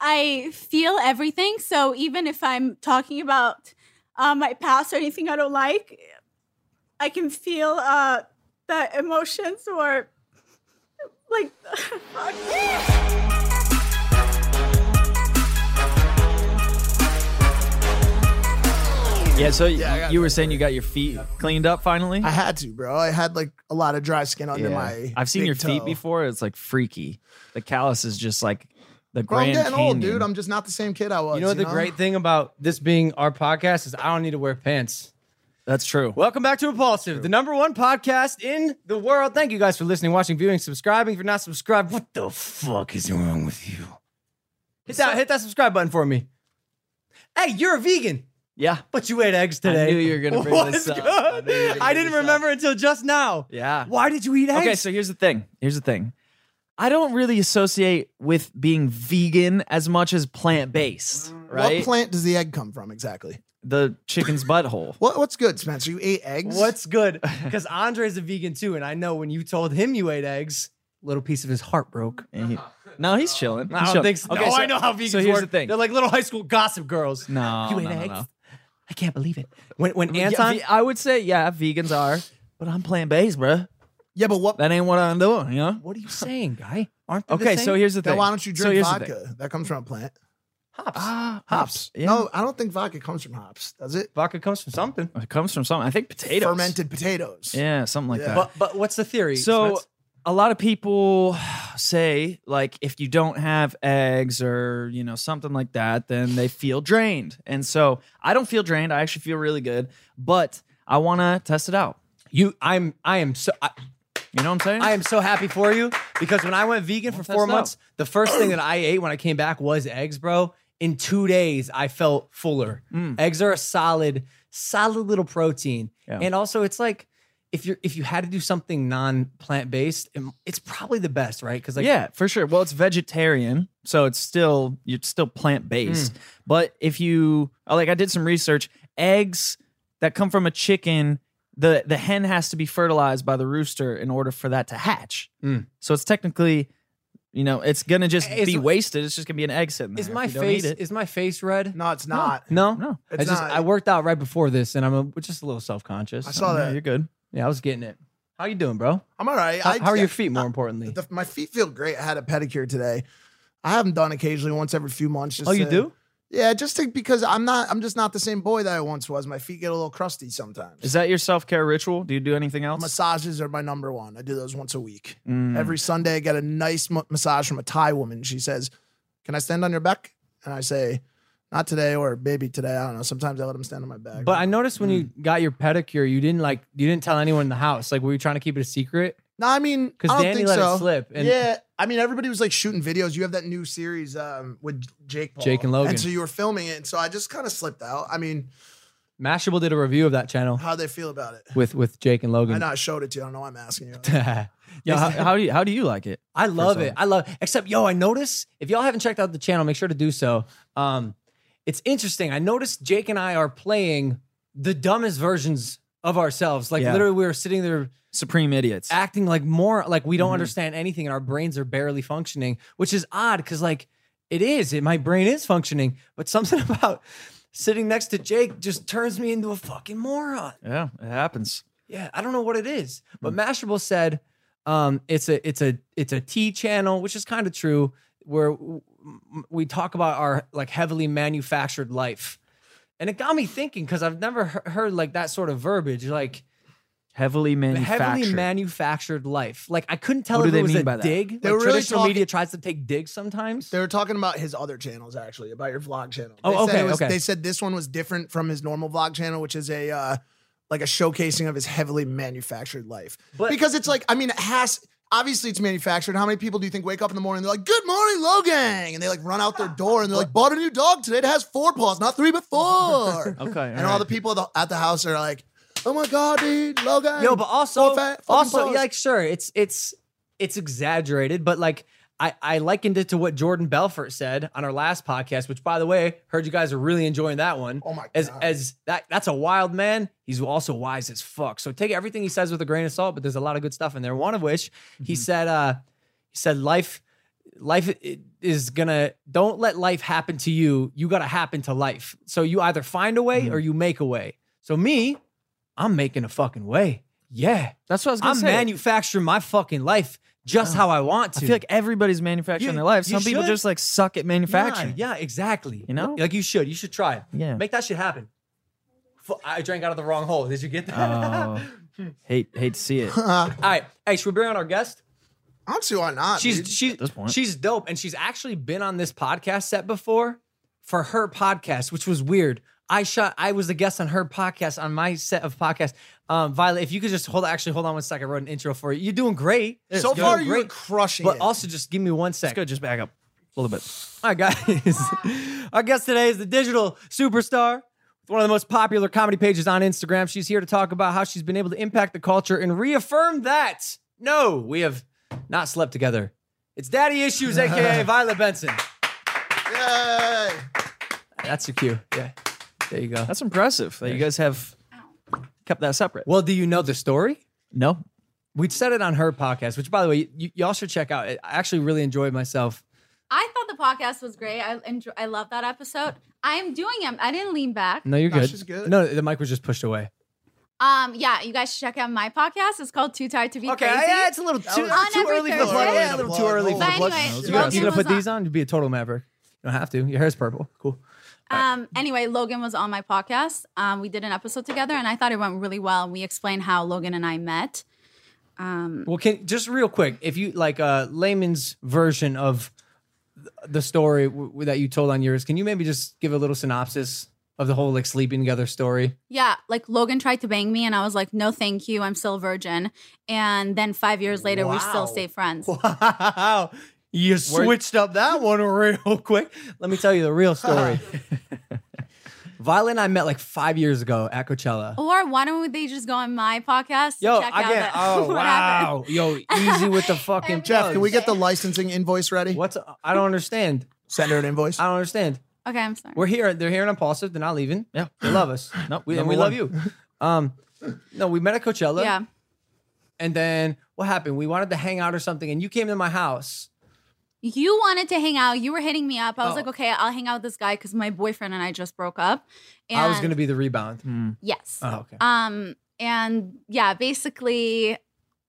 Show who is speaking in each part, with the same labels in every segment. Speaker 1: I feel everything. So even if I'm talking about uh, my past or anything I don't like, I can feel uh, the emotions or like.
Speaker 2: Yeah, so you were saying you got your feet cleaned up finally?
Speaker 3: I had to, bro. I had like a lot of dry skin under
Speaker 2: Yeah.
Speaker 3: my.
Speaker 2: I've seen
Speaker 3: big
Speaker 2: your feet
Speaker 3: toe.
Speaker 2: before. It's like freaky. The callus is just like the
Speaker 3: Bro, I'm
Speaker 2: grand
Speaker 3: getting old,
Speaker 2: Canyon.
Speaker 3: dude. I'm just not the same kid I was.
Speaker 4: You know what the great thing about this being our podcast is I don't need to wear pants.
Speaker 2: That's true.
Speaker 4: Welcome back to Impulsive, the number one podcast in the world. Thank you guys for listening, watching, viewing, subscribing. If you're not subscribed, what the fuck is wrong with you? Hit that, hit that subscribe button for me. Hey, you're a vegan,
Speaker 2: Yeah.
Speaker 4: but you ate eggs today.
Speaker 2: knew you were gonna bring
Speaker 4: What's
Speaker 2: this up. I
Speaker 4: Good?
Speaker 2: knew you were gonna
Speaker 4: I,
Speaker 2: bring
Speaker 4: didn't
Speaker 2: this up.
Speaker 4: remember until just now.
Speaker 2: Yeah.
Speaker 4: Why did you eat eggs?
Speaker 2: Okay, so here's the thing. Here's the thing. I don't really associate with being vegan as much as plant based, right?
Speaker 3: What plant does the egg come from exactly?
Speaker 2: the chicken's butthole.
Speaker 3: What What's good, Spencer? You ate eggs.
Speaker 4: What's good? Because Andre's a vegan too, and I know when you told him you ate eggs, little piece of his heart broke.
Speaker 2: And he- no, he's chilling.
Speaker 4: I
Speaker 2: He's
Speaker 4: don't
Speaker 2: chilling.
Speaker 4: think so.
Speaker 2: Okay,
Speaker 4: no,
Speaker 2: so-
Speaker 4: I know how vegans
Speaker 2: So here's
Speaker 4: work.
Speaker 2: the thing.
Speaker 4: They're like little high school gossip girls.
Speaker 2: no,
Speaker 4: You ate
Speaker 2: no, no,
Speaker 4: eggs?
Speaker 2: no.
Speaker 4: I can't believe it. When when
Speaker 2: Yeah,
Speaker 4: Anton
Speaker 2: ve- I would say, yeah, vegans are, but I'm plant based, bruh.
Speaker 3: Yeah, but what?
Speaker 2: That ain't what I'm doing, you know?
Speaker 4: What are you saying, guy? Aren't they the
Speaker 2: Okay,
Speaker 4: same?
Speaker 2: so here's the thing.
Speaker 3: Then why don't you
Speaker 2: So
Speaker 3: drink
Speaker 2: here's the thing.
Speaker 3: vodka? That comes from a plant.
Speaker 4: hops.
Speaker 2: Ah,
Speaker 3: Hops.
Speaker 2: Yeah.
Speaker 3: No, I don't think vodka comes from hops. Does it?
Speaker 4: Vodka comes from something.
Speaker 2: It comes from something. I think potatoes.
Speaker 3: Fermented potatoes.
Speaker 2: Yeah, something like
Speaker 3: Yeah.
Speaker 2: that.
Speaker 4: But but what's the theory?
Speaker 2: so
Speaker 4: Spence?
Speaker 2: a lot of people say like if you don't have eggs or you know something like that then they feel drained and so i don't feel drained i actually feel really good but i want to test it out
Speaker 4: you, I'm I am so I,
Speaker 2: you know what i'm saying
Speaker 4: I am so happy for you because when I went vegan for
Speaker 2: Well,
Speaker 4: four
Speaker 2: test it out.
Speaker 4: months, the first thing that I ate when I came back was eggs, bro. In two days, I felt fuller.
Speaker 2: Mm.
Speaker 4: Eggs are a solid, solid little protein,
Speaker 2: Yeah.
Speaker 4: and also it's like if you're if you had to do something non plant based, it's probably the best, right? Because like
Speaker 2: yeah for sure well it's vegetarian so it's still you're still plant-based
Speaker 4: Hmm.
Speaker 2: but if you uh, like i did some research eggs that come from a chicken the the hen has to be fertilized by the rooster in order for that to hatch
Speaker 4: Mm.
Speaker 2: so it's technically you know it's gonna just
Speaker 4: Is-
Speaker 2: be wasted it's just gonna be an egg sitting there
Speaker 4: is
Speaker 2: if
Speaker 4: my
Speaker 2: you don't eat
Speaker 4: face
Speaker 2: it.
Speaker 4: is my face red?
Speaker 3: No, it's not.
Speaker 4: No,
Speaker 2: no
Speaker 4: I
Speaker 3: It's
Speaker 4: just
Speaker 3: not.
Speaker 4: I worked out right before this, and I'm a, just a little self
Speaker 3: I
Speaker 4: conscious.
Speaker 3: saw
Speaker 2: No,
Speaker 3: that.
Speaker 2: you're good
Speaker 4: Yeah, I was getting it. How you doing, bro?
Speaker 3: I'm all right.
Speaker 4: How,
Speaker 3: I-
Speaker 4: how are your feet? More importantly,
Speaker 3: The, my feet feel great. I had a pedicure today. I have them done occasionally, once every few months. Just
Speaker 4: oh, you
Speaker 3: to-
Speaker 4: do?
Speaker 3: Yeah, just to, because I'm not. I'm just not the same boy that I once was. My feet get a little crusty sometimes.
Speaker 2: is that your self-care ritual do you do anything else
Speaker 3: Massages are my number one. I do those once a week.
Speaker 2: Mm.
Speaker 3: Every Sunday, I get a nice ma- massage from a Thai woman. She says, "Can I stand on your back?" And I say, "Not today," or "Baby, today." I don't know. Sometimes I let them stand on my back.
Speaker 4: But I noticed when
Speaker 3: Mm.
Speaker 4: you got your pedicure, you didn't like you didn't tell anyone in the house. Like, were you trying to keep it a secret?
Speaker 3: no, I mean, I
Speaker 4: Because
Speaker 3: don't
Speaker 4: Danny
Speaker 3: think
Speaker 4: let
Speaker 3: so.
Speaker 4: it slip. And
Speaker 3: yeah, I mean, everybody was like shooting videos. You have that new series um, with Jake Paul,
Speaker 4: Jake and Logan.
Speaker 3: and so you were filming it. And so I just kind of slipped out. I mean,
Speaker 4: Mashable did a review of that channel
Speaker 3: how they feel about it?
Speaker 4: with with Jake and
Speaker 3: I
Speaker 4: Logan.
Speaker 3: know I showed it to you. I don't know why I'm asking you.
Speaker 4: Yo,
Speaker 2: how,
Speaker 4: I,
Speaker 2: how do you how do you like it
Speaker 4: I love it.
Speaker 2: some.
Speaker 4: I love. Except, yo, I notice if y'all haven't checked out the channel, make sure to do so. Um, it's interesting. I noticed Jake and I are playing the dumbest versions of ourselves. Like
Speaker 2: Yeah.
Speaker 4: literally, we were sitting there
Speaker 2: supreme idiots
Speaker 4: acting like more like we don't
Speaker 2: Mhm.
Speaker 4: understand anything and our brains are barely functioning, which is odd because like it is, it, my brain is functioning, but something about sitting next to Jake just turns me into a fucking moron.
Speaker 2: yeah it happens
Speaker 4: Yeah, I don't know what it is, but Mashable said um, it's a it's a it's a T channel, which is kind of true, where w- m- we talk about our like heavily manufactured life, and it got me thinking because I've never he- heard like that sort of verbiage, like
Speaker 2: heavily manufactured
Speaker 4: heavily manufactured life. Like I couldn't tell
Speaker 2: What do
Speaker 4: if
Speaker 2: they
Speaker 4: it was
Speaker 2: mean
Speaker 4: a
Speaker 2: by that?
Speaker 4: dig.
Speaker 3: They
Speaker 4: like
Speaker 3: were really
Speaker 4: traditional
Speaker 3: talking-
Speaker 4: media tries to take digs sometimes.
Speaker 3: They were talking about his other channels, actually, about your vlog channel. They
Speaker 4: Oh,
Speaker 3: said it
Speaker 4: okay,
Speaker 3: was-
Speaker 4: okay.
Speaker 3: They said this one was different from his normal vlog channel, which is a uh, like a showcasing of his heavily manufactured life.
Speaker 4: But-
Speaker 3: because it's like, I mean, it has. obviously it's manufactured. How many people do you think wake up in the morning and they're like, "Good morning, Logang," and they like run out their door and they're like, "Bought a new dog today. It has four paws, not three, but four.
Speaker 2: Okay, all
Speaker 3: and all the people at the, at the house are like, "Oh my god, dude, Logang."
Speaker 4: No, but also,
Speaker 3: four fat fucking
Speaker 4: also,
Speaker 3: paws."
Speaker 4: yeah, like, sure, it's it's it's exaggerated, but like, I I likened it to what Jordan Belfort said on our last podcast, which, by the way, heard you guys are really enjoying that one.
Speaker 3: Oh my
Speaker 4: As
Speaker 3: God.
Speaker 4: as that that's a wild man. He's also wise as fuck. So take everything he says with a grain of salt, but there's a lot of good stuff in there. One of which
Speaker 3: Mm-hmm.
Speaker 4: he said, uh, he said, life. Life i- is gonna don't let life happen to you. You gotta happen to life. So you either find a
Speaker 3: Mm-hmm.
Speaker 4: way or you make a way. So me, I'm making a fucking way. Yeah.
Speaker 2: That's what I was gonna
Speaker 4: I'm
Speaker 2: say. Oh.
Speaker 4: manufacturing my fucking life just how I want to.
Speaker 2: I feel like everybody's manufacturing
Speaker 4: You-
Speaker 2: their life.
Speaker 4: you
Speaker 2: Some people
Speaker 4: should.
Speaker 2: just like suck at
Speaker 4: yeah,
Speaker 2: manufacturing.
Speaker 4: yeah, exactly.
Speaker 2: You know?
Speaker 4: like you should. You should try it.
Speaker 2: Yeah.
Speaker 4: make that shit happen. Fu- I drank out of the wrong hole. Did you get that?
Speaker 2: Oh, hate hate to see it.
Speaker 4: All right. Hey, should we bring on our guest?
Speaker 3: honestly, why not?
Speaker 4: She's
Speaker 3: dude?
Speaker 4: she,
Speaker 2: this point.
Speaker 4: she's dope, and she's actually been on this podcast set before for her podcast, which was weird. I shot. I was the guest on her podcast on my set of podcasts. Um, Violet, if you could just hold actually hold on one second, I wrote an intro for you. You're doing great.
Speaker 3: so
Speaker 4: You're
Speaker 3: far
Speaker 4: doing
Speaker 3: you're
Speaker 4: great.
Speaker 3: crushing
Speaker 4: But
Speaker 3: it.
Speaker 4: also, just give me one sec.
Speaker 2: Let's go. Just back up a little bit.
Speaker 4: All right, guys. Our guest today is the digital superstar with one of the most popular comedy pages on Instagram. She's here to talk about how she's been able to impact the culture and reaffirm that no, we have not slept together. It's Daddy Issues, aka Violet Benson.
Speaker 3: Yay.
Speaker 4: That's your cue. Yeah. There you go.
Speaker 2: That's impressive that you guys have kept that separate.
Speaker 4: well, do you know the story?
Speaker 2: No,
Speaker 4: We said it on her podcast, which, by the way, y- y'all should check out. I actually really enjoyed myself.
Speaker 5: I thought the podcast was great. I enjoy, I love that episode. I'm doing it. I didn't lean back.
Speaker 4: No, you're
Speaker 3: No,
Speaker 4: good.
Speaker 3: she's good.
Speaker 4: No, the mic was just pushed away.
Speaker 5: Um, yeah, you guys should check out my podcast. It's called Too Tired to Be
Speaker 4: Okay,
Speaker 5: Crazy.
Speaker 4: yeah, it's a little too,
Speaker 5: On
Speaker 4: too
Speaker 5: every
Speaker 4: early for the plug.
Speaker 5: Thursday.
Speaker 4: Yeah, a little too early for the
Speaker 5: But
Speaker 4: plug.
Speaker 5: anyway,
Speaker 2: You gotta-
Speaker 4: You gonna,
Speaker 5: Logan
Speaker 2: you
Speaker 5: was
Speaker 4: put these
Speaker 5: on.
Speaker 4: on? You'd be a total maverick. You don't have to. Your hair's purple. Cool.
Speaker 5: Um, anyway, Logan was on my podcast. Um, we did an episode together, and I thought it went really well. We explained how Logan and I met.
Speaker 4: Well, can just real quick, if you like a layman's version of th- the story w- that you told on yours, can you maybe just give a little synopsis of the whole like sleeping together story?
Speaker 5: Yeah, like Logan tried to bang me, and I was like, "No, thank you. I'm still a virgin." And then five years later, we
Speaker 4: Wow.
Speaker 5: still stay friends.
Speaker 4: Wow. You switched up that one real quick. Let me tell you the real story. Violet and I met like five years ago at Coachella.
Speaker 5: Or why don't they just go on my podcast?
Speaker 4: Yo,
Speaker 5: to Oh, check
Speaker 4: I
Speaker 5: out
Speaker 4: get.
Speaker 5: the-
Speaker 4: Oh
Speaker 5: what happened?
Speaker 4: wow. Yo, easy with the fucking.
Speaker 3: Jeff, can we
Speaker 4: plugs.
Speaker 3: get the licensing invoice ready?
Speaker 4: What's? I don't understand.
Speaker 3: Send her an invoice.
Speaker 4: I don't understand.
Speaker 5: Okay, I'm sorry.
Speaker 4: We're here. They're here in Impulsive. They're not leaving.
Speaker 2: Yeah.
Speaker 4: They love us.
Speaker 2: Nope,
Speaker 4: We, and
Speaker 2: number
Speaker 4: we love you.
Speaker 2: one.
Speaker 4: Um, no, we met at Coachella.
Speaker 5: yeah.
Speaker 4: And then what happened? We wanted to hang out or something, and you came to my house.
Speaker 5: you wanted to hang out. You were hitting me up. I was
Speaker 4: Oh.
Speaker 5: like, okay, I'll hang out with this guy because my boyfriend and I just broke up. And
Speaker 4: I was going to be the rebound.
Speaker 5: yes.
Speaker 4: Oh, okay.
Speaker 5: Um, and yeah, basically,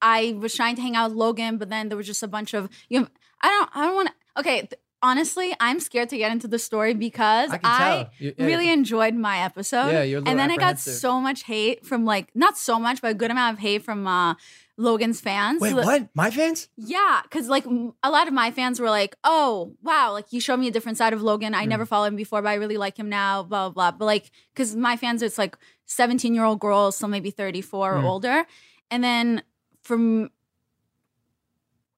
Speaker 5: I was trying to hang out with Logan, but then there was just a bunch of you. Know, I don't. I don't want to. Okay. th- honestly, I'm scared to get into the story because
Speaker 4: I
Speaker 5: I.
Speaker 4: can tell. You- yeah,
Speaker 5: Really
Speaker 4: yeah.
Speaker 5: enjoyed my episode.
Speaker 4: Yeah, you're a little
Speaker 5: and then I got
Speaker 4: apprehensive.
Speaker 5: so much hate from like not so much, but a good amount of hate from uh Logan's fans.
Speaker 4: Wait,
Speaker 5: So that-
Speaker 4: what? My fans?
Speaker 5: yeah, because like m- a lot of my fans were like, "Oh, wow! Like you showed me a different side of Logan. I
Speaker 4: Mm.
Speaker 5: never followed him before, but I really like him now." Blah blah. blah. But like, because my fans, it's like seventeen-year-old girls, so maybe thirty-four
Speaker 4: Mm.
Speaker 5: or older, and then from.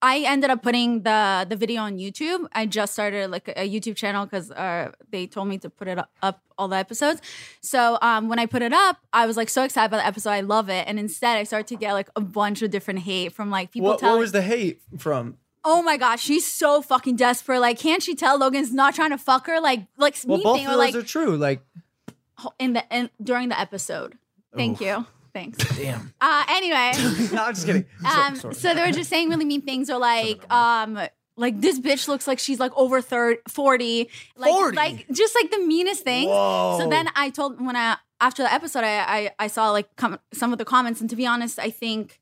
Speaker 5: I ended up putting the the video on YouTube. I just started like a YouTube channel because uh, they told me to put it up- up all the episodes. So um, when I put it up, I was like so excited about the episode. I love it, and instead I started to get like a bunch of different hate from like people
Speaker 4: What,
Speaker 5: telling
Speaker 4: what was the hate from?
Speaker 5: oh my gosh, she's so fucking desperate. Like, can't she tell Logan's not trying to fuck her? Like, like
Speaker 4: Well,
Speaker 5: me
Speaker 4: both
Speaker 5: thing
Speaker 4: of
Speaker 5: or
Speaker 4: those
Speaker 5: like
Speaker 4: are true. Like,
Speaker 5: in the in, during the episode. Thank you. Thanks.
Speaker 2: Damn.
Speaker 5: Uh, anyway,
Speaker 4: no, I'm just kidding.
Speaker 5: um, so they were just saying really mean things or like, um, like this bitch looks like she's like over third 40, like,
Speaker 3: 40?
Speaker 5: like just like the meanest things.
Speaker 4: Whoa.
Speaker 5: So then I told when I after the episode, I I, I saw like com- some of the comments, and to be honest, I think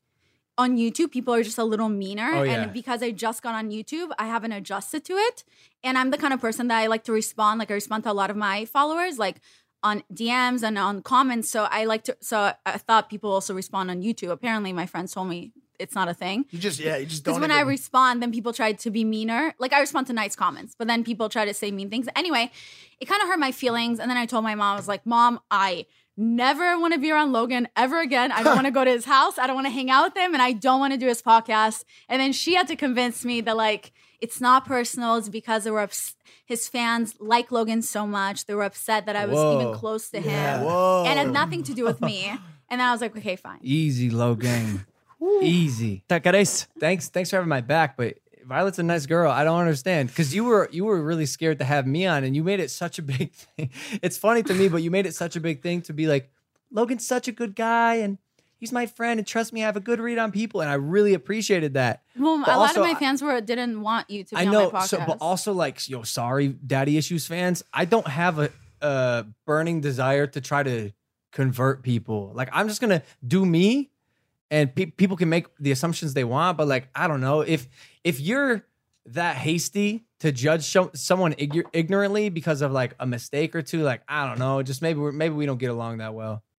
Speaker 5: on YouTube people are just a little meaner,
Speaker 4: Oh, yeah.
Speaker 5: and because I just got on YouTube, I haven't adjusted to it, and I'm the kind of person that I like to respond. Like I respond to a lot of my followers, like on DMs and on comments. So I like to. So I thought people also respond on YouTube. Apparently, my friends told me it's not a thing.
Speaker 3: you just yeah, you just
Speaker 5: Because
Speaker 3: don't.
Speaker 5: when I
Speaker 3: even-
Speaker 5: respond, then people try to be meaner. Like I respond to nice comments, but then people try to say mean things. Anyway, it kind of hurt my feelings. And then I told my mom, I was like, Mom, I never want to be around Logan ever again. I don't want to go to his house. I don't want to hang out with him. And I don't want to do his podcast. And then she had to convince me that, like, it's not personal. It's because they were ups- his fans like Logan so much. They were upset that I was
Speaker 4: Whoa.
Speaker 5: even close to him.
Speaker 3: Whoa.
Speaker 5: And it had nothing to do with me. And then I was like, okay, fine.
Speaker 4: Easy, Logan. Easy.
Speaker 2: Takares.
Speaker 4: Thanks, thanks for having my back, but Violet's a nice girl. I don't understand because you were you were really scared to have me on, and you made it such a big thing. It's funny to me, but you made it such a big thing to be like, Logan's such a good guy, and he's my friend, and trust me, I have a good read on people, and I really appreciated that.
Speaker 5: Well,
Speaker 4: But
Speaker 5: a lot
Speaker 4: also,
Speaker 5: of my
Speaker 4: I-
Speaker 5: fans were didn't want you to be
Speaker 4: I know.
Speaker 5: on my podcast.
Speaker 4: So, but also like, yo, sorry, daddy issues fans. I don't have a, a burning desire to try to convert people. Like, I'm just gonna do me, and pe- people can make the assumptions they want. But like, I don't know if if you're that hasty to judge sho- someone igor- ignorantly because of like a mistake or two. Like, I don't know. Just maybe we're, maybe we don't get along that well.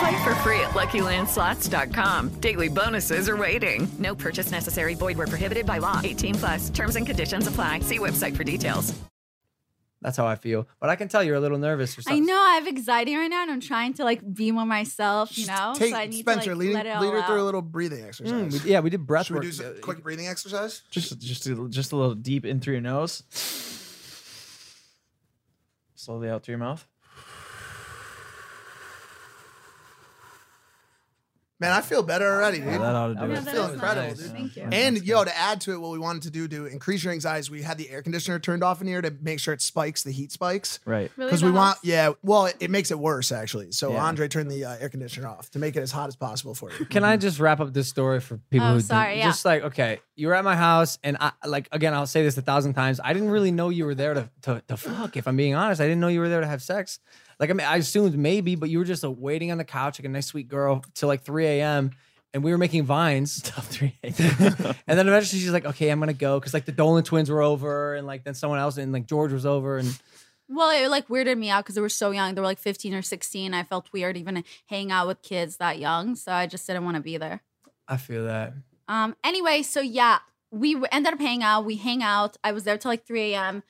Speaker 6: Play for free at LuckyLandSlots.com. Daily bonuses are waiting. No purchase necessary. Void were prohibited by law. 18 plus. Terms and conditions apply. See website for details.
Speaker 4: That's how I feel. But I can tell you're a little nervous or
Speaker 5: I
Speaker 4: something.
Speaker 5: know I have anxiety right now, and I'm trying to like be more myself. You know,
Speaker 3: Take
Speaker 5: so I need
Speaker 3: Spencer,
Speaker 5: to like
Speaker 3: lead,
Speaker 5: let it all
Speaker 3: lead her
Speaker 5: out.
Speaker 3: through a little breathing exercise.
Speaker 4: Mm, we- yeah, we did breath
Speaker 3: Should we
Speaker 4: work.
Speaker 3: do some
Speaker 4: Uh,
Speaker 3: quick breathing exercise?
Speaker 2: Just just a, just a little deep in through your nose. Slowly out through your mouth.
Speaker 3: Man, I feel better already, dude.
Speaker 2: that ought to do
Speaker 3: I
Speaker 2: it.
Speaker 3: feel incredible, dude.
Speaker 5: Thank you.
Speaker 3: And yo, to add to it, what we wanted to do to increase your anxiety, we had the air conditioner turned off in here to make sure it spikes the heat spikes.
Speaker 2: Right.
Speaker 5: Really,
Speaker 3: Because
Speaker 5: that
Speaker 3: we want,
Speaker 5: helps?
Speaker 3: yeah. Well, it, it makes it worse actually. So
Speaker 2: Yeah.
Speaker 3: Andre turned the uh, air conditioner off to make it as hot as possible for you.
Speaker 4: Can I just wrap up this story for people
Speaker 5: Oh,
Speaker 4: who
Speaker 5: sorry,
Speaker 4: didn't-
Speaker 5: yeah.
Speaker 4: just like okay, you were at my house and I like again I'll say this a thousand times. I didn't really know you were there to to, to fuck. If I'm being honest, I didn't know you were there to have sex. Like I mean, I assumed maybe, but you were just uh, waiting on the couch like a nice sweet girl till like 3 a.m. And we were making vines till 3 a.m. and then eventually she's like, okay, I'm gonna go because like the Dolan twins were over and like then someone else and like George was over and
Speaker 5: Well, it like weirded me out because they were so young. They were like 15 or 16. I felt weird even hanging out with kids that young, so I just didn't want to be there.
Speaker 4: I feel that.
Speaker 5: Um. Anyway, so yeah, we w- ended up hanging out. We hang out. I was there till like 3 a.m.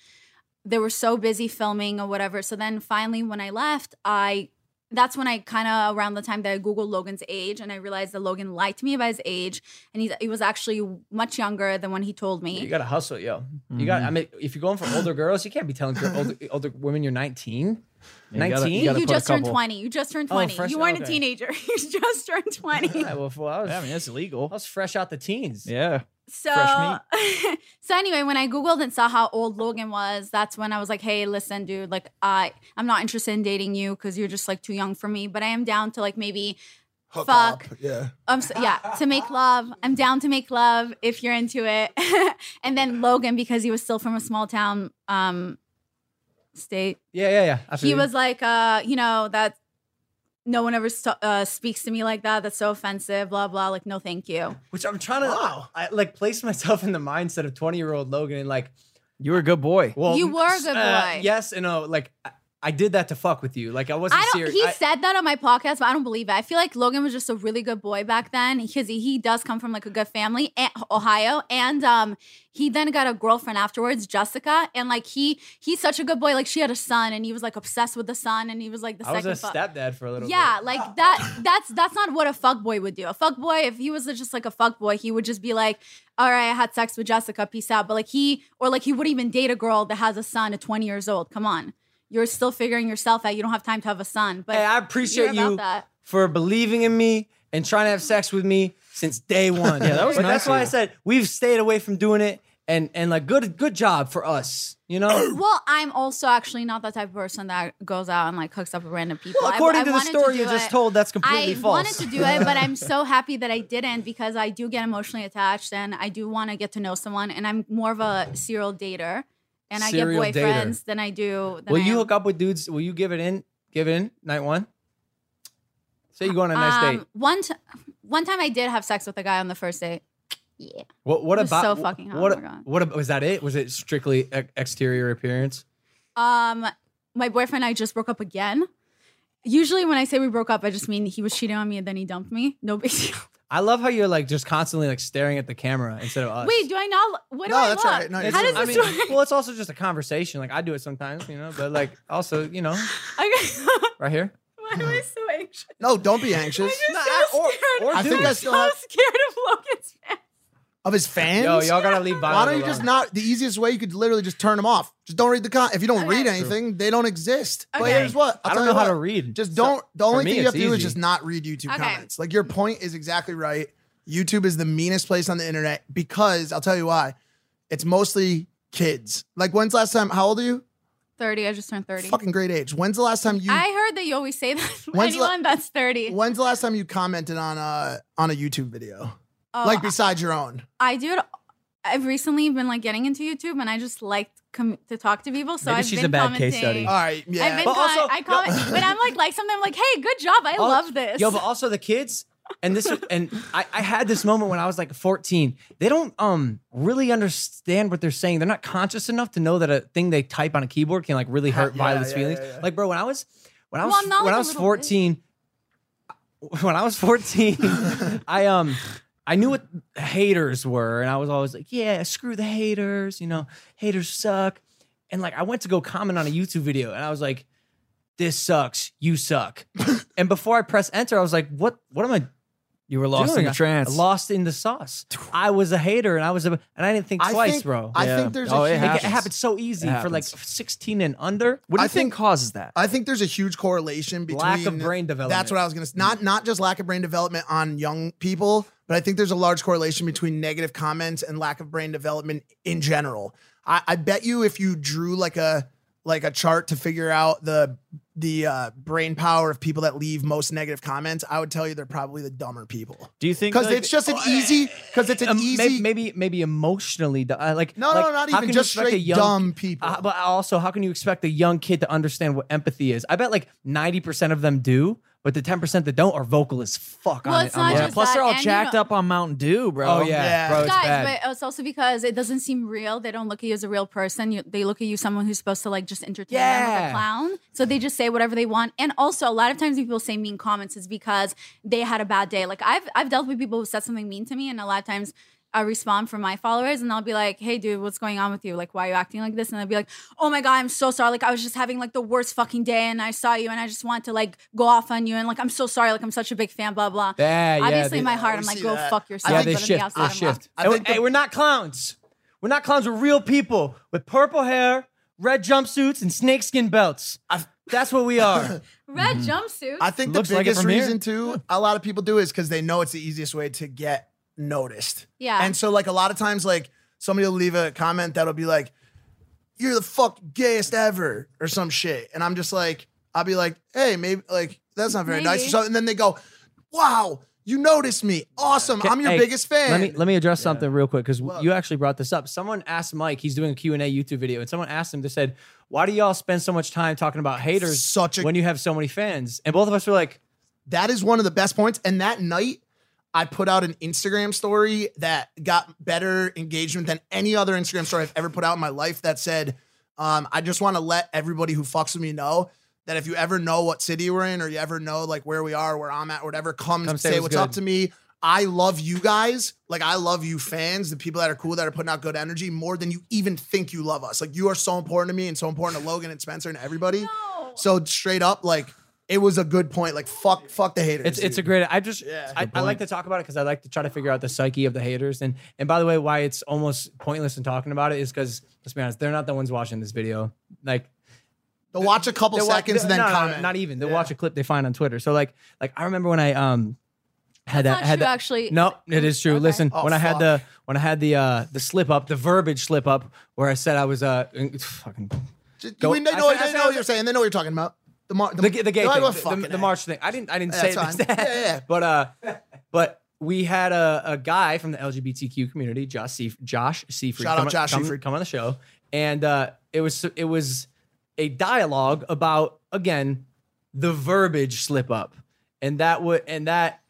Speaker 5: They were so busy filming or whatever. So then finally, when I left, I that's when I kind of around the time that I googled Logan's age and I realized that Logan lied to me about his age and he, he was actually much younger than when he told me.
Speaker 4: You gotta hustle, yo. You got. to I mean, if you're going for older girls, you can't be telling gir- older, older women you're 19.
Speaker 2: Yeah, you gotta-
Speaker 4: 19?
Speaker 2: you
Speaker 5: You,
Speaker 2: gotta put a
Speaker 5: just turned
Speaker 2: couple-
Speaker 5: 20. You just turned
Speaker 4: Oh,
Speaker 5: 20.
Speaker 4: fresh-
Speaker 5: you weren't a
Speaker 4: okay.
Speaker 5: teenager. You just turned 20.
Speaker 4: Yeah, well, fool, I was,
Speaker 2: Yeah, I mean, it's
Speaker 4: I
Speaker 2: illegal.
Speaker 4: was fresh out the teens.
Speaker 2: Yeah.
Speaker 5: So, so anyway, when I googled and saw how old Logan was, that's when I was like, "Hey, listen, dude, like I I'm not interested in dating you cuz you're just like too young for me, but I am down to like maybe
Speaker 3: Hook
Speaker 5: Fuck.
Speaker 3: up. Yeah.
Speaker 5: um so, yeah, to make love. I'm down to make love if you're into it." and then Logan because he was still from a small town um state
Speaker 4: yeah, yeah. yeah. I feel
Speaker 5: he
Speaker 4: you.
Speaker 5: was like, uh, you know, that no one ever st- uh, speaks to me like that. That's so offensive, blah, blah. Like, no, thank you.
Speaker 4: which I'm trying to
Speaker 3: Wow.
Speaker 4: I, like place myself in the mindset of 20 year old Logan and like,
Speaker 2: You were a good boy.
Speaker 4: well,
Speaker 5: You were a good
Speaker 4: uh,
Speaker 5: boy.
Speaker 4: yes and no. Like, I, I did that to fuck with you. Like, I wasn't
Speaker 5: I don't,
Speaker 4: serious.
Speaker 5: he
Speaker 4: I-
Speaker 5: said that on my podcast, but I don't believe it. I feel like Logan was just a really good boy back then because he, he does come from like a good family, a- Ohio. And um, he then got a girlfriend afterwards, Jessica. And like, he he's such a good boy. Like, she had a son and he was like obsessed with the son. And he was like the
Speaker 4: I was
Speaker 5: second
Speaker 4: a
Speaker 5: fu-
Speaker 4: stepdad for a little
Speaker 5: yeah,
Speaker 4: bit.
Speaker 5: like that. That's that's not what a fuck boy would do. A fuck boy, if he was just like a fuck boy, he would just be like, "All right, I had sex with Jessica, peace out." But like he, or like he would even date a girl that has a son at 20 years old. Come on, you're still figuring yourself out. You don't have time to have a son. But
Speaker 4: Hey, I
Speaker 5: you're
Speaker 4: appreciate
Speaker 5: about
Speaker 4: you
Speaker 5: that.
Speaker 4: for believing in me and trying to have sex with me since day one. yeah,
Speaker 2: that was
Speaker 4: but
Speaker 2: nice
Speaker 4: That's
Speaker 2: of
Speaker 4: why
Speaker 2: you.
Speaker 4: I said we've stayed away from doing it. And and like good good job for us, you know.
Speaker 5: Well, I'm also actually not that type of person that goes out and like hooks up with random people.
Speaker 4: Well,
Speaker 5: I-
Speaker 4: according
Speaker 5: I
Speaker 4: to the
Speaker 5: wanted
Speaker 4: story
Speaker 5: do
Speaker 4: you just
Speaker 5: it.
Speaker 4: told, that's completely
Speaker 5: I
Speaker 4: false.
Speaker 5: wanted to do it, but I'm so happy that I didn't because I do get emotionally attached and I do want to get to know someone. And I'm more of a serial dater, and I get
Speaker 4: Serial dater.
Speaker 5: boyfriends than I do. Than
Speaker 4: Will
Speaker 5: I
Speaker 4: you
Speaker 5: am-
Speaker 4: hook up with dudes? Will you give it in? Give it in night one. Say you go on a nice
Speaker 5: Um,
Speaker 4: date.
Speaker 5: One t- one time I did have sex with a guy on the first date. Yeah.
Speaker 4: What what
Speaker 5: It was
Speaker 4: about
Speaker 5: so fucking hot,
Speaker 4: What
Speaker 5: oh my God.
Speaker 4: what ab- was that? It was it strictly e- exterior appearance?
Speaker 5: Um, my boyfriend and I just broke up again. Usually, when I say we broke up, I just mean he was cheating on me and then he dumped me. No big deal.
Speaker 4: I love how you're like just constantly like staring at the camera instead of us.
Speaker 5: Wait, do I not? What do
Speaker 3: No,
Speaker 5: I
Speaker 3: that's
Speaker 5: look?
Speaker 3: all right. No, you're
Speaker 5: How
Speaker 3: good.
Speaker 5: does
Speaker 4: I
Speaker 5: this
Speaker 4: mean,
Speaker 5: work?
Speaker 4: well, it's also just a conversation. Like I do it sometimes, you know, but like also, you know,
Speaker 5: Okay.
Speaker 4: right here.
Speaker 1: Why am I so anxious?
Speaker 3: No, don't be anxious.
Speaker 1: I'm
Speaker 4: No,
Speaker 1: so
Speaker 4: I- or-
Speaker 1: scared.
Speaker 4: or
Speaker 3: I think
Speaker 4: do
Speaker 3: I
Speaker 4: it.
Speaker 3: still
Speaker 1: I'm
Speaker 3: have
Speaker 1: so scared of Logan's fans.
Speaker 3: of his fans.
Speaker 4: Yo, y'all gotta leave.
Speaker 3: Why don't you just not? The easiest way you could literally just turn them off. Just don't read the con. If you don't read anything, they don't exist. But
Speaker 5: Okay.
Speaker 3: here's what I'll
Speaker 4: I do
Speaker 3: tell
Speaker 4: not
Speaker 3: you
Speaker 4: know how to
Speaker 3: what.
Speaker 4: read.
Speaker 3: Just
Speaker 4: So-
Speaker 3: don't. the only
Speaker 4: me,
Speaker 3: thing you have
Speaker 4: it's
Speaker 3: to do is
Speaker 4: easy.
Speaker 3: just not read YouTube
Speaker 5: Okay.
Speaker 3: comments. Like your point is exactly right. YouTube is the meanest place on the internet because I'll tell you why. It's mostly kids. Like when's the last time? How old are you?
Speaker 5: Thirty. I just turned thirty.
Speaker 3: Fucking great age. When's the last time you?
Speaker 5: I heard that you always say that. for
Speaker 3: When's the-
Speaker 5: Anyone that's thirty.
Speaker 3: when's the last time you commented on a on a YouTube video?
Speaker 5: Oh,
Speaker 3: like besides your own.
Speaker 5: I do it. I've recently been like getting into YouTube, and I just like com- to talk to people. So
Speaker 4: Maybe
Speaker 5: I've
Speaker 4: she's
Speaker 5: been
Speaker 4: a bad case
Speaker 5: commenting.
Speaker 4: study.
Speaker 3: All right. Yeah.
Speaker 5: I've been
Speaker 4: But
Speaker 5: con-
Speaker 4: also-
Speaker 5: I comment, but I'm like like something. I'm like, hey, good job. I
Speaker 4: Al-
Speaker 5: love this.
Speaker 4: Yo, but also the kids, and this, and I, I had this moment when I was like 14. They don't um really understand what they're saying. They're not conscious enough to know that a thing they type on a keyboard can like really hurt
Speaker 3: Yeah,
Speaker 4: Violet's
Speaker 3: yeah,
Speaker 4: feelings.
Speaker 3: yeah, yeah.
Speaker 4: Like, bro, when I was when I
Speaker 5: Well,
Speaker 4: was
Speaker 5: I'm not
Speaker 4: when
Speaker 5: like
Speaker 4: I
Speaker 5: a
Speaker 4: was
Speaker 5: little
Speaker 4: 14, when I was 14, I um. I knew what haters were, and I was always like, "Yeah, screw the haters," you know, haters suck. And like, I went to go comment on a YouTube video, and I was like, this sucks. You suck. and before I press enter, I was like, what what am I
Speaker 2: You were lost
Speaker 4: doing?
Speaker 2: in a trance.
Speaker 4: I- lost in the sauce. I was a hater and I was a and I didn't think
Speaker 3: I
Speaker 4: twice,
Speaker 3: think-
Speaker 4: bro.
Speaker 3: I
Speaker 2: Yeah.
Speaker 3: think there's
Speaker 2: Oh,
Speaker 3: a
Speaker 2: it
Speaker 3: huge,
Speaker 4: Like, it
Speaker 2: happens.
Speaker 4: happened so easy
Speaker 2: It
Speaker 4: for like
Speaker 2: happens.
Speaker 4: 16 and under.
Speaker 2: What do you
Speaker 3: I
Speaker 2: think,
Speaker 3: think-
Speaker 2: causes that?
Speaker 3: I think there's a huge correlation between
Speaker 4: Lack of brain development.
Speaker 3: That's what I was gonna not not just lack of brain development on young people, but I think there's a large correlation between negative comments and lack of brain development in general. I, I bet you if you drew like a like a chart to figure out the the uh, brain power of people that leave most negative comments, I would tell you they're probably the dumber people
Speaker 2: Do you think
Speaker 3: because
Speaker 2: like- Oh,
Speaker 3: it's just an easy because it's an
Speaker 4: Oh, eh, Um,
Speaker 3: easy.
Speaker 4: maybe, maybe maybe emotionally du- uh, like
Speaker 3: no,
Speaker 4: like,
Speaker 3: no, no, not
Speaker 4: how
Speaker 3: even
Speaker 4: can you
Speaker 3: just
Speaker 4: expect a
Speaker 3: straight
Speaker 4: young-
Speaker 3: dumb people.
Speaker 4: uh, but also how can you expect a young kid to understand what empathy is i bet like 90% of them do but the 10% that don't are vocal as fuck
Speaker 5: Well,
Speaker 4: on,
Speaker 5: it's
Speaker 4: it, on
Speaker 5: not
Speaker 4: the-
Speaker 2: Yeah,
Speaker 5: just
Speaker 2: plus
Speaker 5: that,
Speaker 2: they're all
Speaker 5: and you
Speaker 2: jacked
Speaker 5: know-
Speaker 2: up on Mountain Dew, bro.
Speaker 4: oh yeah,
Speaker 3: Yeah.
Speaker 4: bro it's
Speaker 5: guys,
Speaker 4: bad.
Speaker 5: but it's also because it doesn't seem real. They don't look at you as a real person. You, they look at you someone who's supposed to like just entertain them with
Speaker 4: Yeah.
Speaker 5: a clown. So they just say whatever they want. And also, a lot of times when people say mean comments is because they had a bad day. Like I've I've dealt with people who said something mean to me, and a lot of times. I respond from my followers and I'll be like, hey, dude, what's going on with you? Like, why are you acting like this? And I'll be like, oh my God, I'm so sorry. Like, I was just having like the worst fucking day and I saw you and I just want to like go off on you. And like, I'm so sorry. Like, I'm such a big fan, blah, blah.
Speaker 4: Yeah, yeah,
Speaker 5: Obviously,
Speaker 4: they-
Speaker 5: in my heart, I'm
Speaker 3: we
Speaker 5: like,
Speaker 3: see
Speaker 5: go
Speaker 3: that.
Speaker 5: fuck yourself.
Speaker 4: yeah,
Speaker 5: But
Speaker 4: they
Speaker 5: on the
Speaker 4: shift. They
Speaker 5: outside, I'm
Speaker 4: shift.
Speaker 5: like,
Speaker 3: I
Speaker 4: And we-
Speaker 3: think the-
Speaker 4: hey, we're not clowns. We're not clowns. We're real people with purple hair, red jumpsuits, and snakeskin belts. That's what we are.
Speaker 5: Red jumpsuit.
Speaker 3: I think
Speaker 2: Looks
Speaker 3: the
Speaker 2: like it
Speaker 3: biggest
Speaker 2: from here.
Speaker 3: reason too a lot of people do is because they know it's the easiest way to get noticed.
Speaker 5: Yeah.
Speaker 3: And so like a lot of times like somebody will leave a comment that'll be like, "You're the fuck gayest ever" or some shit, and I'm just like, I'll be like, "Hey, maybe like that's not very nice." Or
Speaker 5: Maybe.
Speaker 3: something. And then they go, "Wow, you noticed me. Awesome. I'm your
Speaker 4: Hey,
Speaker 3: biggest fan."
Speaker 4: Let me let me address something real quick because you actually brought this up. Someone asked Mike. He's doing a Q and A YouTube video, and someone asked him. They said, "Why do y'all spend so much time talking about haters
Speaker 3: Such a-
Speaker 4: when you have so many fans?" And both of us were like,
Speaker 3: That is one of the best points. And that night, I put out an Instagram story that got better engagement than any other Instagram story I've ever put out in my life that said, um, I just want to let everybody who fucks with me know that if you ever know what city we're in or you ever know like where we are, where I'm at, whatever, come,
Speaker 4: Come
Speaker 3: say,
Speaker 4: say what's
Speaker 3: what's up
Speaker 4: good.
Speaker 3: to me. I love you guys. Like I love you fans, the people that are cool that are putting out good energy more than you even think you love us. Like you are so important to me and so important to Logan and Spencer and everybody. So straight up, like it was a good point. Like fuck, fuck the haters.
Speaker 4: It's it's a
Speaker 3: dude.
Speaker 4: great. I just I, I
Speaker 2: point.
Speaker 4: like to talk about it because I like to try to figure out the psyche of the haters. And and by the way, why it's almost pointless in talking about it is because let's be honest, they're not the ones watching this video. Like
Speaker 3: They'll watch a couple
Speaker 4: they watch-
Speaker 3: seconds and
Speaker 4: no,
Speaker 3: then
Speaker 4: no, no,
Speaker 3: comment.
Speaker 4: Not even they watch a clip they find on Twitter. So like like I remember when I um had
Speaker 5: That's not
Speaker 4: that
Speaker 5: true,
Speaker 4: had that-
Speaker 5: actually.
Speaker 4: No, it is true.
Speaker 5: Okay.
Speaker 4: Listen,
Speaker 3: Oh,
Speaker 4: when I had
Speaker 3: fuck.
Speaker 4: the when I had the uh the slip up, the verbiage slip up where I said I was uh fucking
Speaker 3: Just-
Speaker 4: Go-
Speaker 3: we- they
Speaker 4: I
Speaker 3: know,
Speaker 4: said- I
Speaker 3: they
Speaker 4: said-
Speaker 3: know
Speaker 4: I
Speaker 3: what you're
Speaker 4: said-
Speaker 3: saying. They know what you're talking about. The mar-
Speaker 4: the, the gay
Speaker 3: they're
Speaker 4: thing,
Speaker 3: like, "Oh,
Speaker 4: the-
Speaker 3: fucking
Speaker 4: the, the
Speaker 3: A."
Speaker 4: march thing. I didn't I didn't
Speaker 3: Yeah,
Speaker 4: say
Speaker 3: that's
Speaker 4: it.
Speaker 3: fine. Yeah, yeah.
Speaker 4: But uh, but we had a, a guy from the LGBTQ community, Josh Seaf- Josh Seafried.
Speaker 3: Shout out
Speaker 4: come, on-
Speaker 3: Josh
Speaker 4: come,
Speaker 3: Seafried.
Speaker 4: come on the show, and uh, it was it was a dialogue about again the verbiage slip up, and that would and that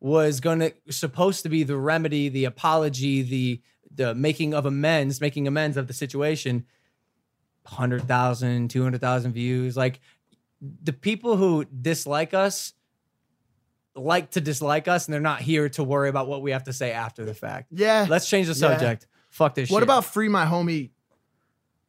Speaker 4: was going to supposed to be the remedy, the apology, the the making of amends, making amends of the situation. 100,000, 200,000 views. Like the people who dislike us like to dislike us and they're not here to worry about what we have to say after the fact.
Speaker 3: Yeah.
Speaker 4: Let's change the
Speaker 3: Yeah.
Speaker 4: subject. Fuck this shit.
Speaker 3: What about free my homie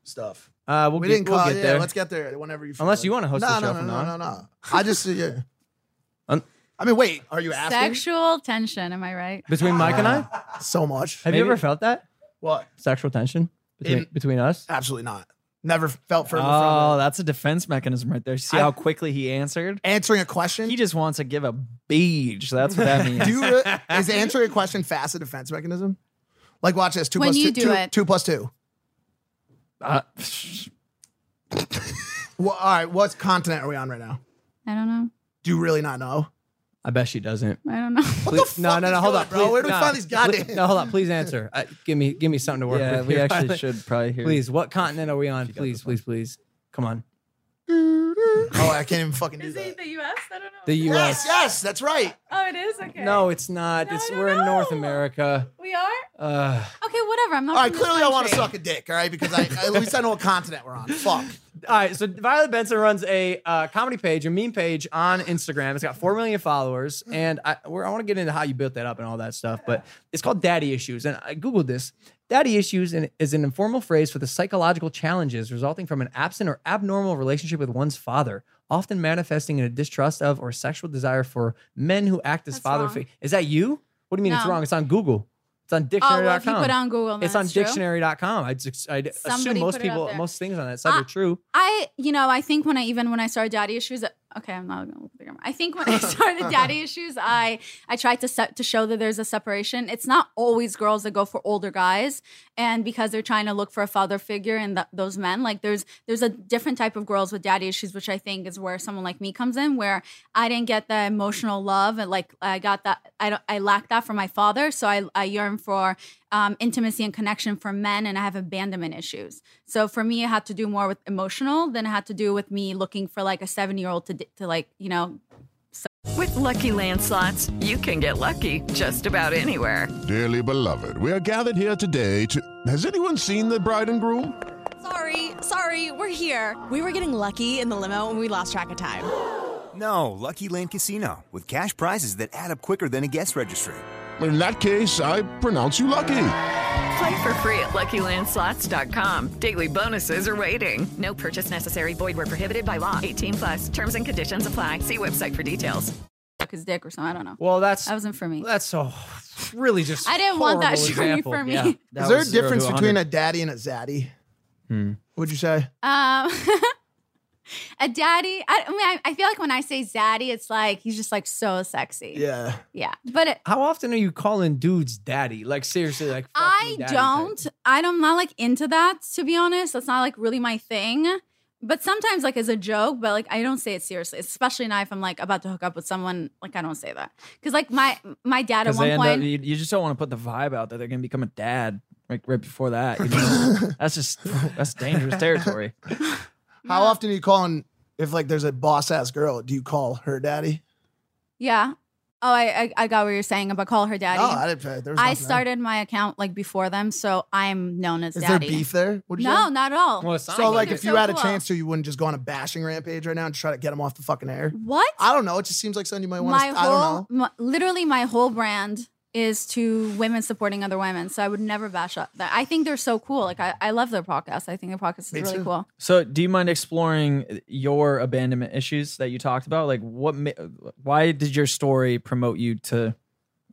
Speaker 3: stuff?
Speaker 4: uh we'll,
Speaker 3: we
Speaker 4: get,
Speaker 3: didn't
Speaker 4: we'll
Speaker 3: call.
Speaker 4: get
Speaker 3: yeah,
Speaker 4: there.
Speaker 3: let's get there whenever you. feel
Speaker 4: Unless
Speaker 3: like-
Speaker 4: you wanna host
Speaker 3: no,
Speaker 4: the show
Speaker 3: no,
Speaker 4: from
Speaker 3: no,
Speaker 4: now
Speaker 3: no,
Speaker 4: on.
Speaker 3: no, no. I just. Yeah.
Speaker 4: Un-
Speaker 3: I mean, wait. Are you asking
Speaker 5: Sexual tension, am I right?
Speaker 4: between Mike and I? Have
Speaker 3: so much?
Speaker 4: you
Speaker 2: Maybe-
Speaker 4: ever felt that?
Speaker 3: What?
Speaker 4: Sexual tension between
Speaker 3: In-
Speaker 4: between us?
Speaker 3: Absolutely not. Never felt further
Speaker 2: Oh,
Speaker 3: from it.
Speaker 2: that's a defense mechanism right there. See how quickly he answered?
Speaker 3: Answering a question.
Speaker 2: He just wants to give a beach. That's what that means.
Speaker 3: do you re- is answering a question fast a defense mechanism? Like, watch this. Two
Speaker 5: When
Speaker 3: plus
Speaker 5: you do
Speaker 3: two, two-
Speaker 5: it.
Speaker 3: two plus two.
Speaker 2: Uh,
Speaker 3: Well, all right. What continent are we on right now?
Speaker 5: I don't know.
Speaker 3: Do you really not know?
Speaker 4: I bet she doesn't.
Speaker 5: I don't know.
Speaker 3: What
Speaker 4: Please-
Speaker 3: the
Speaker 4: no,
Speaker 3: fuck
Speaker 4: no,
Speaker 3: is
Speaker 4: no. Hold
Speaker 3: going,
Speaker 4: on,
Speaker 3: bro.
Speaker 4: please-
Speaker 3: Where do we
Speaker 4: no,
Speaker 3: find these
Speaker 4: please-
Speaker 3: goddamn?
Speaker 4: No, hold on. Please answer. I, give me, give me something to work
Speaker 2: yeah,
Speaker 4: with.
Speaker 2: we
Speaker 4: here.
Speaker 2: actually should probably hear.
Speaker 4: Please, what continent are we on?
Speaker 2: got
Speaker 4: Please,
Speaker 2: this one.
Speaker 4: please, please. Come on.
Speaker 3: Oh, I can't even fucking do
Speaker 1: Is
Speaker 3: that.
Speaker 1: it the U.S.? I don't know.
Speaker 4: The U.S.
Speaker 3: Yes, yes, that's right.
Speaker 1: oh, it is. Okay.
Speaker 4: No, it's not.
Speaker 1: No,
Speaker 4: it's
Speaker 1: I don't
Speaker 4: we're in North
Speaker 1: know.
Speaker 4: America.
Speaker 1: we are.
Speaker 4: Uh,
Speaker 5: Okay, whatever. I'm not.
Speaker 3: All right,
Speaker 5: from this
Speaker 3: clearly I want to
Speaker 5: country.
Speaker 3: suck a dick. All right, because I at least I know what continent we're on. Fuck.
Speaker 4: all right. So Violet Benson runs a uh, comedy page, a meme page on Instagram. It's got four million followers, and I we're, I want to get into how you built that up and all that stuff. But it's called Daddy Issues, and I googled this. Daddy issues in- is an informal phrase for the psychological challenges resulting from an absent or abnormal relationship with one's father, often manifesting in a distrust of or sexual desire for men who act as
Speaker 5: That's
Speaker 4: father.
Speaker 5: wrong.
Speaker 4: fi- Is that you? What do you mean it's
Speaker 5: No.
Speaker 4: wrong? It's on Google. It's on
Speaker 5: Oh,
Speaker 4: dictionary.com.
Speaker 5: well, if you put on Google,
Speaker 4: It's
Speaker 5: that's
Speaker 4: on
Speaker 5: true.
Speaker 4: dictionary.com. I just I assume
Speaker 5: Somebody
Speaker 4: most
Speaker 5: put it up
Speaker 4: people
Speaker 5: there.
Speaker 4: most things on that side
Speaker 5: Ah.
Speaker 4: are true.
Speaker 5: I, you know, I think when I even when I started daddy issues, uh, okay, I'm not gonna look at the camera. I think when I started daddy issues, I I tried to set to show that there's a separation. It's not always girls that go for older guys, and because they're trying to look for a father figure and th- those men, like there's there's a different type of girls with daddy issues, which I think is where someone like me comes in, where I didn't get the emotional love and like I got that I don't I lacked that from my father, so I I yearn for um, intimacy and connection for men, and I have abandonment issues. So for me, it had to do more with emotional than it had to do with me looking for like a seven year old to d- to like you know
Speaker 6: With Lucky Land slots, you can get lucky just about anywhere.
Speaker 7: Dearly beloved, we are gathered here today to. Has anyone seen the bride and groom?
Speaker 8: Sorry, sorry, we're here. We were getting lucky in the limo and we lost track of time.
Speaker 9: No, Lucky Land Casino with cash prizes that add up quicker than a guest registry.
Speaker 7: In that case, I pronounce you lucky.
Speaker 6: Play for free at LuckyLandSlots.com. Daily bonuses are waiting. No purchase necessary. Void were prohibited by law. 18 plus. Terms and conditions apply. See website for details.
Speaker 5: suck his dick or something. I don't know.
Speaker 4: Well, that's
Speaker 5: That wasn't for me.
Speaker 4: that's so really just.
Speaker 5: I didn't want that
Speaker 4: horrible
Speaker 5: journey
Speaker 4: example.
Speaker 5: for me.
Speaker 4: Yeah.
Speaker 2: that
Speaker 3: Is there a
Speaker 2: was uh, zero to
Speaker 3: difference between
Speaker 2: 100.
Speaker 3: a daddy and a zaddy?
Speaker 2: Hmm.
Speaker 3: Would you say?
Speaker 5: Um, a daddy. I, I mean, I, I feel like when I say zaddy, it's like he's just like so sexy.
Speaker 3: Yeah.
Speaker 5: yeah. But it,
Speaker 4: How often are you calling dudes daddy? Like seriously, like fuck
Speaker 5: I
Speaker 4: me, daddy
Speaker 5: don't.
Speaker 4: type.
Speaker 5: I don't. I'm not like into that. To be honest, that's not like really my thing. But sometimes, like as a joke, but like I don't say it seriously. Especially now if I'm like about to hook up with someone, like I don't say that because like my my dad at
Speaker 2: 'Cause they
Speaker 5: one
Speaker 2: end
Speaker 5: point.
Speaker 2: up, you, you just don't want to put the vibe out that they're going to become a dad like right before that. you know? that's just that's dangerous territory.
Speaker 3: How often are you calling if like there's a boss ass girl? Do you call her daddy?
Speaker 5: yeah. Oh, I, I I got what you're saying about call her daddy.
Speaker 3: No, Oh, I didn't. There was
Speaker 5: I
Speaker 3: nothing there.
Speaker 5: started my account like before them, so I'm known as
Speaker 3: Is
Speaker 5: daddy.
Speaker 3: there beef there? Would you
Speaker 5: No,
Speaker 3: say?
Speaker 5: not at all.
Speaker 4: Well, it's not
Speaker 3: So like,
Speaker 5: they're
Speaker 3: if you
Speaker 5: so
Speaker 3: had a
Speaker 5: cool.
Speaker 3: chance to, you wouldn't just go on a bashing rampage right now and try to get him off the fucking air.
Speaker 5: what?
Speaker 3: I don't know. It just seems like something you might want.
Speaker 5: my
Speaker 3: to. I don't know.
Speaker 5: whole, my, literally, my whole brand is to women supporting other women. So I would never bash up that. I think they're so cool. Like I, I love their podcast. I think their podcast is
Speaker 3: Me
Speaker 5: really
Speaker 3: too.
Speaker 5: cool.
Speaker 2: So, do you mind exploring uh, your abandonment issues that you talked about? Like, what? ma- Why did your story promote you to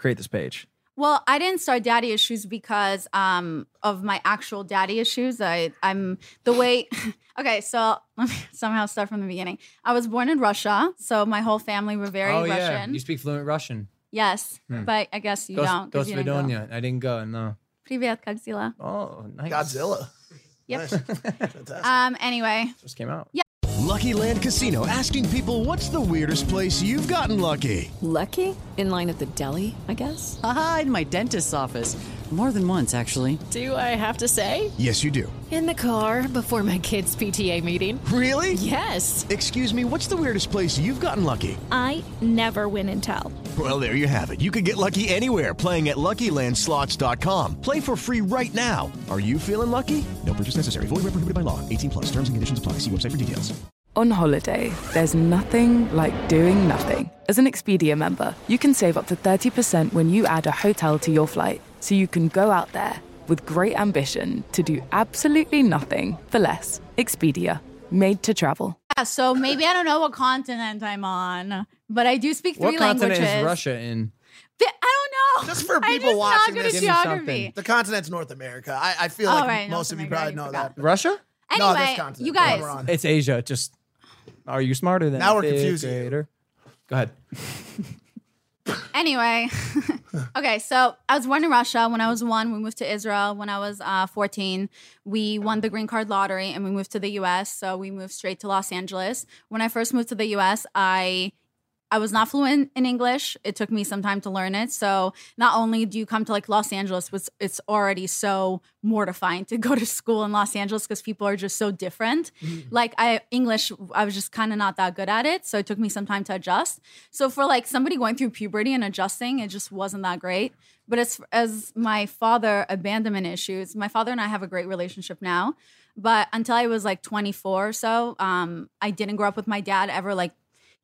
Speaker 2: create this page?
Speaker 5: Well, I didn't start daddy issues because um, of my actual daddy issues. I, I'm the way. okay, so let me somehow start from the beginning. I was born in Russia, so my whole family were very
Speaker 4: oh yeah,
Speaker 5: Russian.
Speaker 4: you speak fluent Russian.
Speaker 5: yes, but I guess you
Speaker 4: Ghost,
Speaker 5: don't. 'cause
Speaker 4: Ghost
Speaker 5: you didn't go.
Speaker 4: Vidonia. I didn't go. No.
Speaker 5: Привет, как дела?
Speaker 4: Oh, nice.
Speaker 3: Godzilla.
Speaker 5: Yep.
Speaker 3: Fantastic.
Speaker 5: Um. Anyway,
Speaker 4: just came out.
Speaker 7: Lucky Land Casino asking people what's the weirdest place you've gotten lucky?
Speaker 6: Lucky? In line at the deli, I guess?
Speaker 10: Aha, in my dentist's office. More than once, actually.
Speaker 11: Do I have to say?
Speaker 10: Yes, you do.
Speaker 11: In the car before my kids' PTA meeting.
Speaker 12: Really?
Speaker 11: Yes.
Speaker 12: Excuse me, what's the weirdest place you've gotten lucky?
Speaker 13: I never win and tell.
Speaker 12: Well, there you have it. You can get lucky anywhere playing at LuckyLandSlots.com. Play for free right now. Are you feeling lucky? No purchase necessary. Void where prohibited by law. 18 plus. Terms and conditions apply. See website for details.
Speaker 14: On holiday, there's nothing like doing nothing. As an Expedia member, you can save up to 30% when you add a hotel to your flight, so you can go out there with great ambition to do absolutely nothing for less. Expedia, made to travel.
Speaker 5: Yeah, so maybe I don't know what continent I'm on, but I do speak three
Speaker 4: what
Speaker 5: languages.
Speaker 4: continent is Russia in?
Speaker 5: I don't know.
Speaker 3: Just for people
Speaker 5: I'm just
Speaker 3: watching
Speaker 5: not good
Speaker 3: this,
Speaker 5: at geography.
Speaker 3: the continent's North America. I, I feel
Speaker 5: Oh,
Speaker 3: like
Speaker 5: right,
Speaker 3: most
Speaker 5: North
Speaker 3: of you
Speaker 5: America,
Speaker 3: probably
Speaker 5: I
Speaker 3: know
Speaker 5: forgot.
Speaker 3: that.
Speaker 4: Russia?
Speaker 3: no, this
Speaker 5: Anyway,
Speaker 3: continent.
Speaker 5: you
Speaker 3: the one
Speaker 5: guys-
Speaker 3: we're on.
Speaker 4: It's Asia. Just are you smarter than
Speaker 3: Now we're
Speaker 4: fifth
Speaker 3: confusing.
Speaker 4: grader? Go ahead.
Speaker 5: Anyway, okay, so I was born in Russia. When I was one, we moved to Israel. When I was uh, 14, we won the green card lottery and we moved to the US. So we moved straight to Los Angeles. When I first moved to the US, I. I was not fluent in English. It took me some time to learn it. So not only do you come to like Los Angeles, which it's already so mortifying to go to school in Los Angeles because people are just so different. Like I English, I was just kind of not that good at it. So it took me some time to adjust. So for like somebody going through puberty and adjusting, it just wasn't that great. But as as my father abandonment issues, my father and I have a great relationship now. But until I was like 24 or so, um, I didn't grow up with my dad ever like,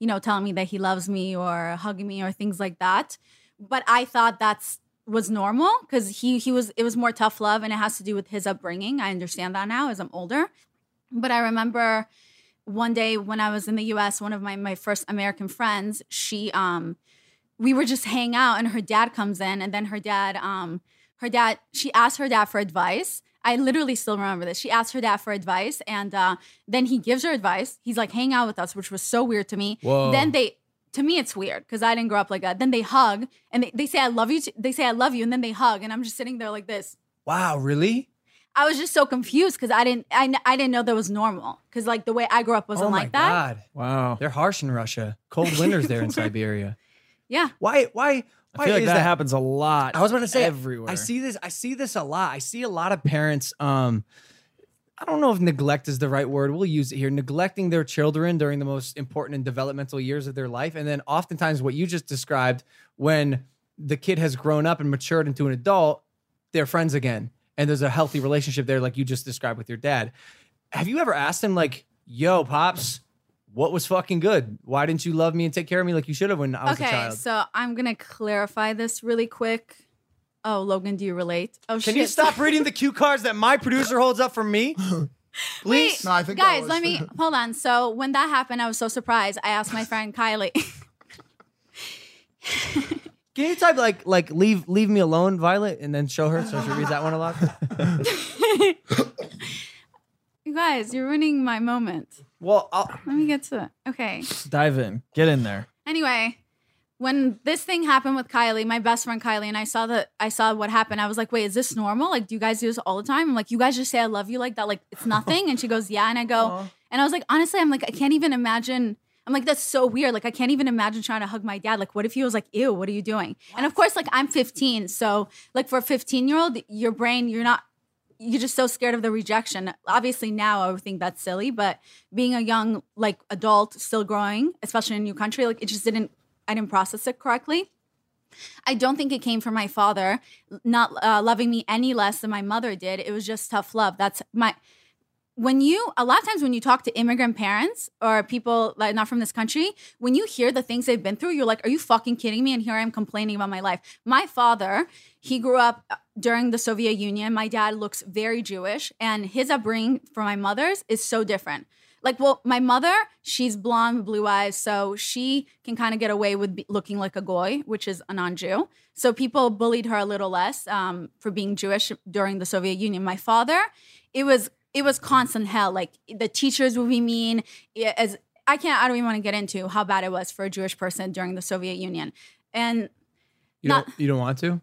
Speaker 5: you know, telling me that he loves me or hugging me or things like that. But I thought that's was normal because he he was it was more tough love and it has to do with his upbringing. I understand that now as I'm older. But I remember one day when I was in the US, one of my my first American friends, she um we were just hang out and her dad comes in and then her dad um her dad she asked her dad for advice. I literally still remember this. She asked her dad for advice and uh then he gives her advice. He's like hang out with us, which was so weird to me.
Speaker 15: Whoa.
Speaker 5: Then they to me it's weird because I didn't grow up like that. Then they hug and they, they say I love you. t- They say I love you and then they hug and I'm just sitting there like this.
Speaker 4: Wow, really?
Speaker 5: I was just so confused because I didn't I, kn- I didn't know that was normal because like the way I grew up wasn't
Speaker 4: oh my
Speaker 5: like that.
Speaker 4: God. Wow. They're harsh in Russia. Cold winters there in Siberia.
Speaker 5: Yeah.
Speaker 4: Why? Why?
Speaker 2: I
Speaker 4: Why
Speaker 2: feel like
Speaker 4: is
Speaker 2: that,
Speaker 4: that?
Speaker 2: happens a lot.
Speaker 4: I was going to say
Speaker 2: everywhere.
Speaker 4: I see this. I see this a lot. I see a lot of parents. Um, I don't know if neglect is the right word. We'll use it here. Neglecting their children during the most important and developmental years of their life, and then oftentimes what you just described when the kid has grown up and matured into an adult, they're friends again, and there's a healthy relationship there, like you just described with your dad. Have you ever asked him like, "Yo, pops"? What was fucking good? Why didn't you love me and take care of me like you should have when I was a
Speaker 5: Okay,
Speaker 4: child?
Speaker 5: so I'm gonna clarify this really quick. Oh, Logan, do you relate? Oh,
Speaker 4: Can
Speaker 5: shit.
Speaker 4: you stop reading the cue cards that my producer holds up for me? Please.
Speaker 5: Wait, guys, let me hold on. So when that happened, I was so surprised. I asked my friend Kylie.
Speaker 4: Can you type like like leave leave me alone, Violet, and then show her so she reads that one a lot?
Speaker 5: you guys, you're ruining my moment.
Speaker 4: Well, I'll
Speaker 5: Let me get to it. Okay.
Speaker 2: dive in. Get in there.
Speaker 5: Anyway, when this thing happened with Kylie, my best friend Kylie, and I saw that I saw what happened, I was like, wait, is this normal? Like, do you guys do this all the time? I'm like, you guys just say I love you like that, like it's nothing. And she goes, Yeah. And I go, and I was like, honestly, I'm like, I can't even imagine. I'm like, that's so weird. Like, I can't even imagine trying to hug my dad. Like, what if he was like, ew, what are you doing? And of course, like, I'm 15. So, like, for a 15 year old, your brain, you're not, you're just so scared of the rejection. Obviously, now I would think that's silly, but being a young, like, adult, still growing, especially in a new country, like, it just didn't, I didn't process it correctly. I don't think it came from my father not uh, loving me any less than my mother did. It was just tough love. That's my when you a lot of times when you talk to immigrant parents or people like not from this country when you hear the things they've been through you're like are you fucking kidding me and here i am complaining about my life my father he grew up uh, during the soviet union my dad looks very jewish and his upbringing for my mother's is so different like well my mother she's blonde blue eyes so she can kind of get away with be- looking like a goy which is a non-jew so people bullied her a little less um, for being jewish during the soviet union my father it was it was constant hell like the teachers would be mean Yeah, as i can't i don't even want to get into how bad it was for a jewish person during the soviet union and
Speaker 4: You don't you don't want to?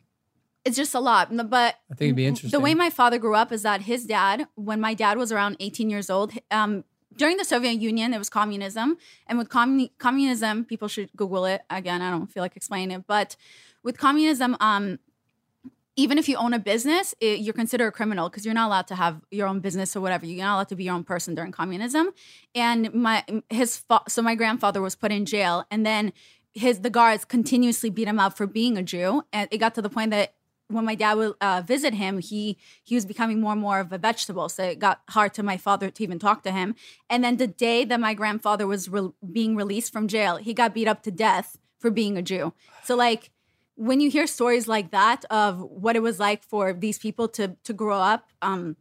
Speaker 5: it's just a lot n- but
Speaker 4: I think it'd be
Speaker 5: the
Speaker 4: interesting.
Speaker 5: way my father grew up is that his dad, when my dad was around 18 years old, h- um, during the Soviet Union, it was communism. And with communi- communism, people should Google it. Again, I don't feel like explaining it, but with communism, um, even if you own a business, it, you're considered a criminal because you're not allowed to have your own business or whatever. You're not allowed to be your own person during communism. And my his fa- so my grandfather was put in jail, and then his the guards continuously beat him up for being a Jew, and it got to the point that when my dad would uh, visit him, he he was becoming more and more of a vegetable. So it got hard to my father to even talk to him. And then the day that my grandfather was re- being released from jail, he got beat up to death for being a Jew. So like when you hear stories like that of what it was like for these people to to grow up um,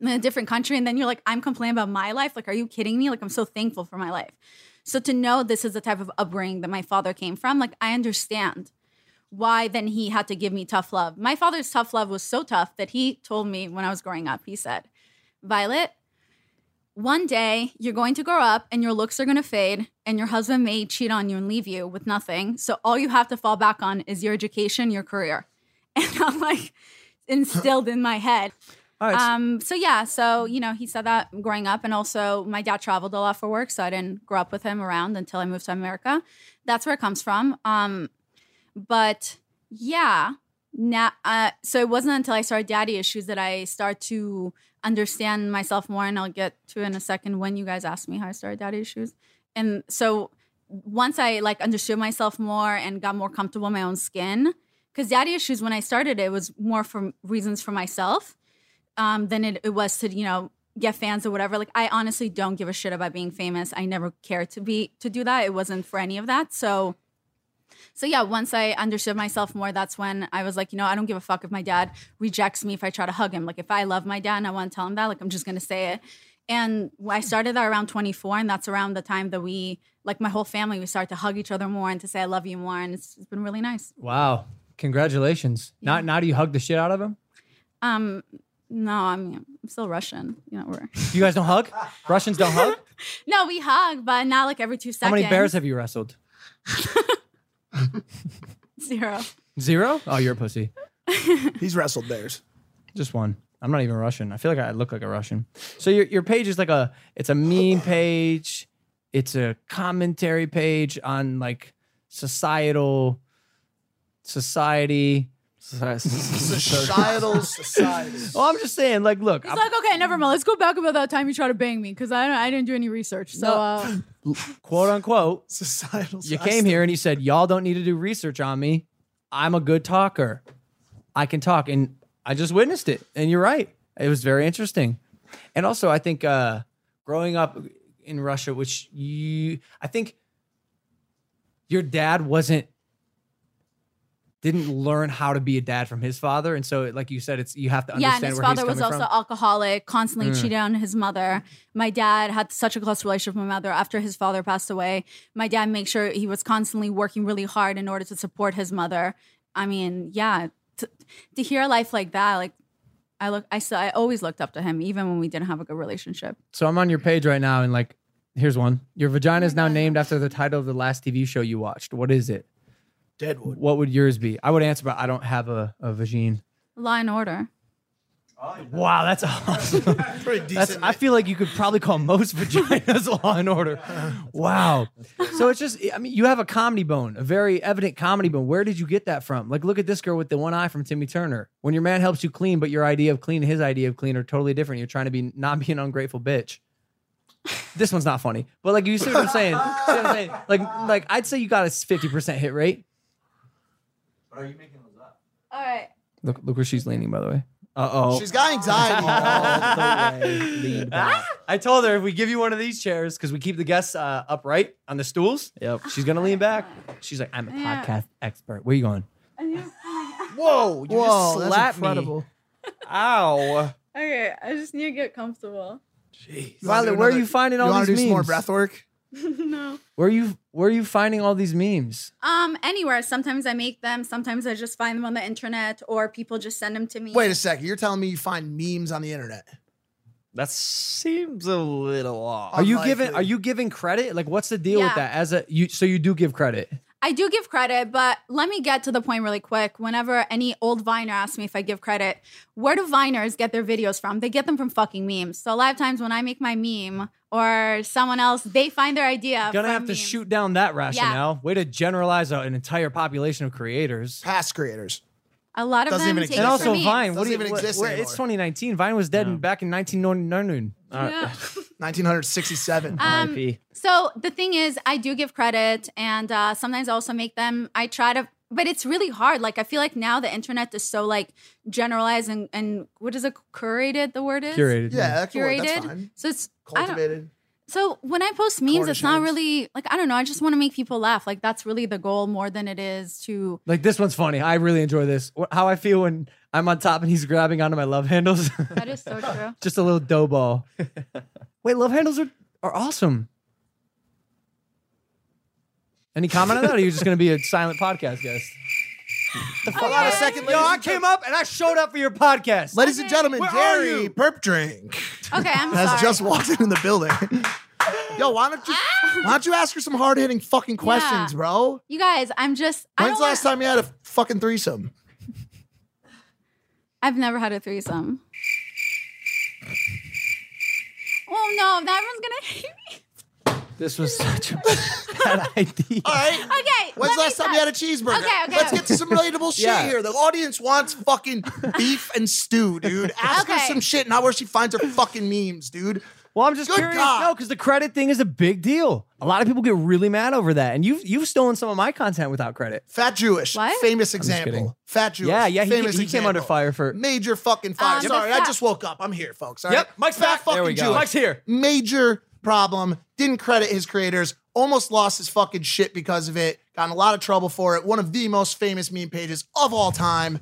Speaker 5: in a different country, and then you're like, I'm complaining about my life. Like, are you kidding me? Like, I'm so thankful for my life. So to know this is the type of upbringing that my father came from, like, I understand why then he had to give me tough love. My father's tough love was so tough that he told me when I was growing up, he said, Violet, one day you're going to grow up and your looks are going to fade, and your husband may cheat on you and leave you with nothing. So all you have to fall back on is your education, your career. And I'm like instilled in my head.
Speaker 4: All
Speaker 2: Oh,
Speaker 4: right, so-
Speaker 5: Um, so yeah, so you know, he said that growing up, and also my dad traveled a lot for work, so I didn't grow up with him around until I moved to America. That's where it comes from. Um, but yeah now uh, so it wasn't until i started daddy issues that i start to understand myself more and i'll get to in a second when you guys ask me how i started daddy issues and so once i like understood myself more and got more comfortable in my own skin because daddy issues when i started it was more for reasons for myself um, than it, it was to you know get fans or whatever like i honestly don't give a shit about being famous i never cared to be to do that it wasn't for any of that so so yeah, once I understood myself more, that's when I was like, you know, I don't give a fuck if my dad rejects me if I try to hug him. Like if I love my dad and I want to tell him that, like I'm just gonna say it. And I started that around 24, and that's around the time that we, like my whole family, we started to hug each other more and to say I love you more, and it's, it's been really nice.
Speaker 4: Wow. Congratulations. Now, now do you hug the shit out of him?
Speaker 5: Um, no, I mean I'm still Russian, you know. We're
Speaker 4: You guys don't hug? Russians don't hug?
Speaker 5: no, we hug, but not like every two
Speaker 4: How
Speaker 5: seconds.
Speaker 4: many bears have you wrestled?
Speaker 5: Zero.
Speaker 4: Zero? Oh, you're a pussy.
Speaker 3: He's wrestled bears.
Speaker 4: Just one. I'm not even Russian. I feel like I look like a Russian. So your your page is like a it's a meme page. It's a commentary page on like societal society.
Speaker 3: Societal society.
Speaker 4: Well, I'm just saying, like, look,
Speaker 5: It's like okay, never mind. Let's go back about that time you tried to bang me because I I didn't do any research. So uh,
Speaker 4: quote unquote,
Speaker 3: societal.
Speaker 4: You came here and you said, "Y'all don't need to do research on me. I'm a good talker. I can talk." And I just witnessed it. And you're right. It was very interesting. And also, I think uh, growing up in Russia, which you, I think your dad wasn't didn't learn how to be a dad from his father, and so, like you said, it's you have to
Speaker 5: yeah,
Speaker 4: understand
Speaker 5: and his
Speaker 4: where
Speaker 5: father
Speaker 4: he's
Speaker 5: was
Speaker 4: coming
Speaker 5: also
Speaker 4: from.
Speaker 5: alcoholic, constantly
Speaker 4: Mm.
Speaker 5: cheating on his mother. My dad had such a close relationship with my mother after his father passed away. My dad made sure he was constantly working really hard in order to support his mother. I mean, yeah, to, to hear a life like that, like I look, I still, I always looked up to him, even when we didn't have a good relationship.
Speaker 4: So I'm on your page right now, and like, here's one. Your vagina is now named after the title of the last TV show you watched. What is it?
Speaker 3: Deadwood.
Speaker 4: What would yours be? I would answer, but I don't have a, a vagine.
Speaker 5: Law and order.
Speaker 4: Wow, that's awesome.
Speaker 3: Pretty
Speaker 4: That's, I feel like you could probably call most vaginas law and order. Wow. So it's just, I mean, you have a comedy bone, a very evident comedy bone. Where did you get that from? Like, look at this girl with the one eye from Timmy Turner. When your man helps you clean, but your idea of clean and his idea of clean are totally different. You're trying to be not be an ungrateful bitch. This one's not funny, but like you see what I'm saying. See what I'm saying? Like, like I'd say you got a 50% hit rate.
Speaker 5: All right.
Speaker 4: Look, look where she's leaning, by the way. Uh oh.
Speaker 3: She's got anxiety.
Speaker 4: I told her if we give you one of these chairs because we keep the guests uh, upright on the stools. Yep. She's gonna lean back. She's like, I'm a
Speaker 5: Yeah.
Speaker 4: podcast expert. Where you going?
Speaker 3: Whoa!
Speaker 4: you just
Speaker 3: Whoa! that's
Speaker 4: slapped me.
Speaker 3: incredible.
Speaker 4: Ow.
Speaker 5: Okay, I just need to get comfortable.
Speaker 3: You wanna
Speaker 4: Violet,
Speaker 3: do
Speaker 4: where are
Speaker 3: another-
Speaker 4: you finding all
Speaker 3: you wanna
Speaker 4: these
Speaker 3: do Some more
Speaker 4: memes?
Speaker 3: breath work.
Speaker 5: no.
Speaker 4: Where are you where are you finding all these memes?
Speaker 5: Um, anywhere. Sometimes I make them. Sometimes I just find them on the internet, or people just send them to me.
Speaker 3: Wait a second. You're telling me you find memes on the internet?
Speaker 2: That seems a little off.
Speaker 4: Are you giving are you giving credit? Like what's the deal with
Speaker 5: Yeah.
Speaker 4: that? As a you so you do give credit.
Speaker 5: I do give credit, but let me get to the point really quick. Whenever any old Viner asks me if I give credit, where do Viners get their videos from? They get them from fucking memes. So a lot of times when I make my meme or someone else, they find their idea.
Speaker 4: Gonna
Speaker 5: from
Speaker 4: have to
Speaker 5: memes.
Speaker 4: shoot down that rationale. Way to generalize a- an entire population of creators.
Speaker 3: Past creators.
Speaker 5: A lot of
Speaker 3: Doesn't
Speaker 5: them
Speaker 3: even
Speaker 5: take it
Speaker 3: exist.
Speaker 4: and also
Speaker 5: from me.
Speaker 4: Vine.
Speaker 3: Doesn't
Speaker 4: What do you,
Speaker 3: even
Speaker 4: what-
Speaker 3: exist
Speaker 4: where-
Speaker 3: anymore.
Speaker 4: it's 2019. Vine was dead and back in 1999.
Speaker 5: Yeah.
Speaker 3: 1967.
Speaker 5: Um, So the thing is, I do give credit, and uh, sometimes I also make them. I try to, but it's really hard. Like I feel like now the internet is so like generalized and and what is it curated? The word is
Speaker 4: Curated, yeah. Yeah,
Speaker 3: that's the word,
Speaker 5: curated.
Speaker 3: that's fine.
Speaker 5: So it's I don't-
Speaker 3: Cultivated.
Speaker 5: So when I post memes, it's not really like I don't know. I just want to make people laugh. Like that's really the goal more than it is to.
Speaker 4: Like this one's funny. I really enjoy this. Wh- How I feel when I'm on top and he's grabbing onto my love handles.
Speaker 5: That is so true.
Speaker 4: Just a little dough ball. Wait, love handles are, are awesome. Any comment on that? Or are you just going to be a silent podcast guest? The fuck?
Speaker 3: Hold on a second,
Speaker 4: Yo,
Speaker 3: ladies
Speaker 4: I
Speaker 3: and
Speaker 4: came up and I showed up for your podcast.
Speaker 3: Ladies and gentlemen,
Speaker 4: Where are
Speaker 3: Jerry
Speaker 4: you?
Speaker 3: Perp Drink
Speaker 5: Okay, I'm
Speaker 3: has
Speaker 5: sorry.
Speaker 3: just walked in the building. Yo, why don't you
Speaker 4: Ah!
Speaker 3: why don't you ask her some hard hitting fucking questions,
Speaker 5: Yeah.
Speaker 3: bro?
Speaker 5: You guys, I'm just. I
Speaker 3: When's
Speaker 5: don't
Speaker 3: the last time you had a fucking threesome?
Speaker 5: I've never had a threesome. Oh no, that one's gonna hate me.
Speaker 4: This was such a bad idea.
Speaker 3: All right.
Speaker 5: Okay.
Speaker 3: When's
Speaker 5: let
Speaker 3: the
Speaker 5: me
Speaker 3: last time
Speaker 5: stop.
Speaker 3: you had a cheeseburger?
Speaker 5: Okay, okay.
Speaker 3: Let's get to some relatable shit
Speaker 4: Yeah.
Speaker 3: here. The audience wants fucking beef and stew, dude. Ask her
Speaker 5: Okay.
Speaker 3: some shit, not where she finds her fucking memes, dude.
Speaker 4: Well, I'm just
Speaker 3: Good
Speaker 4: curious.
Speaker 3: God.
Speaker 4: No, because the credit thing is a big deal. A lot of people get really mad over that, and you've you've stolen some of my content without credit.
Speaker 3: Fat Jewish,
Speaker 5: What?
Speaker 3: famous
Speaker 4: kidding.
Speaker 3: example. Fat Jewish.
Speaker 4: Yeah, yeah, he
Speaker 3: famous
Speaker 4: ca- he came under
Speaker 3: example.
Speaker 4: fire for-
Speaker 3: major fucking fire.
Speaker 5: Um, Yep.
Speaker 3: Sorry,
Speaker 5: the
Speaker 3: I
Speaker 5: fa-
Speaker 3: just woke up. I'm here, folks. all
Speaker 4: Yep,
Speaker 3: right?
Speaker 4: Mike's
Speaker 3: fat
Speaker 4: back.
Speaker 3: fucking
Speaker 4: There we go.
Speaker 3: Jewish.
Speaker 4: Mike's here.
Speaker 3: Major problem. Didn't credit his creators. Almost lost his fucking shit because of it. Got in a lot of trouble for it. One of the most famous meme pages of all time.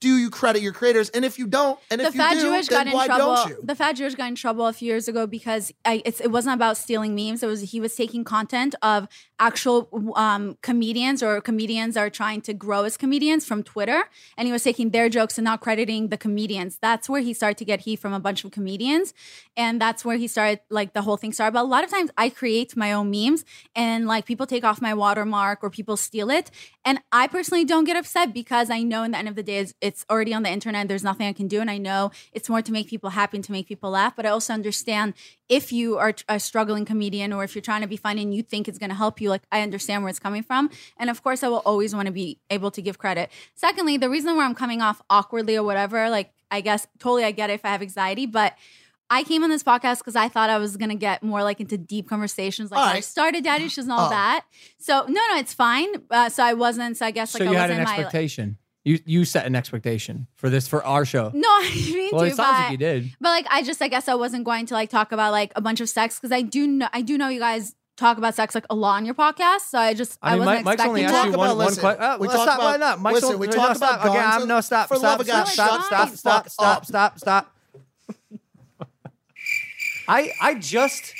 Speaker 3: Do you credit your creators? And if you don't, and
Speaker 5: the
Speaker 3: if you
Speaker 5: fat
Speaker 3: do,
Speaker 5: Jewish
Speaker 3: then
Speaker 5: got in
Speaker 3: why
Speaker 5: trouble.
Speaker 3: don't you?
Speaker 5: The fat Jewish got in trouble a few years ago because I, it's, it wasn't about stealing memes. It was he was taking content of actual um, comedians or comedians that are trying to grow as comedians from Twitter, and he was taking their jokes and not crediting the comedians. That's where he started to get heat from a bunch of comedians, and that's where he started like the whole thing started. But a lot of times I create my own memes, and like people take off my watermark or people steal it, and I personally don't get upset because I know in the end of the day it's, it's already on the internet. There's nothing I can do. And I know it's more to make people happy and to make people laugh. But I also understand if you are t- a struggling comedian or if you're trying to be funny and you think it's going to help you, like I understand where it's coming from. And of course, I will always want to be able to give credit. Secondly, the reason where I'm coming off awkwardly or whatever, like I guess totally I get it if I have anxiety, but. I came on this podcast because I thought I was gonna get more like into deep conversations, like
Speaker 3: All
Speaker 5: how I
Speaker 3: right.
Speaker 5: started daddy issues and all
Speaker 3: Oh.
Speaker 5: that. So no, no, it's fine. Uh, so I wasn't. So I guess like
Speaker 4: so
Speaker 5: I
Speaker 4: you had
Speaker 5: wasn't
Speaker 4: an
Speaker 5: my.
Speaker 4: expectation. You you set an expectation for this for our show.
Speaker 5: no, I didn't mean
Speaker 4: well,
Speaker 5: to.
Speaker 4: it sounds
Speaker 5: but,
Speaker 4: like you did.
Speaker 5: but like I just I guess I wasn't going to like talk about like a bunch of sex because I do know I do know you guys talk about sex like a lot on your podcast. So I just I,
Speaker 4: I mean,
Speaker 5: wasn't
Speaker 4: Mike- Mike's
Speaker 5: expecting
Speaker 4: only
Speaker 5: that.
Speaker 4: asked you
Speaker 3: Talk
Speaker 4: one,
Speaker 3: about-
Speaker 4: one
Speaker 3: listen,
Speaker 4: question.
Speaker 3: we
Speaker 4: well,
Speaker 3: talk
Speaker 4: stop,
Speaker 3: about-
Speaker 4: why not? Mike's
Speaker 3: listen,
Speaker 4: only-
Speaker 3: we
Speaker 4: no,
Speaker 3: talk
Speaker 4: stop.
Speaker 3: about
Speaker 4: okay,
Speaker 3: guns
Speaker 4: I'm, no stop.
Speaker 3: for
Speaker 4: stop,
Speaker 3: love of
Speaker 4: stop,
Speaker 5: God,
Speaker 4: stop,
Speaker 5: shut
Speaker 4: stop,
Speaker 5: the
Speaker 4: stop,
Speaker 3: fuck
Speaker 4: stop,
Speaker 3: up.
Speaker 4: stop, stop, I I just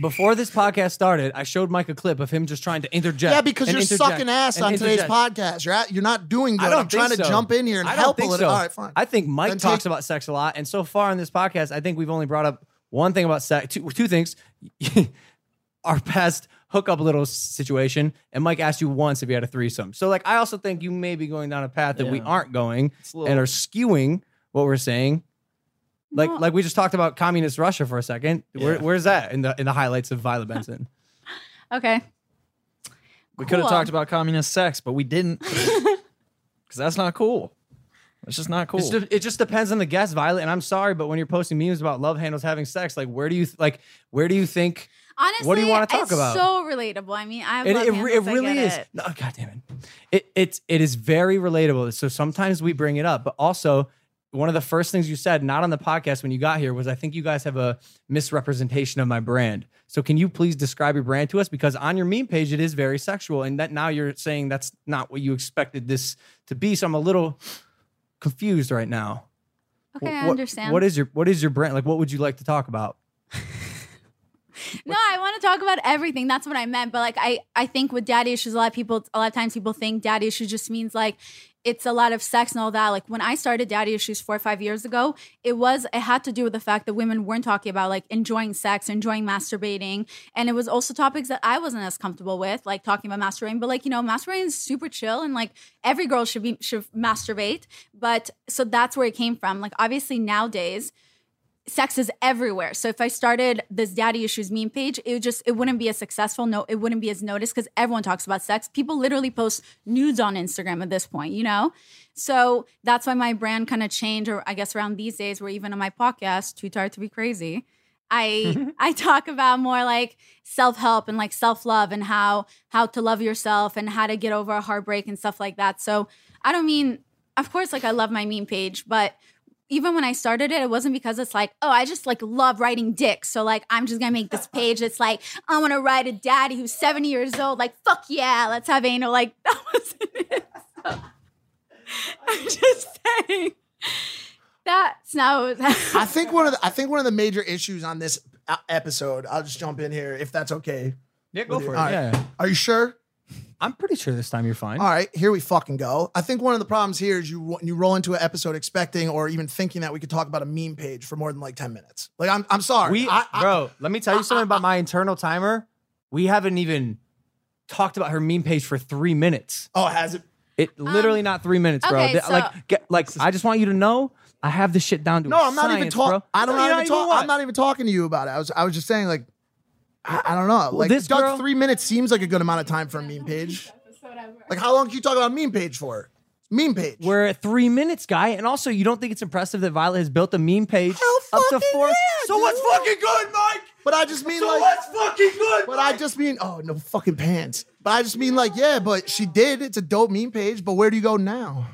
Speaker 4: before this podcast started, I showed Mike a clip of him just trying to interject.
Speaker 3: Yeah, because
Speaker 4: and
Speaker 3: you're
Speaker 4: interject
Speaker 3: sucking ass
Speaker 4: and
Speaker 3: on today's
Speaker 4: interject.
Speaker 3: podcast. You're at, you're not doing good.
Speaker 4: I don't
Speaker 3: I'm trying
Speaker 4: think
Speaker 3: to
Speaker 4: so.
Speaker 3: jump in here and
Speaker 4: I don't
Speaker 3: help
Speaker 4: think
Speaker 3: a little.
Speaker 4: So.
Speaker 3: All right, fine.
Speaker 4: I think Mike
Speaker 3: Then
Speaker 4: talks
Speaker 3: take-
Speaker 4: about sex a lot, and so far in this podcast, I think we've only brought up one thing about sex, two, two things: our past hookup little situation, and Mike asked you once if you had a threesome. So, like, I also think you may be going down a path that we
Speaker 2: Yeah.
Speaker 4: aren't going
Speaker 2: It's a little-
Speaker 4: and are skewing what we're saying. Like,
Speaker 5: No.
Speaker 4: like we just talked about communist Russia for a second. Where,
Speaker 2: Yeah.
Speaker 4: where's that in the in the highlights of Viola Benson?
Speaker 5: Okay.
Speaker 2: We could have
Speaker 5: Cool.
Speaker 2: talked about communist sex, but we didn't. Because that's not cool. It's just not cool.
Speaker 4: It's de- it just depends on the guest, Violet. And I'm sorry, but when you're posting memes about love handles having sex, like where do you th- like where do you think
Speaker 5: Honestly,
Speaker 4: do you wanna talk
Speaker 5: it's
Speaker 4: about?
Speaker 5: so relatable. I mean, I
Speaker 4: it,
Speaker 5: love
Speaker 4: it, re-
Speaker 5: handles,
Speaker 4: it
Speaker 5: I
Speaker 4: really
Speaker 5: get
Speaker 4: is?
Speaker 5: it.
Speaker 4: No, god damn it. It it's it is very relatable. So sometimes we bring it up, but also one of the first things you said, not on the podcast when you got here, was I think you guys have a misrepresentation of my brand. So can you please describe your brand to us? Because on your meme page, it is very sexual, and that now you're saying that's not what you expected this to be. So I'm a little confused right now.
Speaker 5: Okay,
Speaker 4: Wh-
Speaker 5: I
Speaker 4: what-
Speaker 5: understand.
Speaker 4: What is your what is your brand? Like what would you like to talk about?
Speaker 5: No, I want to talk about everything. That's what I meant. But like, I I think with daddy issues, a lot of people, a lot of times, people think daddy issues just means like it's a lot of sex and all that. Like when I started daddy issues four or five years ago, it was it had to do with the fact that women weren't talking about like enjoying sex, enjoying masturbating, and it was also topics that I wasn't as comfortable with, like talking about masturbating. But like you know, masturbating is super chill, and like every girl should be should masturbate. But so that's where it came from. Like obviously nowadays sex is everywhere. So if I started this daddy issues meme page, it would just it wouldn't be as successful. No, it wouldn't be as noticed because everyone talks about sex. People literally post nudes on Instagram at this point, you know? So that's why my brand kind of changed, or I guess around these days, where even on my podcast, Too Tired to Be Crazy. I I talk about more like self-help and like self-love and how how to love yourself and how to get over a heartbreak and stuff like that. So I don't mean of course like I love my meme page, but even when I started it, it wasn't because it's like, oh, I just like love writing dick. So like I'm just gonna make this page that's like, I wanna write a daddy who's 70 years old, like fuck yeah, let's have anal. Like that wasn't it. So, I'm just saying that's not what
Speaker 3: I think one of the I think one of the major issues on this uh, episode. I'll just jump in here if that's okay.
Speaker 4: Yeah, go
Speaker 3: with you.
Speaker 4: for it.
Speaker 3: All right.
Speaker 4: Yeah.
Speaker 3: Are you sure?
Speaker 4: I'm pretty sure this time you're fine.
Speaker 3: All right, here we fucking go. I think one of the problems here is you you roll into an episode expecting or even thinking that we could talk about a meme page for more than like ten minutes. Like I'm I'm sorry.
Speaker 4: We,
Speaker 3: I, I-
Speaker 4: bro, let me tell you something about my internal timer. We haven't even talked about her meme page for three minutes.
Speaker 3: oh has it?
Speaker 4: It literally not three minutes, bro.
Speaker 5: Um, okay,
Speaker 4: Th-
Speaker 5: so-
Speaker 4: like, get, like I just want you to know I have this shit down to.
Speaker 3: No,
Speaker 4: a
Speaker 3: Oh, I'm not even
Speaker 4: science,
Speaker 3: talking.
Speaker 4: bro.
Speaker 3: I don't
Speaker 4: No, you're
Speaker 3: even talk-
Speaker 4: what?
Speaker 3: I'm not even talking to you about it. I was I was just saying like I, I don't know. like
Speaker 4: this
Speaker 3: Doug,
Speaker 4: girl-
Speaker 3: three minutes seems like a good amount of time for a meme page. Like how long can you talk about a meme page for? Meme page.
Speaker 4: We're at three minutes, guy, and also you don't think it's impressive that Violet has built a meme page up to four. so what's fucking good, Mike?
Speaker 3: But I just mean
Speaker 4: So
Speaker 3: like
Speaker 4: what's fucking good?
Speaker 3: But I just mean oh no fucking pants. But I just mean like yeah, but she did. It's a dope meme page. But where do you go now?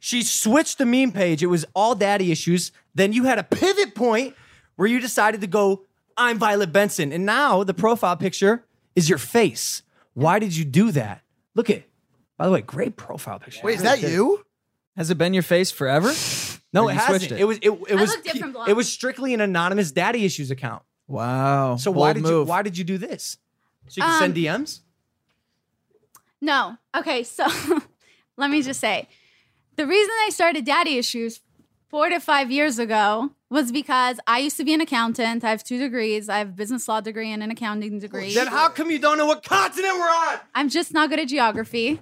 Speaker 4: She switched the meme page. It was all daddy issues. Then you had a pivot point where you decided to go, I'm Violet Benson. And now the profile picture is your face. Why did you do that? Look at, by the way, great profile picture.
Speaker 3: Wait, is that you?
Speaker 2: Has it been your face forever?
Speaker 4: No,
Speaker 2: Or
Speaker 4: it
Speaker 2: you switched
Speaker 4: hasn't. It. was it, it
Speaker 5: I
Speaker 4: was
Speaker 5: looked different blonde.
Speaker 4: it was strictly an anonymous daddy issues account.
Speaker 2: Wow.
Speaker 4: So why
Speaker 2: Bold
Speaker 4: did you
Speaker 2: move.
Speaker 4: why did you do this? So you can send
Speaker 5: Um,
Speaker 4: DMs?
Speaker 5: No. Okay, so let me just say the reason I started daddy issues four to five years ago was because I used to be an accountant. I have two degrees. I have a business law degree and an accounting degree.
Speaker 4: Then how come you don't know what continent we're on?
Speaker 5: I'm just not good at geography.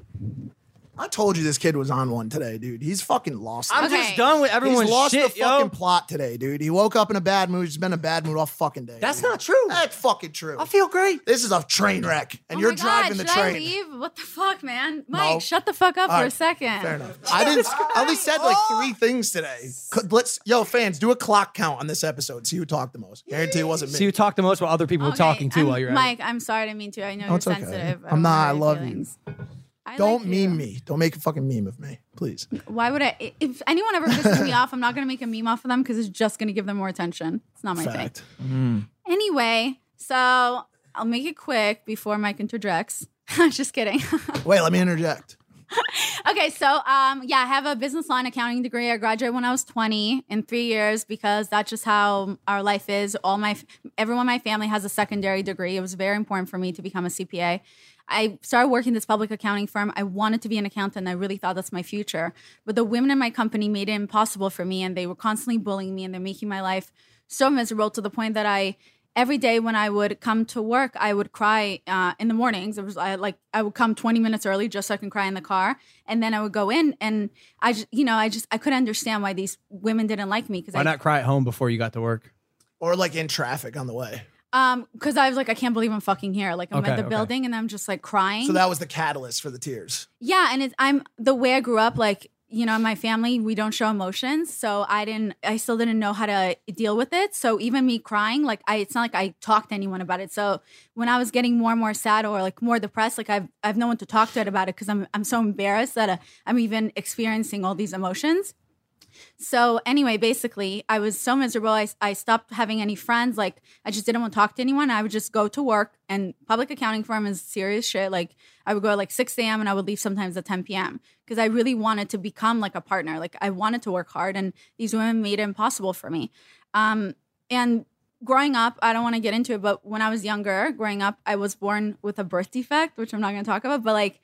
Speaker 3: I told you this kid was on one today, dude. He's fucking lost.
Speaker 4: I'm
Speaker 3: it.
Speaker 4: just done with everyone's
Speaker 3: He's lost
Speaker 4: shit,
Speaker 3: the fucking
Speaker 4: yo.
Speaker 3: plot today, dude. He woke up in a bad mood. He's been in a bad mood all fucking day.
Speaker 4: That's
Speaker 3: dude.
Speaker 4: not true.
Speaker 3: That's fucking true.
Speaker 4: I feel great.
Speaker 3: This is a train wreck, and
Speaker 5: Oh
Speaker 3: you're
Speaker 5: my God,
Speaker 3: driving the
Speaker 5: should
Speaker 3: train.
Speaker 5: I leave? What the fuck, man? Mike, shut the fuck up
Speaker 3: All
Speaker 5: for a
Speaker 3: right,
Speaker 5: second.
Speaker 3: Fair enough. I didn't. I only said like three things today. C- Let's, yo, fans, do a clock count on this episode. See who talked the most. Guarantee it wasn't me.
Speaker 4: So you talk the most while other people are
Speaker 5: Okay,
Speaker 4: talking too
Speaker 5: I'm-
Speaker 4: while you're at it.
Speaker 5: Mike, I'm sorry to mean to. I know
Speaker 3: No,
Speaker 5: you're
Speaker 3: it's okay.
Speaker 5: sensitive. I
Speaker 3: I'm
Speaker 5: don't
Speaker 3: not.
Speaker 5: hurt
Speaker 3: I
Speaker 5: your
Speaker 3: love you.
Speaker 5: feelings. I
Speaker 3: Don't
Speaker 5: like you.
Speaker 3: meme me. Don't make a fucking meme of me, please.
Speaker 5: Why would I? i- If anyone ever pisses me off, I'm not going to make a meme off of them because it's just going to give them more attention. It's not my thing.
Speaker 3: Fact.
Speaker 5: Anyway, so I'll make it quick before Mike interjects. I'm just kidding.
Speaker 3: Wait, let me interject.
Speaker 5: okay, so um, yeah, I have a business law and accounting degree. I graduated when I was 20 in three years because that's just how our life is. All my everyone in my family has a secondary degree. It was very important for me to become a CPA. I started working this public accounting firm. I wanted to be an accountant. I really thought that's my future. But the women in my company made it impossible for me, and they were constantly bullying me, and they're making my life so miserable to the point that I every day when I would come to work, I would cry uh, in the mornings. It was I, like I would come 20 minutes early just so I can cry in the car, and then I would go in, and I just you know I just I couldn't understand why these women didn't like me because
Speaker 4: Why
Speaker 5: I
Speaker 4: not cry at home before you got to work?
Speaker 3: Or like in traffic on the way.
Speaker 5: um because I was like I can't believe I'm fucking here. Like I'm
Speaker 4: Okay,
Speaker 5: at the
Speaker 4: okay.
Speaker 5: building and I'm just like crying.
Speaker 3: So that was the catalyst for the tears.
Speaker 5: Yeah, and it's I'm the way I grew up, like you know, in my family, we don't show emotions, so I didn't, I still didn't know how to deal with it. So even me crying, like I, it's not like I talked to anyone about it. So when I was getting more and more sad or like more depressed, like I've, I've no one to talk to it about it because I'm, I'm so embarrassed that uh, I'm even experiencing all these emotions. So anyway, basically, I was so miserable. I, I stopped having any friends. Like I just didn't want to talk to anyone. I would just go to work, and public accounting firm is serious shit. Like I would go at like 6 a.m. and I would leave sometimes at 10 p.m. because I really wanted to become like a partner. Like I wanted to work hard, and these women made it impossible for me. Um, and growing up, I don't want to get into it, but when I was younger, growing up, I was born with a birth defect, which I'm not going to talk about. But like,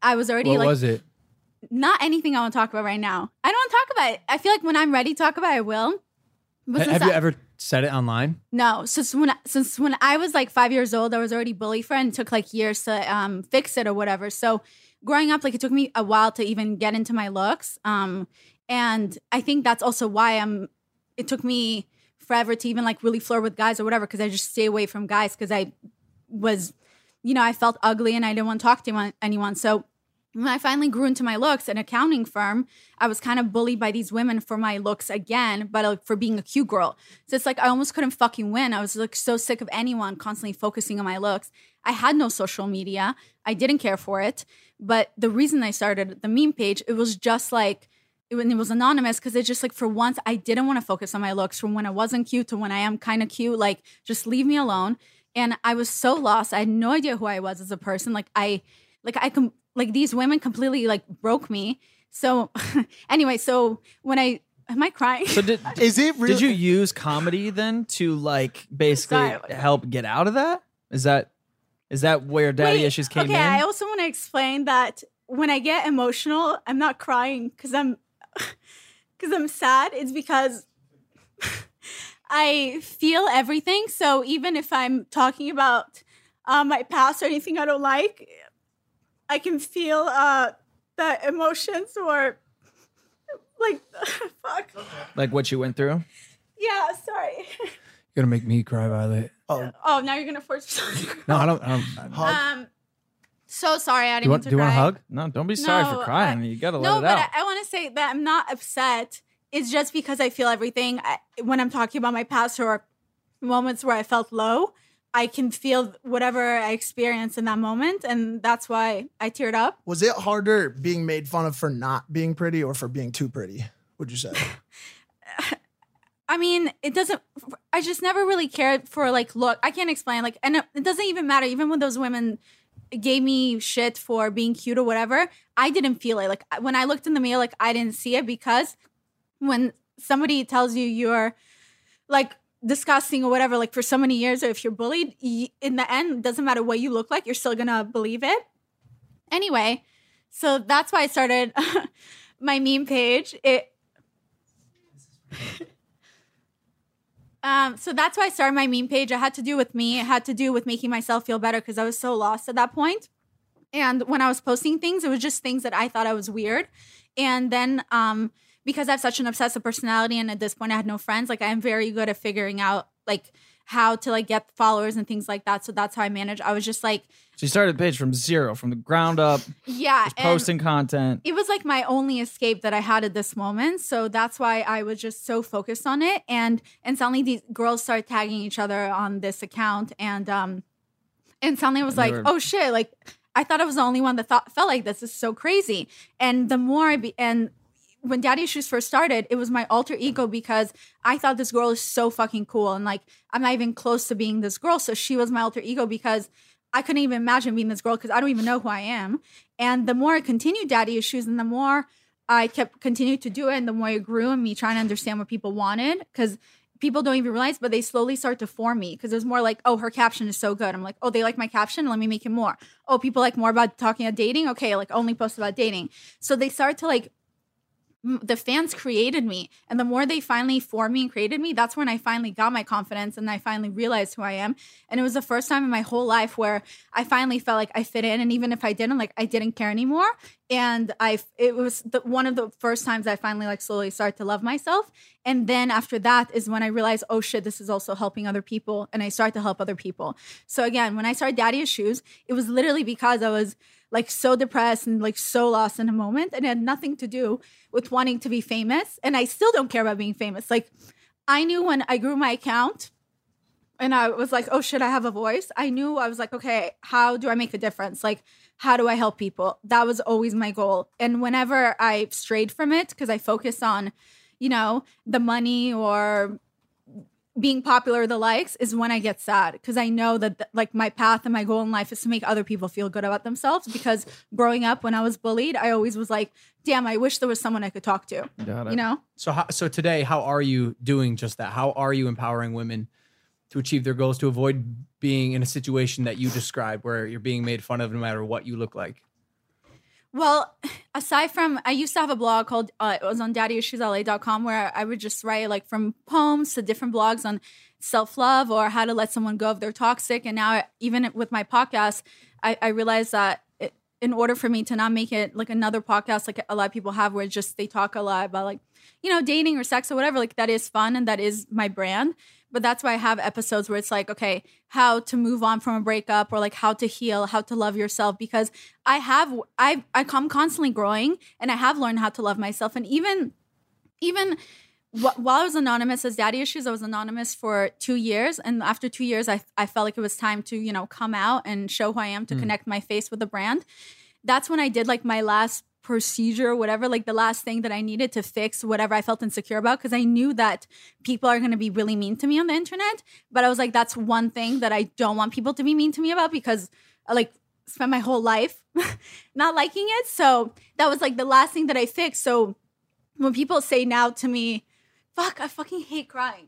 Speaker 5: I was already
Speaker 4: What
Speaker 5: like
Speaker 4: was it?
Speaker 5: not anything I want to talk about right now. I don't want to talk about it. I feel like when I'm ready to talk about it, I will. But
Speaker 4: Ha-
Speaker 5: since
Speaker 4: Have you
Speaker 5: I-
Speaker 4: ever said it online?
Speaker 5: No, since when since when I was like five years old, I was already bullied for, it and it took like years to um, fix it or whatever. So growing up, like it took me a while to even get into my looks, um, and I think that's also why I'm it took me forever to even like really flirt with guys or whatever because I just stay away from guys because I was, you know, I felt ugly and I didn't want to talk to anyone- anyone. So when I finally grew into my looks, an accounting firm, I was kind of bullied by these women for my looks again, but like for being a cute girl. So it's like I almost couldn't fucking win. I was like so sick of anyone constantly focusing on my looks. I had no social media. I didn't care for it. But the reason I started the meme page, it was just like it, when it was anonymous because it's just like for once I didn't want to focus on my looks from when I wasn't cute to when I am kind of cute. Like just leave me alone. And I was so lost. I had no idea who I was as a person. Like I, like I com- like these women completely like broke me. So anyway, so when I am I crying?
Speaker 2: So did
Speaker 3: is it
Speaker 2: Did you use comedy then to like basically help get out of that? Is that is that where daddy
Speaker 1: Wait,
Speaker 2: issues came
Speaker 1: okay,
Speaker 2: in?
Speaker 1: I also want to explain that when I get emotional, I'm not crying because I'm because I'm sad. It's because I feel everything. So even if I'm talking about uh, my past or anything I don't like, I can feel uh, the emotions or like fuck.
Speaker 2: like what you went through?
Speaker 1: Yeah, sorry.
Speaker 4: You're gonna make me cry, Violet.
Speaker 3: Oh
Speaker 1: Oh, now you're gonna force me. to
Speaker 4: no, I don't. I don't
Speaker 5: Um, so sorry, I didn't mean to
Speaker 2: wanna
Speaker 5: cry.
Speaker 2: No, don't be sorry
Speaker 5: No,
Speaker 2: for crying. you gotta
Speaker 5: no,
Speaker 2: let it
Speaker 5: but
Speaker 2: out.
Speaker 5: I, I want to say that I'm not upset. It's just because I feel everything I, when I'm talking about my past or moments where I felt low. I can feel whatever I experienced in that moment, and that's why I teared up.
Speaker 3: Was it harder being made fun of for not being pretty or for being too pretty? Would you say?
Speaker 5: I mean, it doesn't. I just never really cared for like look. I can't explain like, and it it doesn't even matter. Even when those women gave me shit for being cute or whatever, I didn't feel it. Like I- when I looked in the mirror, like I didn't see it because when somebody tells you you're like disgusting or whatever, like for so many years, or if you're bullied, y- in the end, it doesn't matter what you look like, you're still gonna believe it. Anyway, so that's why I started my meme page. It Um, so that's why I started my meme page. It had to do with me. It had to do with making myself feel better because I was so lost at that point. And when I was posting things, it was just things that I thought I was weird. And then um, because I have such an obsessive personality, and at this point I had no friends, like I am very good at figuring out like how to like get followers and things like that. So that's how I manage. I was just like,
Speaker 2: So you started the page from zero, from the ground up,
Speaker 5: yeah,
Speaker 2: just
Speaker 5: and-
Speaker 2: posting content.
Speaker 5: it was like my only escape that I had at this moment. So that's why I was just so focused on it. And and suddenly these girls started tagging each other on this account. And um and suddenly I was
Speaker 10: And they
Speaker 5: like,
Speaker 10: were-
Speaker 5: oh shit, like I thought I was the only one that thought felt like this. This is so crazy. And the more I be and when daddy issues first started it was my alter ego because i thought this girl is so fucking cool and like i'm not even close to being this girl so she was my alter ego because i couldn't even imagine being this girl because i don't even know who i am and the more i continued daddy issues and the more i kept continued to do it and the more it grew and me trying to understand what people wanted because people don't even realize but they slowly start to form me because it was more like oh her caption is so good i'm like oh they like my caption let me make it more oh people like more about talking about dating okay like only post about dating so they start to like m- the fans created me and the more they finally formed me and created me that's when i finally got my confidence and i finally realized who i am and it was the first time in my whole life where i finally felt like i fit in and even if i didn't like i didn't care anymore and i f- it was the, one of the first times i finally like slowly started to love myself and then after that is when i realized oh shit this is also helping other people and i started to help other people so again when i started daddy issues it was literally because i was like so depressed and like so lost in a moment and it had nothing to do with wanting to be famous and i still don't care about being famous like i knew when i grew my account and i was like oh shit i have a voice i knew i was like okay how do i make a difference like how do i help people that was always my goal and whenever i strayed from it because i focused on you know the money or being popular the likes is when i get sad because i know that th- like my path and my goal in life is to make other people feel good about themselves because growing up when i was bullied i always was like damn i wish there was someone i could talk to
Speaker 4: Got
Speaker 5: you know
Speaker 4: So, how, so today, how are you doing just that? How are you empowering women to achieve their goals to avoid being in a situation that you described, where you're being made fun of no matter what you look like?
Speaker 5: Well, aside from, I used to have a blog called, uh, it was on daddyissuesla.com where I would just write like from poems to different blogs on self love or how to let someone go if they're toxic. And now, I- even with my podcast, I, I realized that it, in order for me to not make it like another podcast like a lot of people have where it's just they talk a lot about like you know dating or sex or whatever like that is fun and that is my brand but that's why i have episodes where it's like okay how to move on from a breakup or like how to heal how to love yourself because i have i i come constantly growing and i have learned how to love myself and even even wh- while I was anonymous as daddy issues, I was anonymous for two years. And after two years, I, I felt like it was time to, you know, come out and show who I am to
Speaker 10: Mm.
Speaker 5: connect my face with the brand. That's when I did like my last procedure or whatever, like the last thing that I needed to fix whatever I felt insecure about. Cause I knew that people are going to be really mean to me on the internet. But I was like, that's one thing that I don't want people to be mean to me about because I like spent my whole life not liking it. So that was like the last thing that I fixed. So when people say now to me, fuck, I fucking hate crying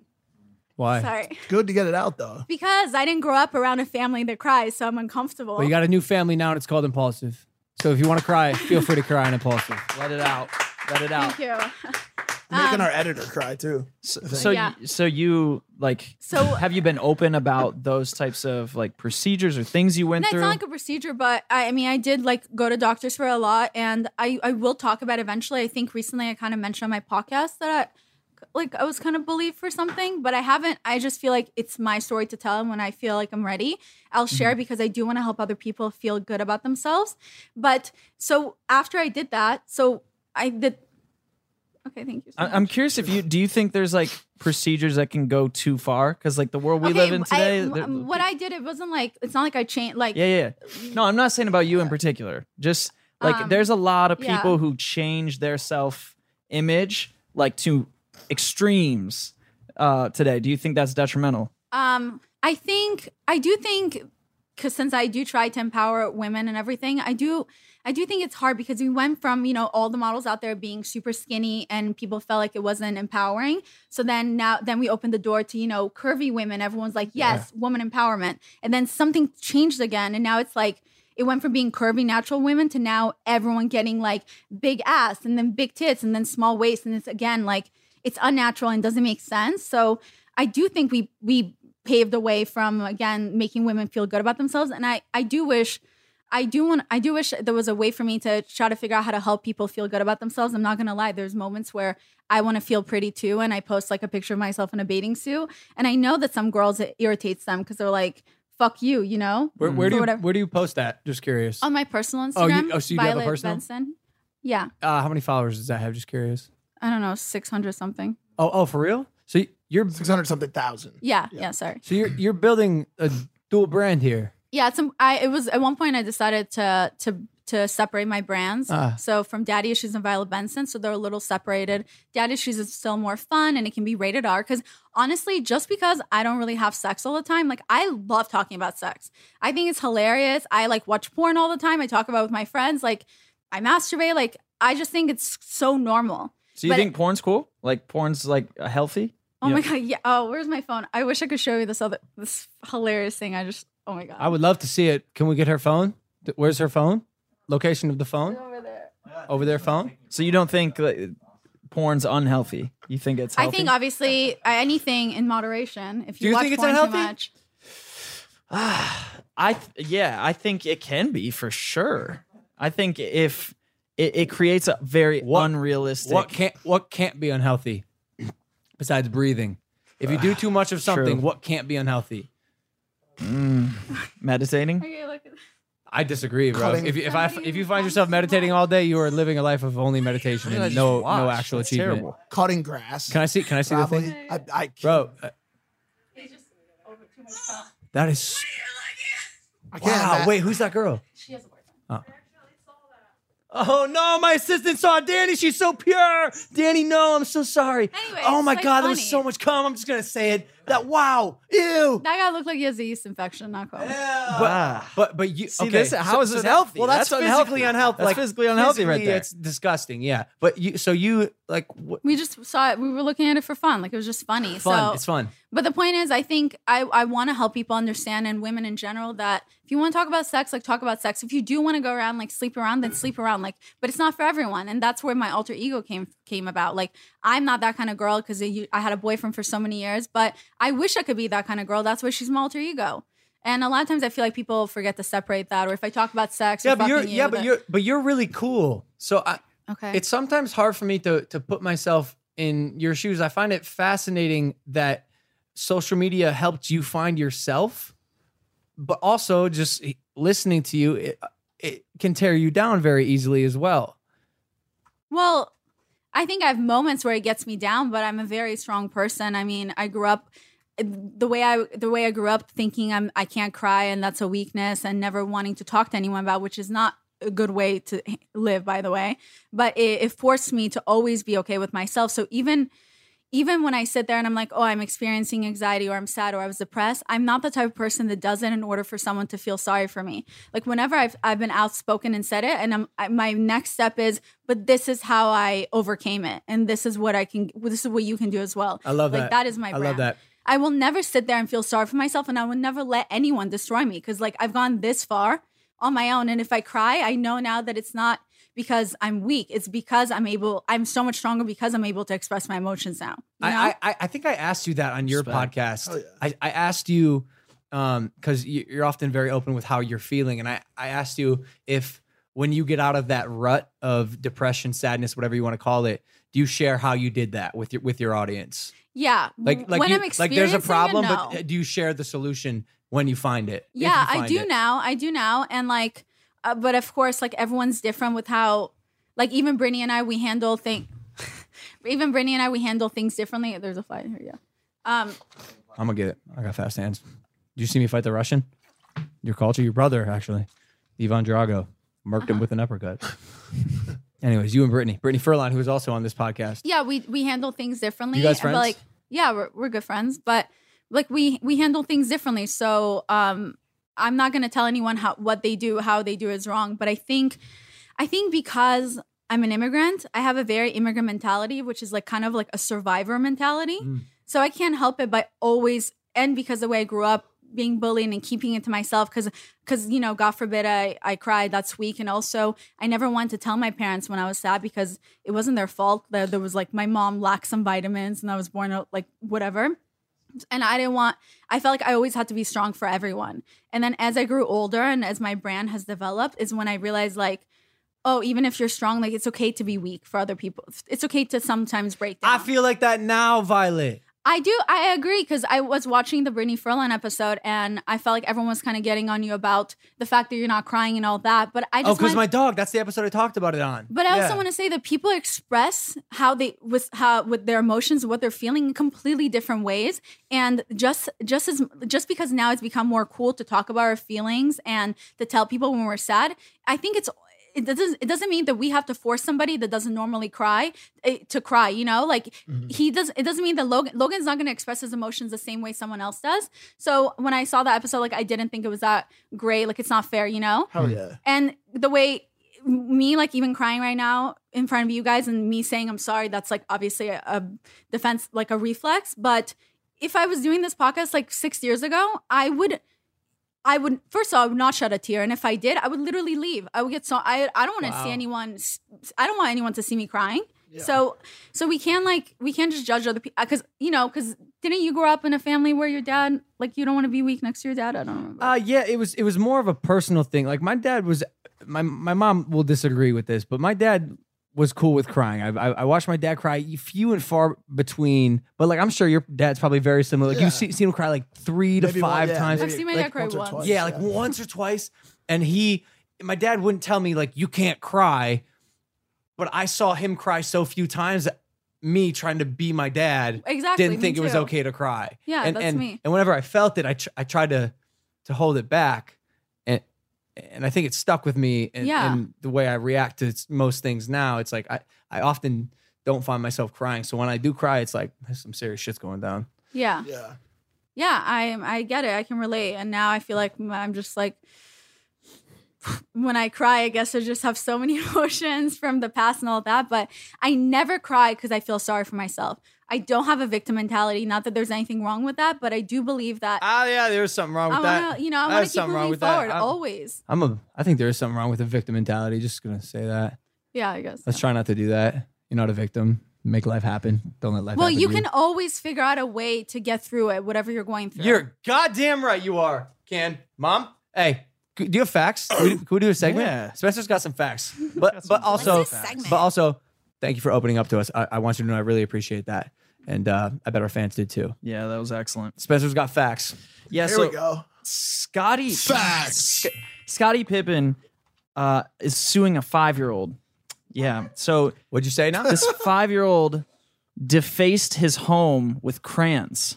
Speaker 4: Why?
Speaker 5: Sorry.
Speaker 3: It's good to get it out though.
Speaker 5: because I didn't grow up around a family that cries, so I'm uncomfortable.
Speaker 4: Well, you got a new family now, and it's called Impulsive. So if you want to cry, feel free to cry on Impulsive.
Speaker 2: Let it out. Let it
Speaker 5: Thank you.
Speaker 3: Making
Speaker 5: Um,
Speaker 3: our editor cry too.
Speaker 2: So,
Speaker 5: Yeah.
Speaker 2: y- so you like?
Speaker 5: So-
Speaker 2: have you been open about those types of like procedures or things you went
Speaker 5: No,
Speaker 2: through?
Speaker 5: It's not like a procedure, but I, I mean, I did like go to doctors for a lot, and I I will talk about it eventually. I think recently I kind of mentioned on my podcast that I like I was kind of bullied for something, but I haven't. I just feel like it's my story to tell, and when I feel like I'm ready, I'll
Speaker 2: Mm-hmm.
Speaker 5: share because I do want to help other people feel good about themselves. But so after I did that, so I did. Okay, thank you. so
Speaker 2: I- I'm curious if you do you think there's like procedures that can go too far because like the world we
Speaker 5: okay,
Speaker 2: live in
Speaker 5: I-
Speaker 2: today.
Speaker 5: um,
Speaker 2: there-
Speaker 5: what I did, it wasn't like it's not like I changed. Like
Speaker 2: yeah, yeah. No, I'm not saying about you in particular. Just like
Speaker 5: Um,
Speaker 2: there's a lot of
Speaker 5: yeah.
Speaker 2: people who change their self image like to extremes uh, today. Do you think that's detrimental?
Speaker 5: Um, I think I do think because since I do try to empower women and everything, I do I do think it's hard because we went from you know all the models out there being super skinny and people felt like it wasn't empowering. So then now then we opened the door to you know curvy women. Everyone's like, yes, woman empowerment, and then something changed again, and now it's like. It went from being curvy natural women to now everyone getting like big ass and then big tits and then small waist and it's again like it's unnatural and doesn't make sense. So I do think we we paved the way from again making women feel good about themselves, and I I do wish. I do want. I do wish there was a way for me to try to figure out how to help people feel good about themselves. I'm not gonna lie. There's moments where I want to feel pretty too, and I post like a picture of myself in a bathing suit, and I know that some girls it irritates them because they're like, "Fuck you," you know.
Speaker 4: Where, where
Speaker 5: Or
Speaker 4: do you,
Speaker 5: whatever. Um,
Speaker 4: where do you post that? Just curious.
Speaker 5: on my personal Instagram?
Speaker 4: Oh, you- oh, so you have a
Speaker 5: Violet
Speaker 4: personal?
Speaker 5: Benson. Yeah,
Speaker 4: Uh, how many followers does that have? Just curious.
Speaker 5: I don't know, six hundred something.
Speaker 4: Oh, oh, for real? So y- you're six
Speaker 3: hundred something thousand.
Speaker 5: Yeah, yeah, sorry.
Speaker 4: So you're you're building a dual brand here.
Speaker 5: Yeah, it's, um, I it was at one point I decided to to to separate my brands.
Speaker 4: Ah.
Speaker 5: So from Daddy Issues and Violet Benson, so they're a little separated. Daddy Issues is still more fun and it can be rated R cuz honestly, just because I don't really have sex all the time, like I love talking about sex. I think it's hilarious. I like watch porn all the time. I talk about it with my friends like I masturbate like I just think it's so normal.
Speaker 2: So you
Speaker 5: But-
Speaker 2: think porn's cool? Like porn's like uh, healthy?
Speaker 5: Oh my god, yeah. Oh, where's my phone? I wish I could show you this other this hilarious thing. I just oh my god.
Speaker 4: I would love to see it. Can we get her phone? Th- Where's her phone? Location of the phone?
Speaker 5: Over there.
Speaker 4: Over their phone?
Speaker 2: So you don't think like, porn's unhealthy? You think it's
Speaker 5: I
Speaker 2: healthy?
Speaker 5: think obviously uh, anything in moderation. If
Speaker 2: Do
Speaker 5: you,
Speaker 2: you
Speaker 5: watch
Speaker 2: think it's
Speaker 5: porn
Speaker 2: unhealthy?
Speaker 5: too much,
Speaker 2: I th- yeah, I think it can be for sure. I think if it, it creates a very unrealistic.
Speaker 4: What can't what can't be unhealthy besides breathing? If you do too much of something,
Speaker 2: True.
Speaker 4: what can't be unhealthy?
Speaker 2: Mm, meditating?
Speaker 4: I disagree, bro.
Speaker 2: Cutting-
Speaker 4: If you, if I if you find yourself meditating all day, you are living a life of only meditation
Speaker 3: What did I
Speaker 4: and
Speaker 3: just
Speaker 4: no no
Speaker 3: watch?
Speaker 4: actual
Speaker 3: That's
Speaker 4: achievement.
Speaker 3: terrible. Cutting grass.
Speaker 4: Can I see? Can I see the thing?
Speaker 3: I, I
Speaker 4: Bro, uh, that is. Wow! Wait, who's that girl?
Speaker 5: She has a
Speaker 4: boyfriend. Oh. oh no! My assistant saw Danny. She's so pure. Danny, no, I'm so sorry. oh my
Speaker 5: it's, like,
Speaker 4: god, there was
Speaker 5: funny.
Speaker 4: so much cum. I'm just gonna say it. That wow, ew.
Speaker 5: that guy looked like he has a yeast infection. Not cool.
Speaker 4: But, but but you
Speaker 2: See,
Speaker 4: okay.
Speaker 2: this- how is this
Speaker 4: that-
Speaker 2: healthy?
Speaker 4: Well, that's,
Speaker 2: That's unhealthy.
Speaker 4: physically unhealthy.
Speaker 2: That's
Speaker 4: like,
Speaker 2: physically unhealthy right
Speaker 4: physically
Speaker 2: there.
Speaker 4: It's disgusting. Yeah, but you so you like what,
Speaker 5: We just saw it. We were looking at it for fun. Like it was just funny.
Speaker 4: fun.
Speaker 5: So
Speaker 4: it's fun.
Speaker 5: But the point is, I think I, I want to help people understand and women in general that if you want to talk about sex, like talk about sex. If you do want to go around, like sleep around, then sleep around. Like, but it's not for everyone, and that's where my alter ego came came about. Like, I'm not that kind of girl because I had a boyfriend for so many years, but I wish I could be that kind of girl. That's why she's my alter ego. And a lot of times I feel like people forget to separate that. Or if I talk about sex,
Speaker 4: yeah,
Speaker 5: or
Speaker 4: but you're
Speaker 5: fucking you,
Speaker 4: yeah, but
Speaker 5: that-
Speaker 4: you're but you're really cool. So I
Speaker 5: Okay.
Speaker 4: It's sometimes hard for me to to put myself in your shoes. I find it fascinating that social media helped you find yourself, but also just listening to you it, it can tear you down very easily as well.
Speaker 5: Well, I think I have moments where it gets me down, but I'm a very strong person. I mean, I grew up the way I the way I grew up thinking I'm I can't cry and that's a weakness and never wanting to talk to anyone about which is not a good way to live by the way but it, it forced me to always be okay with myself so even even when I sit there and I'm like, oh, I'm experiencing anxiety or I'm sad or I was depressed, I'm not the type of person that does it in order for someone to feel sorry for me. Like whenever I've, I've been outspoken and said it, and I'm, I, my next step is, but this is how I overcame it, and this is what I can, this is what you can do as well.
Speaker 4: I love
Speaker 5: like,
Speaker 4: that.
Speaker 5: That is my.
Speaker 4: I
Speaker 5: Brand.
Speaker 4: love that.
Speaker 5: I will never sit there and feel sorry for myself, and I will never let anyone destroy me because, like, I've gone this far on my own. And if I cry, I know now that it's not because I'm weak. It's because I'm able, I'm so much stronger because I'm able to express my emotions now. You know?
Speaker 4: I, I I think I asked you that on your podcast. I, I asked you um because you, you're often very open with how you're feeling, and I I asked you if when you get out of that rut of depression, sadness, whatever you want to call it, do you share how you did that with your with your audience?
Speaker 5: yeah.
Speaker 4: Like like
Speaker 5: when
Speaker 4: you-
Speaker 5: I'm
Speaker 4: like
Speaker 5: experiencing
Speaker 4: there's a
Speaker 5: it,
Speaker 4: problem,
Speaker 5: no.
Speaker 4: but uh, do you share the solution when you find it? if
Speaker 5: Yeah,
Speaker 4: you
Speaker 5: I
Speaker 4: find
Speaker 5: do
Speaker 4: it?
Speaker 5: now. I do now. And like, uh, but of course, like everyone's different with how, like even Brittany and I, we handle things. even Brittany and I, we handle things differently. There's a fly in here. Yeah. Um,
Speaker 4: I'm gonna get it. I got fast hands. Did you see me fight the Russian? Your culture, your brother, actually, Ivan Drago, murked
Speaker 5: Uh-huh.
Speaker 4: him with an uppercut. Anyways, you and Brittany, Brittany Furlan, who was also on this podcast.
Speaker 5: yeah, we we handle things differently.
Speaker 4: You guys
Speaker 5: but,
Speaker 4: friends?
Speaker 5: like, yeah, we're, we're good friends, but like we we handle things differently. So um, I'm not gonna tell anyone how what they do, how they do is wrong. But I think I think because I'm an immigrant, I have a very immigrant mentality, which is like kind of like a survivor mentality.
Speaker 4: Mm.
Speaker 5: So I can't help it but always and because the way I grew up being bullied and keeping it to myself because because you know god forbid I, I cried that's weak and also i never wanted to tell my parents when i was sad because it wasn't their fault there, there was like my mom lacked some vitamins and i was born uh, like whatever and I didn't want I felt like I always had to be strong for everyone. And then as I grew older and as my brand has developed is when I realized like oh even if you're strong like it's okay to be weak for other people. It's okay to sometimes break down.
Speaker 4: I feel like that now, Violet.
Speaker 5: I do. I agree because I was watching the Brittany Furlan episode and I felt like everyone was kind of getting on you about the fact that you're not crying and all that. But I
Speaker 4: oh,
Speaker 5: just wanted-
Speaker 4: because my dog. That's the episode I talked about it on.
Speaker 5: But I also
Speaker 4: Yeah.
Speaker 5: want to say that people express how they with how with their emotions, what they're feeling in completely different ways. And just just as just because now it's become more cool to talk about our feelings and to tell people when we're sad, I think it's it doesn't it doesn't mean that we have to force somebody that doesn't normally cry eh, to cry you know like he does it doesn't mean that logan logan's not going to express his emotions the same way someone else does so when i saw that episode like i didn't think it was that great like it's not fair you know
Speaker 4: Hmm.
Speaker 3: Hell yeah.
Speaker 5: and the way me like even crying right now in front of you guys and me saying I'm sorry, that's like obviously a, a defense, like a reflex. But if I was doing this podcast like six years ago, I would I would first of all I would not shed a tear. And if I did, I would literally leave. I would get so I I don't want to
Speaker 8: Wow.
Speaker 5: see anyone s- I don't want anyone to see me crying. So so we can like we can't just judge other people because you know because didn't you grow up in a family where your dad like you don't want to be weak next to your dad? I don't know.
Speaker 4: Uh yeah, it was it was more of a personal thing. Like my dad was my my mom will disagree with this, but my dad was cool with crying. I I, I watched my dad cry few and far between, but like I'm sure your dad's probably very similar. Like
Speaker 2: Yeah.
Speaker 4: you've seen, seen him cry like 3 to
Speaker 2: Maybe
Speaker 4: 5
Speaker 2: one- yeah,
Speaker 4: times.
Speaker 2: I've seen my
Speaker 4: Like,
Speaker 2: dad cry once or once. twice,
Speaker 4: Yeah, like once or twice and he my dad wouldn't tell me like you can't cry, but I saw him cry so few times that me trying to be my dad
Speaker 5: Exactly,
Speaker 4: didn't
Speaker 5: me
Speaker 4: think it was
Speaker 5: too.
Speaker 4: okay to cry.
Speaker 5: Yeah,
Speaker 4: and,
Speaker 5: that's
Speaker 4: and,
Speaker 5: me.
Speaker 4: And whenever I felt it, I tr- I tried to to hold it back, and and I think it stuck with me. And,
Speaker 5: Yeah.
Speaker 4: and the way I react to s- most things now, it's like I I often don't find myself crying. So when I do cry, it's like there's some serious shit's going down.
Speaker 5: Yeah. Yeah. Yeah, I I get it. I can relate. And now I feel like m- I'm just like when I cry, I guess I just have so many emotions from the past and all that, but I never cry cuz I feel sorry for myself. I don't have a victim mentality. Not that there's anything wrong with that, but I do believe that
Speaker 4: Ah, yeah, there's something wrong with
Speaker 5: I
Speaker 4: that.
Speaker 5: wanna, you know, I
Speaker 4: There's
Speaker 5: want to keep
Speaker 4: something wrong
Speaker 5: moving
Speaker 4: with that.
Speaker 5: forward Oh.
Speaker 4: I'm-
Speaker 5: always.
Speaker 4: I'm a I think there is something wrong with the victim mentality. Just gonna say that.
Speaker 5: Yeah, I guess.
Speaker 4: Let's try not to do that. You're not a victim. Make life happen. Don't let life.
Speaker 5: Well,
Speaker 4: happen
Speaker 5: you
Speaker 4: to
Speaker 5: can always figure out a way to get through it, whatever you're going through.
Speaker 4: You're goddamn right. You are. can. Mom, hey, c- do you have facts? Can we, do- can we do a segment? Yeah. Spencer's got some facts, but but also but also thank you for opening up to us. I, I want you to know I really appreciate that, and uh, I bet our fans did too.
Speaker 2: Yeah, that was excellent.
Speaker 4: Spencer's got facts.
Speaker 2: Yeah,
Speaker 3: Here
Speaker 2: so
Speaker 3: we go.
Speaker 2: Scotty facts. Scotty Pippen uh, is suing a five-year-old. Yeah. So
Speaker 4: what'd you say now?
Speaker 2: This five-year-old defaced his home with crayons.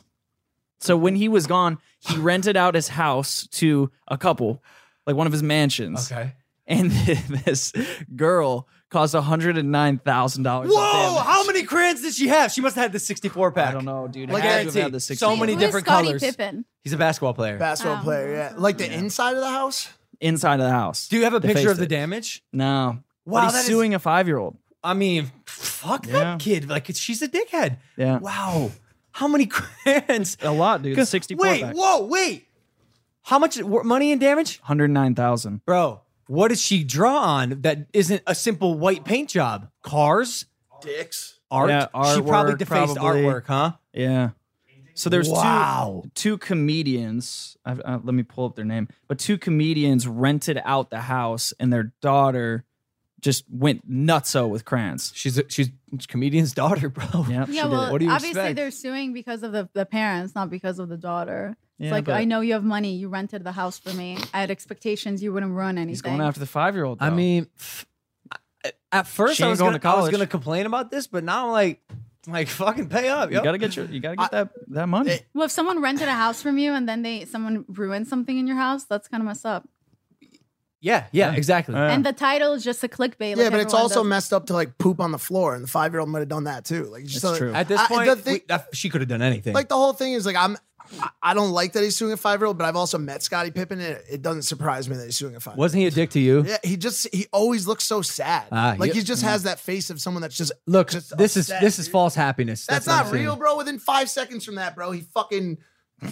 Speaker 2: So when he was gone, he rented out his house to a couple, like one of his mansions.
Speaker 4: Okay.
Speaker 2: And this girl caused hundred and nine thousand dollars.
Speaker 4: Whoa! How many crayons did she have? She must have had the 64 pack. I don't
Speaker 2: know, dude.
Speaker 4: Like
Speaker 2: Had to have
Speaker 4: guarantee.
Speaker 2: had the
Speaker 4: so
Speaker 2: 64.
Speaker 4: many
Speaker 2: Who is
Speaker 4: different
Speaker 5: Scottie
Speaker 4: colors.
Speaker 5: Pippen?
Speaker 4: He's a basketball player.
Speaker 3: Basketball
Speaker 5: Oh.
Speaker 3: player, yeah. Like the inside of the house?
Speaker 2: inside of the house.
Speaker 4: Do you have a picture
Speaker 2: Defaced
Speaker 4: of the
Speaker 2: it.
Speaker 4: damage?
Speaker 2: No.
Speaker 4: Wow,
Speaker 2: Wow,
Speaker 4: that
Speaker 2: he's
Speaker 4: is-
Speaker 2: suing a five-year-old.
Speaker 4: I mean, fuck
Speaker 2: Yeah.
Speaker 4: that kid. Like she's a dickhead.
Speaker 2: Yeah.
Speaker 4: Wow. How many crayons?
Speaker 2: A lot, dude.
Speaker 4: Because-
Speaker 2: Sixty-four.
Speaker 4: Wait,
Speaker 2: back.
Speaker 4: whoa, wait. How much wha- money in damage?
Speaker 2: 109,000.
Speaker 4: Bro, what does she draw on that isn't a simple white paint job? Cars,
Speaker 3: Dicks.
Speaker 4: art.
Speaker 2: Yeah,
Speaker 4: she probably
Speaker 2: artwork,
Speaker 4: defaced
Speaker 2: probably.
Speaker 4: artwork, huh?
Speaker 2: Yeah. So there's
Speaker 4: Wow.
Speaker 2: two two comedians. I've, uh, let me pull up their name. But two comedians rented out the house, and their daughter just went nutso with crayons.
Speaker 4: She's a, she's a comedian's daughter, bro.
Speaker 2: Yep,
Speaker 5: Yeah,
Speaker 2: she did.
Speaker 5: well,
Speaker 4: What do you
Speaker 5: obviously
Speaker 4: expect?
Speaker 5: they're suing because of the, the parents, not because of the daughter. It's
Speaker 2: Yeah,
Speaker 5: like
Speaker 2: but-
Speaker 5: I know you have money. You rented the house for me. I had expectations you wouldn't ruin anything.
Speaker 2: He's going after the five year old.
Speaker 4: I mean, f- I- at first
Speaker 2: She
Speaker 4: I
Speaker 2: ain't
Speaker 4: was
Speaker 2: going
Speaker 4: gonna,
Speaker 2: to
Speaker 4: I was
Speaker 2: college.
Speaker 4: gonna complain about this, but now I'm like, like fucking pay up.
Speaker 2: you
Speaker 4: yo.
Speaker 2: gotta get your you gotta get that that money.
Speaker 5: well, if someone rented a house from you and then they someone ruined something in your house, that's kind of messed up.
Speaker 4: yeah, yeah, exactly.
Speaker 5: And the title is just a clickbait.
Speaker 3: yeah,
Speaker 5: like
Speaker 3: but it's
Speaker 5: everyone
Speaker 3: also
Speaker 5: does.
Speaker 3: messed up to like poop on the floor, and the five year old might have done that too. Like, it's just like-
Speaker 2: true.
Speaker 4: At this
Speaker 3: I-
Speaker 4: point,
Speaker 3: the thing-
Speaker 4: we- that- she could have done anything.
Speaker 3: like the whole thing is like I'm. I- I don't like that he's suing a five year old, but I've also met Scottie Pippen, and it, it doesn't surprise me that he's suing a five.
Speaker 4: Wasn't he a dick to you?
Speaker 3: Yeah, he just he always looks so sad.
Speaker 4: Ah,
Speaker 3: like
Speaker 4: yeah.
Speaker 3: he just has that face of someone that's just
Speaker 4: Look,
Speaker 3: just
Speaker 4: this
Speaker 3: upset,
Speaker 4: is this is
Speaker 3: dude.
Speaker 4: false happiness.
Speaker 3: That's,
Speaker 4: what I'm
Speaker 3: not
Speaker 4: saying.
Speaker 3: real, bro. Within five seconds from that, bro, he fucking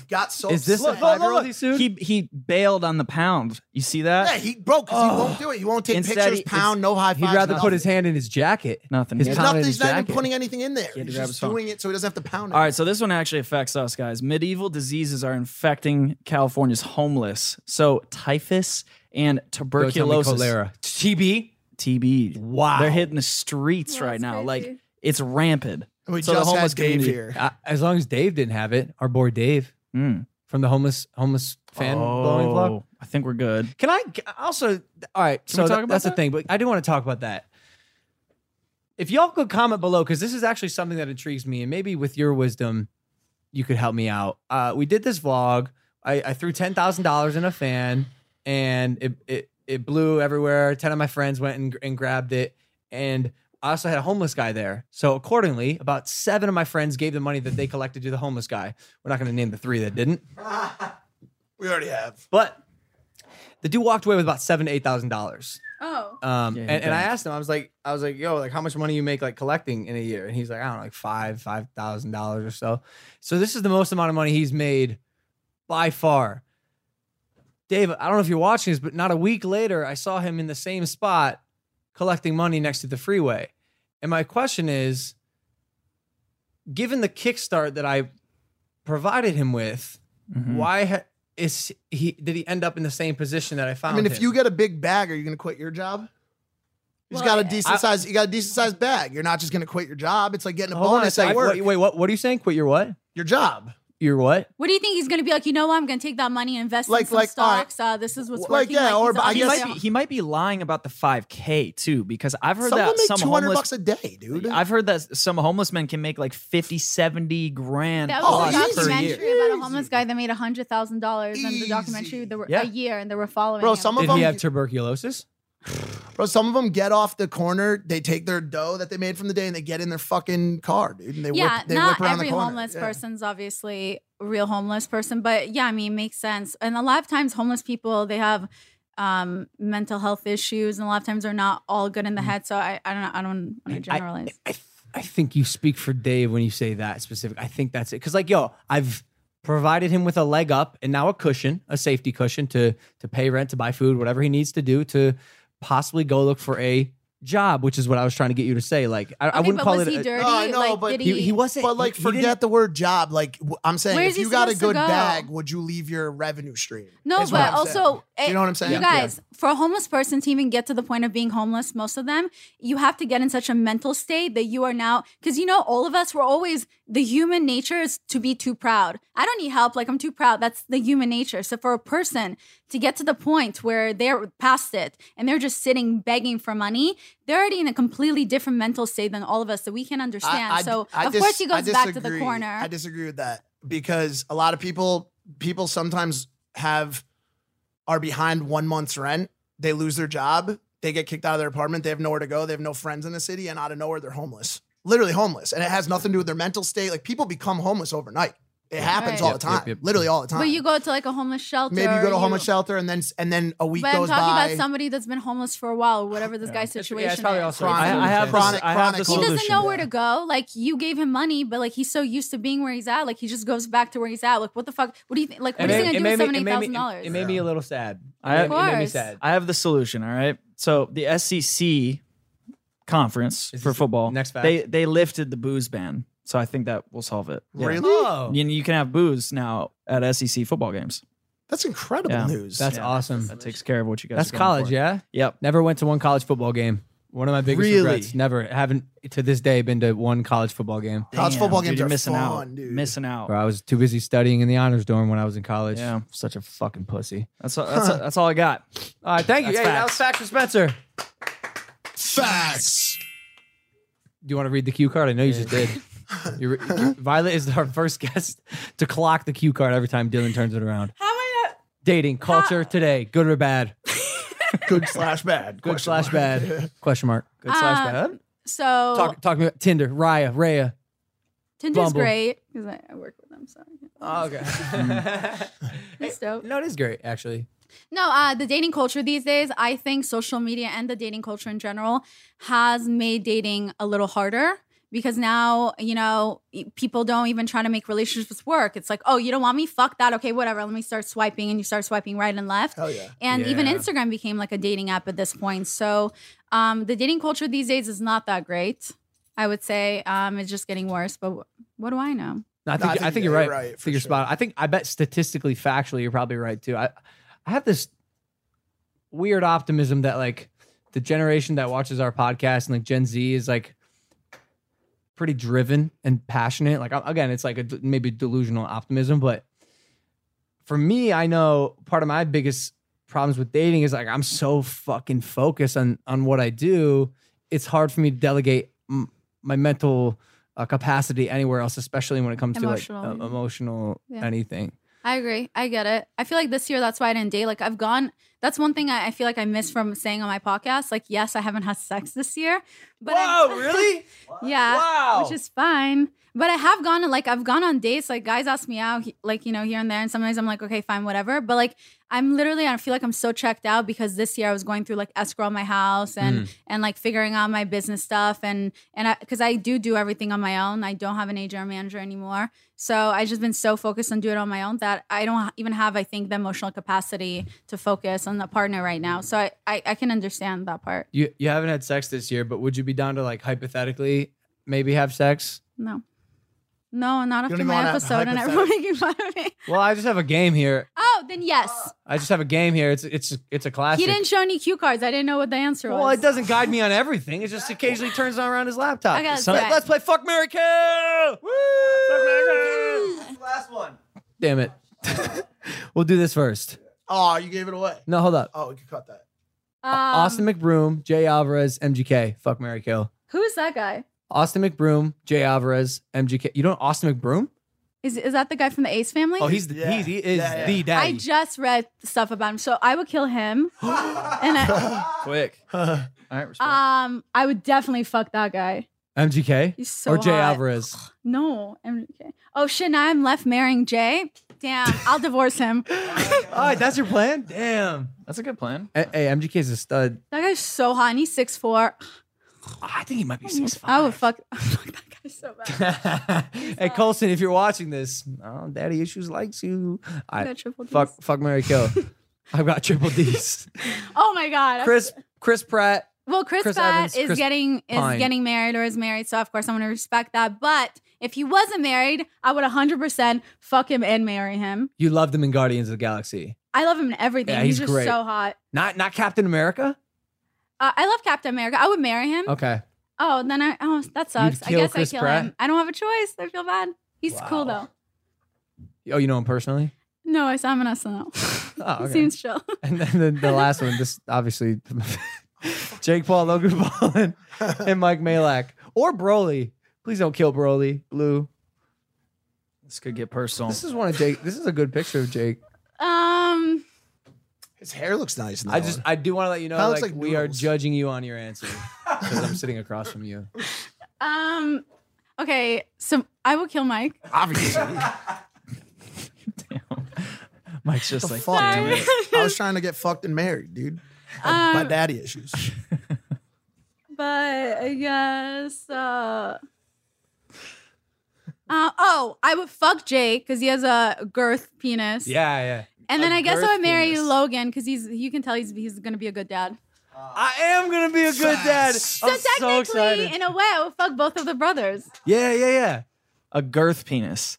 Speaker 3: got so.
Speaker 4: Is this
Speaker 3: upset.
Speaker 4: a five-year-old he sued?
Speaker 2: He he bailed on the pound. You see that?
Speaker 3: Yeah, he bro, because
Speaker 4: Oh.
Speaker 3: he won't do it. He won't take
Speaker 2: Instead,
Speaker 3: pictures,
Speaker 2: he-
Speaker 3: pound, no high fives.
Speaker 4: He'd rather put
Speaker 3: nothing.
Speaker 4: his hand in his jacket.
Speaker 2: Nothing.
Speaker 4: His
Speaker 2: He-
Speaker 3: There's
Speaker 4: pound
Speaker 3: nothing-
Speaker 4: in his
Speaker 3: He's not
Speaker 4: jacket.
Speaker 3: even putting anything in there.
Speaker 2: had to
Speaker 3: He's
Speaker 2: grab his
Speaker 3: just
Speaker 2: phone.
Speaker 3: doing it so he doesn't have to pound it.
Speaker 2: All right, so this one actually affects us guys. Medieval diseases are infecting California's homeless. So typhus and
Speaker 4: Don't tell me
Speaker 2: tuberculosis,
Speaker 4: cholera. TB.
Speaker 2: TB.
Speaker 4: Wow.
Speaker 2: They're hitting the streets right now. Like it's rampant.
Speaker 3: We
Speaker 2: so the
Speaker 3: just
Speaker 2: homeless
Speaker 3: had Dave
Speaker 2: community-
Speaker 3: here.
Speaker 4: I- as long as Dave didn't have it, our boy Dave
Speaker 2: Mm.
Speaker 4: from the homeless homeless fan blowing vlog.
Speaker 2: Oh, I think we're good.
Speaker 4: Can I g- also? All right, so
Speaker 2: we talk
Speaker 4: tha-
Speaker 2: about
Speaker 4: that's the
Speaker 2: that?
Speaker 4: thing, but I do want to talk about that. If y'all could comment below, because this is actually something that intrigues me, and maybe with your wisdom, you could help me out. Uh, we did this vlog. I, I threw ten thousand dollars in a fan, and it it it blew everywhere. Ten of my friends went and, and grabbed it, and I also had a homeless guy there. So accordingly, about seven of my friends gave the money that they collected to the homeless guy. We're not going to name the three that didn't.
Speaker 3: We already have.
Speaker 4: But the dude walked away with about seven to eight thousand dollars.
Speaker 5: Oh,
Speaker 4: Um,
Speaker 2: Yeah, he
Speaker 4: and, and I
Speaker 2: does.
Speaker 4: asked him, I was like, I was like, yo, like how much money you make like collecting in a year? And he's like, I don't know, like five, five thousand dollars or so. So this is the most amount of money he's made by far. Dave, I don't know if you're watching this, but not a week later, I saw him in the same spot collecting money next to the freeway. And my question is, given the kickstart that I provided him with,
Speaker 2: Mhm.
Speaker 4: why ha- is he did he end up in the same position that I found?
Speaker 3: I mean, if
Speaker 4: him?
Speaker 3: you get a big bag, are you going to quit your job? He's
Speaker 5: Well,
Speaker 3: got a
Speaker 5: I-
Speaker 3: decent
Speaker 4: I-
Speaker 3: size. You got a decent sized bag. You're not just going to quit your job. It's like getting a
Speaker 4: Hold on a
Speaker 3: bonus
Speaker 4: sec.
Speaker 3: at work.
Speaker 4: Wait, wait, what? What are you saying? Quit your what?
Speaker 3: your job.
Speaker 4: Your what?
Speaker 5: what do you think he's going to be like? You know what? I'm going to take that money and invest
Speaker 3: Like-
Speaker 5: in some
Speaker 3: like, all right.
Speaker 5: stocks. Uh, this is what's
Speaker 3: Like,
Speaker 5: working.
Speaker 3: yeah, or
Speaker 5: he's
Speaker 3: I
Speaker 5: obviously-
Speaker 2: he
Speaker 3: guess-
Speaker 2: might be he might be lying about the 5k too because I've heard
Speaker 3: Someone
Speaker 2: that
Speaker 3: make
Speaker 2: some
Speaker 3: two hundred
Speaker 2: homeless
Speaker 3: bucks a day, dude.
Speaker 2: I've heard that some homeless men can make like 50 70 grand
Speaker 5: That
Speaker 3: Oh,
Speaker 5: was
Speaker 2: plus
Speaker 5: a
Speaker 3: easy.
Speaker 2: per year.
Speaker 5: documentary about a homeless guy that made hundred thousand dollars, and the documentary
Speaker 3: Easy.
Speaker 5: there were
Speaker 2: Yeah.
Speaker 5: a year, and they were following.
Speaker 3: Bro,
Speaker 5: him.
Speaker 3: some of
Speaker 4: Did he
Speaker 3: them,
Speaker 4: have tuberculosis?
Speaker 3: bro. Some of them get off the corner. They take their dough that they made from the day and they get in their fucking car, dude. And they
Speaker 5: yeah,
Speaker 3: whip, they
Speaker 5: not
Speaker 3: whip around
Speaker 5: every
Speaker 3: the corner.
Speaker 5: homeless
Speaker 3: Yeah.
Speaker 5: person's obviously a real homeless person, but yeah, I mean, makes sense. And a lot of times, homeless people they have um mental health issues, and a lot of times they're not all good
Speaker 3: Mm.
Speaker 5: in the head. So I, I don't, know, I don't want to generalize.
Speaker 4: I, th- I think you speak for Dave when you say that specific. I think that's it. Cause like, yo, I've provided him with a leg up and now a cushion, a safety cushion to to pay rent, to buy food, whatever he needs to do to possibly go look for a job, which is what I was trying to get you to say. Like I, I
Speaker 5: Okay,
Speaker 4: wouldn't
Speaker 5: but
Speaker 4: call
Speaker 5: was
Speaker 4: it.
Speaker 5: he
Speaker 4: a-
Speaker 5: dirty?
Speaker 3: No, I know,
Speaker 5: Like,
Speaker 3: but
Speaker 5: did
Speaker 3: he-
Speaker 5: he,
Speaker 3: he But like, forget the word job. Like w- I'm saying,
Speaker 5: Where
Speaker 3: if
Speaker 5: is he
Speaker 3: you got a
Speaker 5: supposed to
Speaker 3: good
Speaker 5: go?
Speaker 3: bag, would you leave your revenue stream?
Speaker 5: No,
Speaker 3: Is what
Speaker 5: but
Speaker 3: I'm saying.
Speaker 5: also, eh,
Speaker 3: you know what I'm saying?
Speaker 5: You guys, for a homeless person to even get to the point of being homeless, most of them, you have to get in such a mental state that you are now, because you know, all of us were always the human nature is to be too proud. I don't need help. Like, I'm too proud. That's the human nature. So, for a person to get to the point where they're past it and they're just sitting begging for money, they're already in a completely different mental state than all of us that we can understand. so, of
Speaker 3: dis-
Speaker 5: course, he
Speaker 3: I
Speaker 5: goes back to the
Speaker 3: disagree.
Speaker 5: corner.
Speaker 3: I disagree with that because a lot of people people sometimes have are behind one month's rent. They lose their job. They get kicked out of their apartment. They have nowhere to go. They have no friends in the city, and out of nowhere, they're homeless. Literally homeless, and it has nothing to do with their mental state. Like people become homeless overnight. It happens
Speaker 5: Right.
Speaker 3: all the
Speaker 5: Yep,
Speaker 3: time.
Speaker 4: yep, yep.
Speaker 3: Literally all the time.
Speaker 5: But you go to like a homeless shelter.
Speaker 3: Maybe you go
Speaker 5: or
Speaker 3: to a homeless shelter, and then s- and then a week
Speaker 5: But I'm
Speaker 3: goes
Speaker 5: talking
Speaker 3: by.
Speaker 5: about somebody that's been homeless for a while, or whatever this guy's situation
Speaker 4: probably
Speaker 5: is.
Speaker 4: also-
Speaker 3: Chronic-
Speaker 2: I, I have
Speaker 3: chronic-
Speaker 2: chronic, I have
Speaker 3: chronic
Speaker 2: the
Speaker 5: He
Speaker 2: solution.
Speaker 5: doesn't know where to go. Like you gave him money, but like he's so used to being where he's at, like he just goes back to where he's at. Like what the fuck? What do you think? Like what is he gonna do with seven, eight thousand
Speaker 4: It made
Speaker 5: dollars?
Speaker 4: me a little sad.
Speaker 2: I-
Speaker 4: it, made, it made me
Speaker 5: course.
Speaker 4: sad.
Speaker 2: I have the solution. All right. So the SEC conference for football,
Speaker 4: next fact?
Speaker 2: they they lifted the booze ban. So I think that will solve it. Yeah.
Speaker 3: Really?
Speaker 4: Oh,
Speaker 2: You, you can have booze now at SEC football games.
Speaker 3: That's incredible
Speaker 2: Yeah.
Speaker 3: news.
Speaker 4: that's
Speaker 2: Yeah.
Speaker 4: awesome.
Speaker 2: That takes care of what you guys.
Speaker 4: That's
Speaker 2: are going
Speaker 4: college,
Speaker 2: for.
Speaker 4: yeah.
Speaker 2: Yep.
Speaker 4: Never went to one college football game. One of my biggest
Speaker 2: Really?
Speaker 4: regrets. Never haven't to this day been to one college football game.
Speaker 3: College
Speaker 2: Damn,
Speaker 3: football
Speaker 2: dude,
Speaker 3: games
Speaker 2: you're
Speaker 3: are
Speaker 2: missing
Speaker 3: fun,
Speaker 2: out.
Speaker 3: dude.
Speaker 2: Missing out.
Speaker 4: Bro, I was too busy studying in the honors dorm when I was in college.
Speaker 2: Yeah.
Speaker 4: Such a fucking pussy.
Speaker 2: That's all, that's, that's all I got.
Speaker 4: All right, thank you.
Speaker 2: That's
Speaker 4: Hey, that was
Speaker 2: facts.
Speaker 4: facts for Spencer. Do
Speaker 3: Facts.
Speaker 4: you want to read the cue card? I know you just did. You're, Violet is our first guest to clock the cue card every time Dylan turns it around.
Speaker 1: How am I not?
Speaker 4: Dating culture today, good or bad?
Speaker 3: Good slash bad.
Speaker 4: Good
Speaker 3: Question
Speaker 4: slash
Speaker 3: mark.
Speaker 4: bad? Question mark.
Speaker 1: Um,
Speaker 2: Good slash
Speaker 5: Uh,
Speaker 2: bad.
Speaker 5: So
Speaker 4: Talk, talk to me about Tinder, Raya, Raya.
Speaker 5: Tinder's
Speaker 4: Bumble.
Speaker 5: great because I, I work with them. So
Speaker 4: Oh, okay.
Speaker 5: it's dope.
Speaker 4: no, it is great actually.
Speaker 5: No, uh, the dating culture these days, I think social media and the dating culture in general has made dating a little harder because now, you know, e- people don't even try to make relationships work. It's like, oh, you don't want me? Fuck that. Okay, whatever. Let me start swiping. And you start swiping right and left.
Speaker 3: Hell yeah.
Speaker 5: And even
Speaker 4: Yeah.
Speaker 5: Instagram became like a dating app at this point. So um, the dating culture these days is not that great. I would say um, it's just getting worse, but wh- what do I know?
Speaker 4: No, I
Speaker 3: No,
Speaker 4: think, I think, you're right. I
Speaker 3: for
Speaker 4: think you're spot. on. I think I bet statistically, factually, you're probably right too. I, I have this weird optimism that like the generation that watches our podcast and like Gen Z is like pretty driven and passionate. Like I- again, it's like a d- maybe delusional optimism, but for me, I know part of my biggest problems with dating is like I'm so fucking focused on on what I do. It's hard for me to delegate m- my mental uh, capacity anywhere else, especially when it comes to like
Speaker 5: Emotional.
Speaker 4: uh, emotional
Speaker 5: Yeah.
Speaker 4: anything.
Speaker 5: I agree. I get it. I feel like this year, that's why I didn't date. Like, I've gone, that's one thing I, I feel like I miss from saying on my podcast. Like, yes, I haven't had sex this year. But I- yeah.
Speaker 4: Wow.
Speaker 5: Which is fine. But I have gone, like, I've gone on dates. Like, guys ask me out, he- like, you know, here and there. And sometimes I'm like, okay, fine, whatever. But, like, I'm literally, I feel like I'm so checked out because this year I was going through, like, escrow on my house and, and like figuring out my business stuff and and I because I do do everything on my own. I don't have an HR manager anymore, so I just been so focused on doing it on my own that I don't even have I think the emotional capacity to focus on the partner right now. So I I, I can understand that part.
Speaker 4: You you haven't had sex this year, but would you be down to like hypothetically maybe have sex?
Speaker 5: No, no, not after
Speaker 3: don't even
Speaker 5: my
Speaker 3: wanna
Speaker 5: episode and everyone making fun of me.
Speaker 4: Well, I just have a game here.
Speaker 5: Oh, then yes.
Speaker 4: I just have a game here. It's it's it's a
Speaker 5: He
Speaker 4: classic.
Speaker 5: didn't show any cue cards. I didn't know what the answer was.
Speaker 4: Well, it doesn't guide me on everything. It just occasionally turns on around his laptop.
Speaker 5: Okay, that's
Speaker 4: So-
Speaker 5: right.
Speaker 4: Let's play Fuck Mary Kill. Woo! Fuck Mary Kill. Last one. Damn it. we'll do this first.
Speaker 3: Oh, you gave it away.
Speaker 4: No, hold up.
Speaker 3: Oh, you could cut that.
Speaker 5: Um,
Speaker 4: Austin McBroom, Jay Alvarez, MGK. Fuck Mary Kill.
Speaker 5: Who is that guy?
Speaker 4: Austin McBroom, Jay Alvarez, MGK. You don't Austin McBroom?
Speaker 5: Is is that the guy from the Ace family?
Speaker 4: Oh, he's the,
Speaker 3: Yeah.
Speaker 4: he's, he is
Speaker 3: Yeah, yeah.
Speaker 4: the
Speaker 5: I
Speaker 4: daddy.
Speaker 5: just read stuff about him, so I would kill him. and I,
Speaker 2: Quick. All right. Respect.
Speaker 5: Um, I would definitely fuck that guy.
Speaker 4: MGK
Speaker 5: He's so
Speaker 4: or Jay
Speaker 5: hot.
Speaker 4: Alvarez.
Speaker 5: No, MGK. Oh shit, now I'm left marrying Jay. Damn, I'll divorce him. that
Speaker 4: All right, that's your plan? Damn.
Speaker 2: That's a good plan.
Speaker 4: Hey, hey, MGK is a stud.
Speaker 5: guy's so hot, and he's six four.
Speaker 4: I think he might be six
Speaker 5: I would fuck, I'd fuck that guy so bad.
Speaker 4: hey Colson, if you're watching this, oh, Daddy Issues likes you.
Speaker 5: I
Speaker 4: I
Speaker 5: got triple Ds.
Speaker 4: fuck, fuck Mary Kill. I've got triple D's.
Speaker 5: Oh my god,
Speaker 4: Chris, Chris Pratt,
Speaker 5: Well, Chris,
Speaker 4: Chris
Speaker 5: Pratt
Speaker 4: Evans,
Speaker 5: is
Speaker 4: Chris
Speaker 5: getting is
Speaker 4: Pine.
Speaker 5: getting married or is married, so of course I'm gonna respect that. But if he wasn't married, I would 100 percent fuck him and marry him.
Speaker 4: You loved him in Guardians of the Galaxy.
Speaker 5: I love him in everything.
Speaker 4: Yeah,
Speaker 5: he's,
Speaker 4: he's
Speaker 5: just
Speaker 4: great.
Speaker 5: so hot.
Speaker 4: Not not Captain America.
Speaker 5: Uh, I love Captain America. I would marry him.
Speaker 4: Okay.
Speaker 5: Oh, then I oh that sucks. I
Speaker 4: kill
Speaker 5: guess
Speaker 4: Chris
Speaker 5: I kill
Speaker 4: Pratt?
Speaker 5: him. I don't have a choice. I feel bad. He's cool though.
Speaker 4: Oh, you know him personally.
Speaker 5: No, I saw him on SNL.
Speaker 4: Oh,
Speaker 5: He
Speaker 4: okay.
Speaker 5: seems chill.
Speaker 4: And then the, the last one, this obviously Jake Paul, Logan Paul, and, and Mike Malak or Broly. Please don't kill Broly, Lou.
Speaker 2: This could get personal.
Speaker 4: This is one of Jake. This is a good picture of Jake.
Speaker 5: Um,
Speaker 3: His hair looks nice. In that
Speaker 4: I just, I do want to let you know,
Speaker 3: That
Speaker 4: like,
Speaker 3: looks like
Speaker 4: we are
Speaker 3: noodles.
Speaker 4: judging you on your answer because I'm sitting across from you.
Speaker 5: Um. Okay. So I will kill Mike.
Speaker 3: obviously.
Speaker 2: Mike's just like,
Speaker 3: fuck,
Speaker 2: damn
Speaker 3: dude.
Speaker 2: it.
Speaker 3: I was trying to get fucked and married, dude.
Speaker 5: Um,
Speaker 3: My daddy issues.
Speaker 5: But I guess. Uh, uh, oh, I would fuck Jake because he has a girth penis.
Speaker 4: Yeah, yeah.
Speaker 5: And then
Speaker 4: A
Speaker 5: I guess I
Speaker 4: girth
Speaker 5: would marry
Speaker 4: penis.
Speaker 5: Logan because he's you can tell he's he's gonna be a good dad.
Speaker 4: I am gonna be a good dad. Oh,
Speaker 5: So
Speaker 4: I'm so
Speaker 5: technically,
Speaker 4: excited.
Speaker 5: in a way, I would fuck both of the brothers.
Speaker 4: yeah, yeah, yeah.
Speaker 2: a girth penis,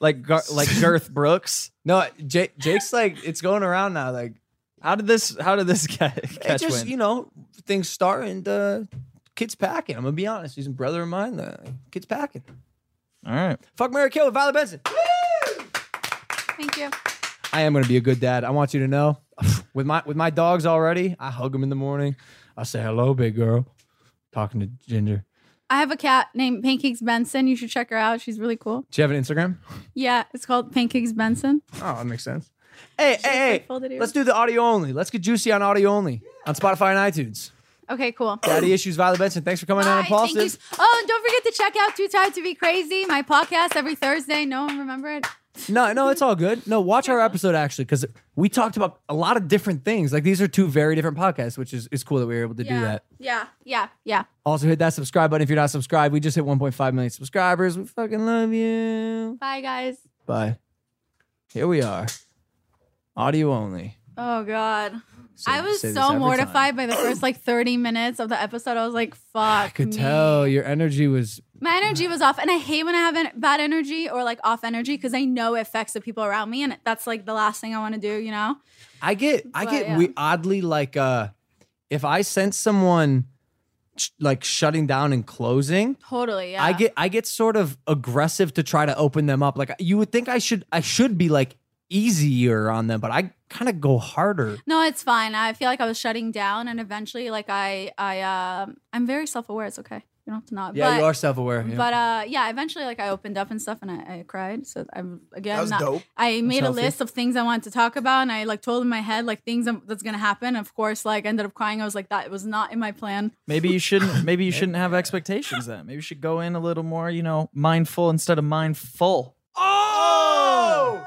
Speaker 2: like gar- like Girth Brooks.
Speaker 4: No, Jake, Jake's like it's going around now. Like,
Speaker 2: how did this? How did this ca-
Speaker 4: It
Speaker 2: catch
Speaker 4: just,
Speaker 2: wind?
Speaker 4: you know, things start and uh, kids packing. I'm gonna be honest. He's a brother of mine. Uh, kids packing.
Speaker 2: All right.
Speaker 4: Fuck Mary Kill with Violet Benson.
Speaker 5: Thank you.
Speaker 4: I am gonna be a good dad. I want you to know. With my with my dogs already, I hug them in the morning. I say hello, big girl. Talking to Ginger.
Speaker 5: I have a cat named Pancakes Benson. You should check her out. She's really cool.
Speaker 4: Do you have an Instagram?
Speaker 5: Yeah, it's called Pancakes Benson.
Speaker 4: Oh, that makes sense. Hey, hey,
Speaker 5: folded
Speaker 4: hey.
Speaker 5: ears.
Speaker 4: Let's do the audio only. Let's get juicy on audio only on Spotify and iTunes.
Speaker 5: Okay, cool.
Speaker 4: Daddy issues, Violet Benson. Thanks for coming on
Speaker 5: Bye, thank you.
Speaker 4: Impulsive.
Speaker 5: Oh, and don't forget to check out Too Tired to Be Crazy, my podcast every Thursday. No one remember it.
Speaker 4: No, no, it's all good. No, watch our episode actually because we talked about a lot of different things. Like these are two very different podcasts, which is, is cool that we were able to do that.
Speaker 5: Yeah, yeah, yeah.
Speaker 4: Also, hit that subscribe button if you're not subscribed. We just hit 1.5 million subscribers. We fucking love you.
Speaker 5: Bye, guys.
Speaker 4: Bye. Here we are, audio only.
Speaker 5: Oh God, I was
Speaker 4: say this
Speaker 5: so
Speaker 4: every
Speaker 5: mortified by the first like thirty minutes of the episode. I was like,
Speaker 4: I
Speaker 5: "Fuck."
Speaker 4: could
Speaker 5: me.
Speaker 4: tell your energy was.
Speaker 5: My energy was off, and I hate when I have en- bad energy or like off energy because I know it affects the people around me, and that's like the last thing I want to do. You know?
Speaker 4: I get, I
Speaker 5: But,
Speaker 4: get
Speaker 5: yeah.
Speaker 4: we- oddly like, uh if I sense someone sh- like shutting down and closing,
Speaker 5: Totally. Yeah.
Speaker 4: I get I get sort of aggressive to try to open them up. Like you would think I should I should be like easier on them, but I kind of go harder.
Speaker 5: No, it's fine. I feel like I was shutting down, and eventually, like I, I, um, I'm very self-aware. It's okay. You don't have to not.
Speaker 4: Yeah,
Speaker 5: but,
Speaker 4: you are self aware.
Speaker 5: But uh, yeah, eventually, like I opened up and stuff, and I, I cried. So I'm again.
Speaker 4: That was
Speaker 5: not-
Speaker 4: dope.
Speaker 5: I made a
Speaker 4: healthy.
Speaker 5: list of things I wanted to talk about, and I like told in my head like things I'm- that's gonna happen. Of course, like I ended up crying. I was like, that was not in my plan.
Speaker 2: Maybe you shouldn't. Maybe you shouldn't have expectations. Then maybe you should go in a little more, you know, mindful instead of mindful.
Speaker 4: oh!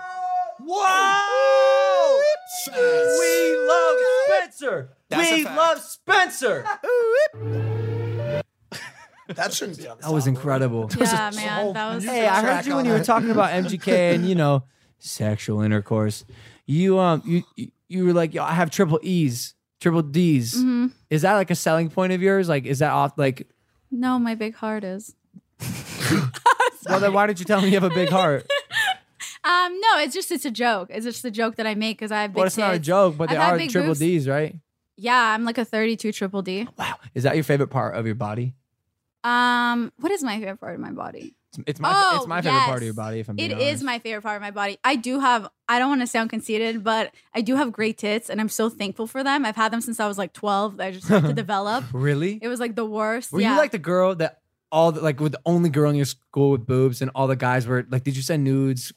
Speaker 4: Wow! We love Spencer.
Speaker 3: That's a
Speaker 4: we
Speaker 3: fact.
Speaker 4: love Spencer.
Speaker 3: That shouldn't be on the
Speaker 4: That was incredible.
Speaker 5: Yeah, man, that was.
Speaker 4: Hey, I heard you when you were talking about MGK and you know sexual intercourse. You um you you- you were like, yo, I have triple E's, triple D's.
Speaker 5: Mhm.
Speaker 4: Is that like a selling point of yours? Like, is that off? Like,
Speaker 5: No, my big heart is.
Speaker 4: well, then why did you tell me you have a big heart?
Speaker 5: Um, no, it's just it's a joke. It's just a joke that I make because I have big.
Speaker 4: well, it's not a
Speaker 5: tits.
Speaker 4: joke, but they
Speaker 5: I've had
Speaker 4: are
Speaker 5: big
Speaker 4: triple
Speaker 5: boobs.
Speaker 4: D's, right?
Speaker 5: Yeah, I'm like a 32 triple D.
Speaker 4: Wow. Is that your favorite part of your body?
Speaker 5: Um, what is my favorite part of my body?
Speaker 4: It's, it's my
Speaker 5: Oh,
Speaker 4: it's my favorite part of
Speaker 5: yes.
Speaker 4: your body. If I'm
Speaker 5: It
Speaker 4: being
Speaker 5: is my favorite part of my body. I do have, I don't want to sound conceited, but I do have great tits and I'm so thankful for them. I've had them since I was like 12. I just had to develop.
Speaker 4: honest. really.
Speaker 5: It was like the worst.
Speaker 4: Were
Speaker 5: yeah.
Speaker 4: you like the girl that all the, like with the only girl in your school with boobs and all the guys were like? Did you send nudes?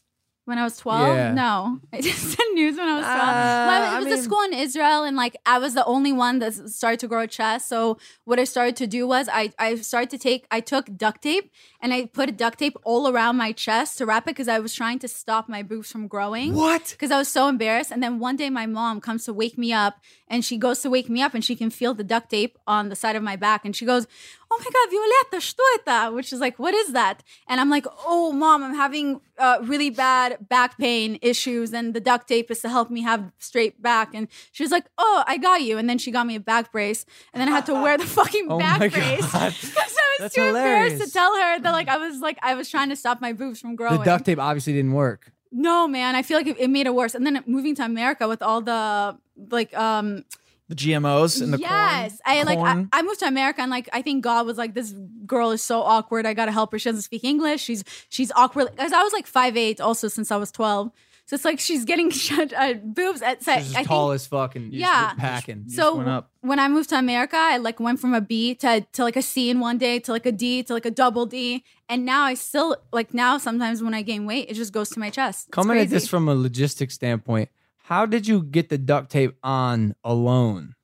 Speaker 5: when I was 12?
Speaker 4: Yeah.
Speaker 5: No. I just said news when I was 12.
Speaker 4: Uh,
Speaker 5: Well,
Speaker 4: I
Speaker 5: it was
Speaker 4: mean-
Speaker 5: a school in Israel and like I was the only one that started to grow a chest. So what I started to do was I, I started to take, I took duct tape and I put duct tape all around my chest to wrap it because I was trying to stop my boobs from growing.
Speaker 4: What?
Speaker 5: Because I was so embarrassed. And then one day my mom comes to wake me up and she goes to wake me up and she can feel the duct tape on the side of my back and she goes, oh my God, Violeta, что это? Which is like, what is that? And I'm like, oh, mom, I'm having uh, really bad back pain issues, and the duct tape is to help me have straight back. And she was like, oh, I got you. And then she got me a back brace, and then I had to wear the fucking
Speaker 4: Oh
Speaker 5: back
Speaker 4: my
Speaker 5: brace.
Speaker 4: God.
Speaker 5: Because I was
Speaker 4: That's
Speaker 5: too embarrassed
Speaker 4: hilarious.
Speaker 5: to tell her that, like, I was like, I was trying to stop my boobs from growing.
Speaker 4: The duct tape obviously didn't work.
Speaker 5: No, man, I feel like it, it made it worse. And then moving to America with all the like um
Speaker 2: The GMOs and the
Speaker 5: yes, I like I,
Speaker 2: corn.
Speaker 5: I moved to America and like I think God was like this girl is so awkward. I got to help her. She doesn't speak English. She's she's awkward cuz I was like 5'8 also since I was 12. So it's like she's getting shut, uh, boobs at so
Speaker 4: She's
Speaker 5: I
Speaker 4: as tall
Speaker 5: think
Speaker 4: as fucking.
Speaker 5: Yeah.
Speaker 4: Yeah, packing.
Speaker 5: so when I moved to America, I like went from a B to to like a C in one day to like a D to like a double D, and now I still like now sometimes when I gain weight, it just goes to my chest. It's
Speaker 4: Coming at
Speaker 5: crazy.
Speaker 4: this from a logistics standpoint, how did you get the duct tape on alone?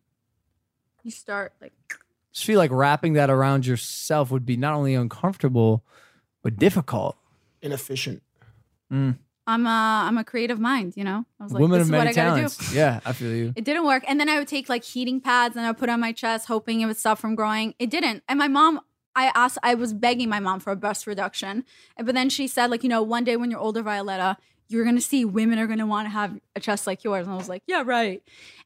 Speaker 5: you start like
Speaker 4: Just feel like wrapping that around yourself would be not only uncomfortable, but difficult.
Speaker 3: Inefficient.
Speaker 4: Mm.
Speaker 5: I'm a I'm a creative mind, you know. I was like,
Speaker 4: Women
Speaker 5: this
Speaker 4: of
Speaker 5: is what
Speaker 4: many
Speaker 5: I gotta
Speaker 4: talents.
Speaker 5: do.
Speaker 4: Yeah, I feel you.
Speaker 5: It didn't work, and then I would take like heating pads and I would put on my chest, hoping it would stop from growing. It didn't, and my mom. I asked, I was begging my mom for a breast reduction, but then she said, like, you know, one day when you're older, Violetta, you're gonna see women are gonna want to have a chest like yours, and I was like, yeah, right.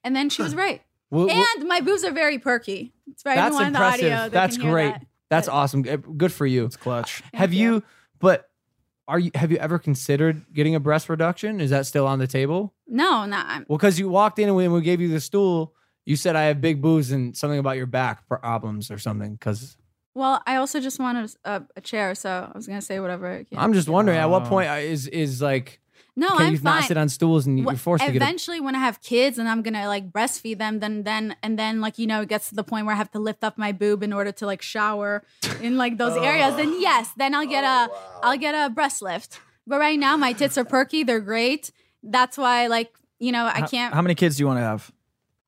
Speaker 5: And then she was right.
Speaker 4: Well, well-
Speaker 5: and my boobs are very perky. It's right.
Speaker 4: That's
Speaker 5: Everyone in the
Speaker 4: impressive.
Speaker 5: audio, they
Speaker 4: That's
Speaker 5: can hear
Speaker 4: great.
Speaker 5: that.
Speaker 4: That's awesome. G- Good for you. It's
Speaker 2: clutch.
Speaker 4: Have you. But are you? Have you ever considered getting a breast reduction? Is that still on the table?
Speaker 5: No, no, I'm,
Speaker 4: Well, because you walked in and when we gave you the stool, you said I have big boobs and something about your back problems or something. Because
Speaker 5: well, I also just wanted a, a chair, so I was gonna say whatever. I can.
Speaker 4: I'm just wondering, at what
Speaker 2: Oh.
Speaker 4: point uh, is is like
Speaker 5: No,
Speaker 4: can
Speaker 5: I'm
Speaker 4: you
Speaker 5: fine.
Speaker 4: not sit on stools and
Speaker 5: Wha-
Speaker 4: you're forced to get a
Speaker 5: eventually when I have kids and I'm gonna like breastfeed them, then then and then like you know it gets to the point where I have to lift up my boob in order to like shower in like those areas. Then yes, then I'll get a will get a breast lift. But right now my tits are perky, they're great. That's why like you know I
Speaker 2: How-
Speaker 5: can't
Speaker 2: How many kids do you want to have?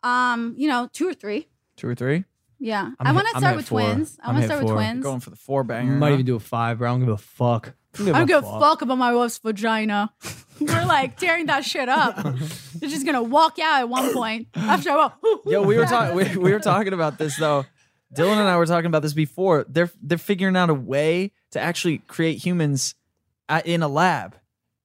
Speaker 5: um you know two or three.
Speaker 2: Two or three?
Speaker 5: Yeah,
Speaker 2: I'm
Speaker 5: i
Speaker 2: hit-
Speaker 5: want to
Speaker 2: I'm
Speaker 5: start
Speaker 2: hit
Speaker 5: with
Speaker 2: four.
Speaker 5: twins. I
Speaker 4: I'm
Speaker 5: want to
Speaker 4: hit
Speaker 5: start with
Speaker 4: four.
Speaker 5: twins.
Speaker 2: Going for the four banger.
Speaker 4: might
Speaker 2: huh?
Speaker 4: even do a five, bro. I don't give a fuck.
Speaker 5: I don't give a fuck about my wife's vagina. We're like tearing that shit up. They're just gonna walk out at one point after a while.
Speaker 2: Yo, we were talking. We, we were talking about this though. Dylan and I were talking about this before. They're they're figuring out a way to actually create humans at, in a lab.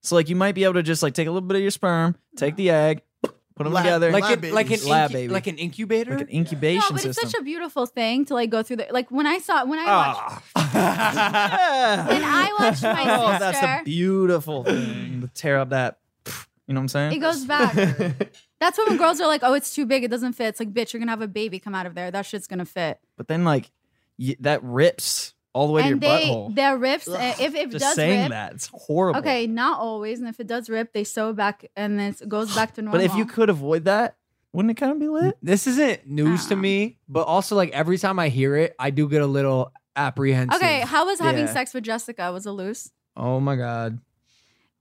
Speaker 2: So like you might be able to just like take a little bit of your sperm, take the egg, put them
Speaker 3: Lab-
Speaker 2: together,
Speaker 3: like
Speaker 4: Like,
Speaker 3: Lab
Speaker 4: it, like an
Speaker 3: babies.
Speaker 2: lab
Speaker 4: incu-
Speaker 2: baby,
Speaker 4: like an incubator.
Speaker 2: Like an incubation
Speaker 5: no, but
Speaker 2: system.
Speaker 5: it's such a beautiful thing to like go through the like when I saw when I watched
Speaker 2: Ah.
Speaker 5: when I watched my
Speaker 2: oh, that's
Speaker 5: sister.
Speaker 2: a beautiful thing to tear up that. You know what I'm saying?
Speaker 5: It goes back. that's when girls are like, "Oh, it's too big. It doesn't fit." It's like, bitch, you're gonna have a baby come out of there. That shit's gonna fit.
Speaker 2: But then like y- that rips all the way
Speaker 5: and
Speaker 2: to your
Speaker 5: they
Speaker 2: butthole.
Speaker 5: their rips. uh, If if it
Speaker 2: Just
Speaker 5: does
Speaker 2: saying
Speaker 5: rip,
Speaker 2: that it's horrible.
Speaker 5: okay, not always. And if it does rip, they sew it back and then it goes back to normal.
Speaker 2: But if you could avoid that, wouldn't it kind of be lit?
Speaker 4: This isn't news
Speaker 5: Uh-huh.
Speaker 4: to me, but also like every time I hear it, I do get a little apprehensive.
Speaker 5: okay, how was having
Speaker 4: Yeah.
Speaker 5: sex with Jessica? Was it loose?
Speaker 4: Oh my god.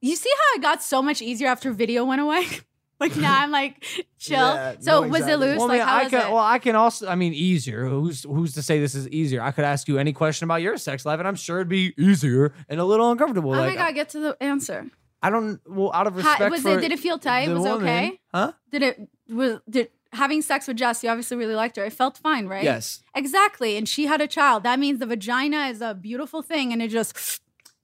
Speaker 5: You see how it got so much easier after video went away? like now I'm like chill.
Speaker 3: Yeah,
Speaker 5: so
Speaker 3: no,
Speaker 5: was it
Speaker 3: exactly.
Speaker 5: loose?
Speaker 4: Well, I
Speaker 5: like
Speaker 4: mean,
Speaker 5: how
Speaker 4: I
Speaker 5: was
Speaker 4: can,
Speaker 5: it?
Speaker 4: well, I can also. I mean, easier. Who's who's to say this is easier? I could ask you any question about your sex life, and I'm sure it'd be easier and a little uncomfortable.
Speaker 5: oh
Speaker 4: like,
Speaker 5: my god, get to the answer.
Speaker 4: I don't. Well, out of
Speaker 5: How,
Speaker 4: respect
Speaker 5: was
Speaker 4: for
Speaker 5: it? Did it feel tight?
Speaker 4: the
Speaker 5: Was it
Speaker 4: woman-
Speaker 5: okay?
Speaker 4: Huh?
Speaker 5: Did it was did having sex with Jess? You obviously really liked her. It felt fine, right?
Speaker 4: Yes.
Speaker 5: Exactly. And she had a child. That means the vagina is a beautiful thing, and it just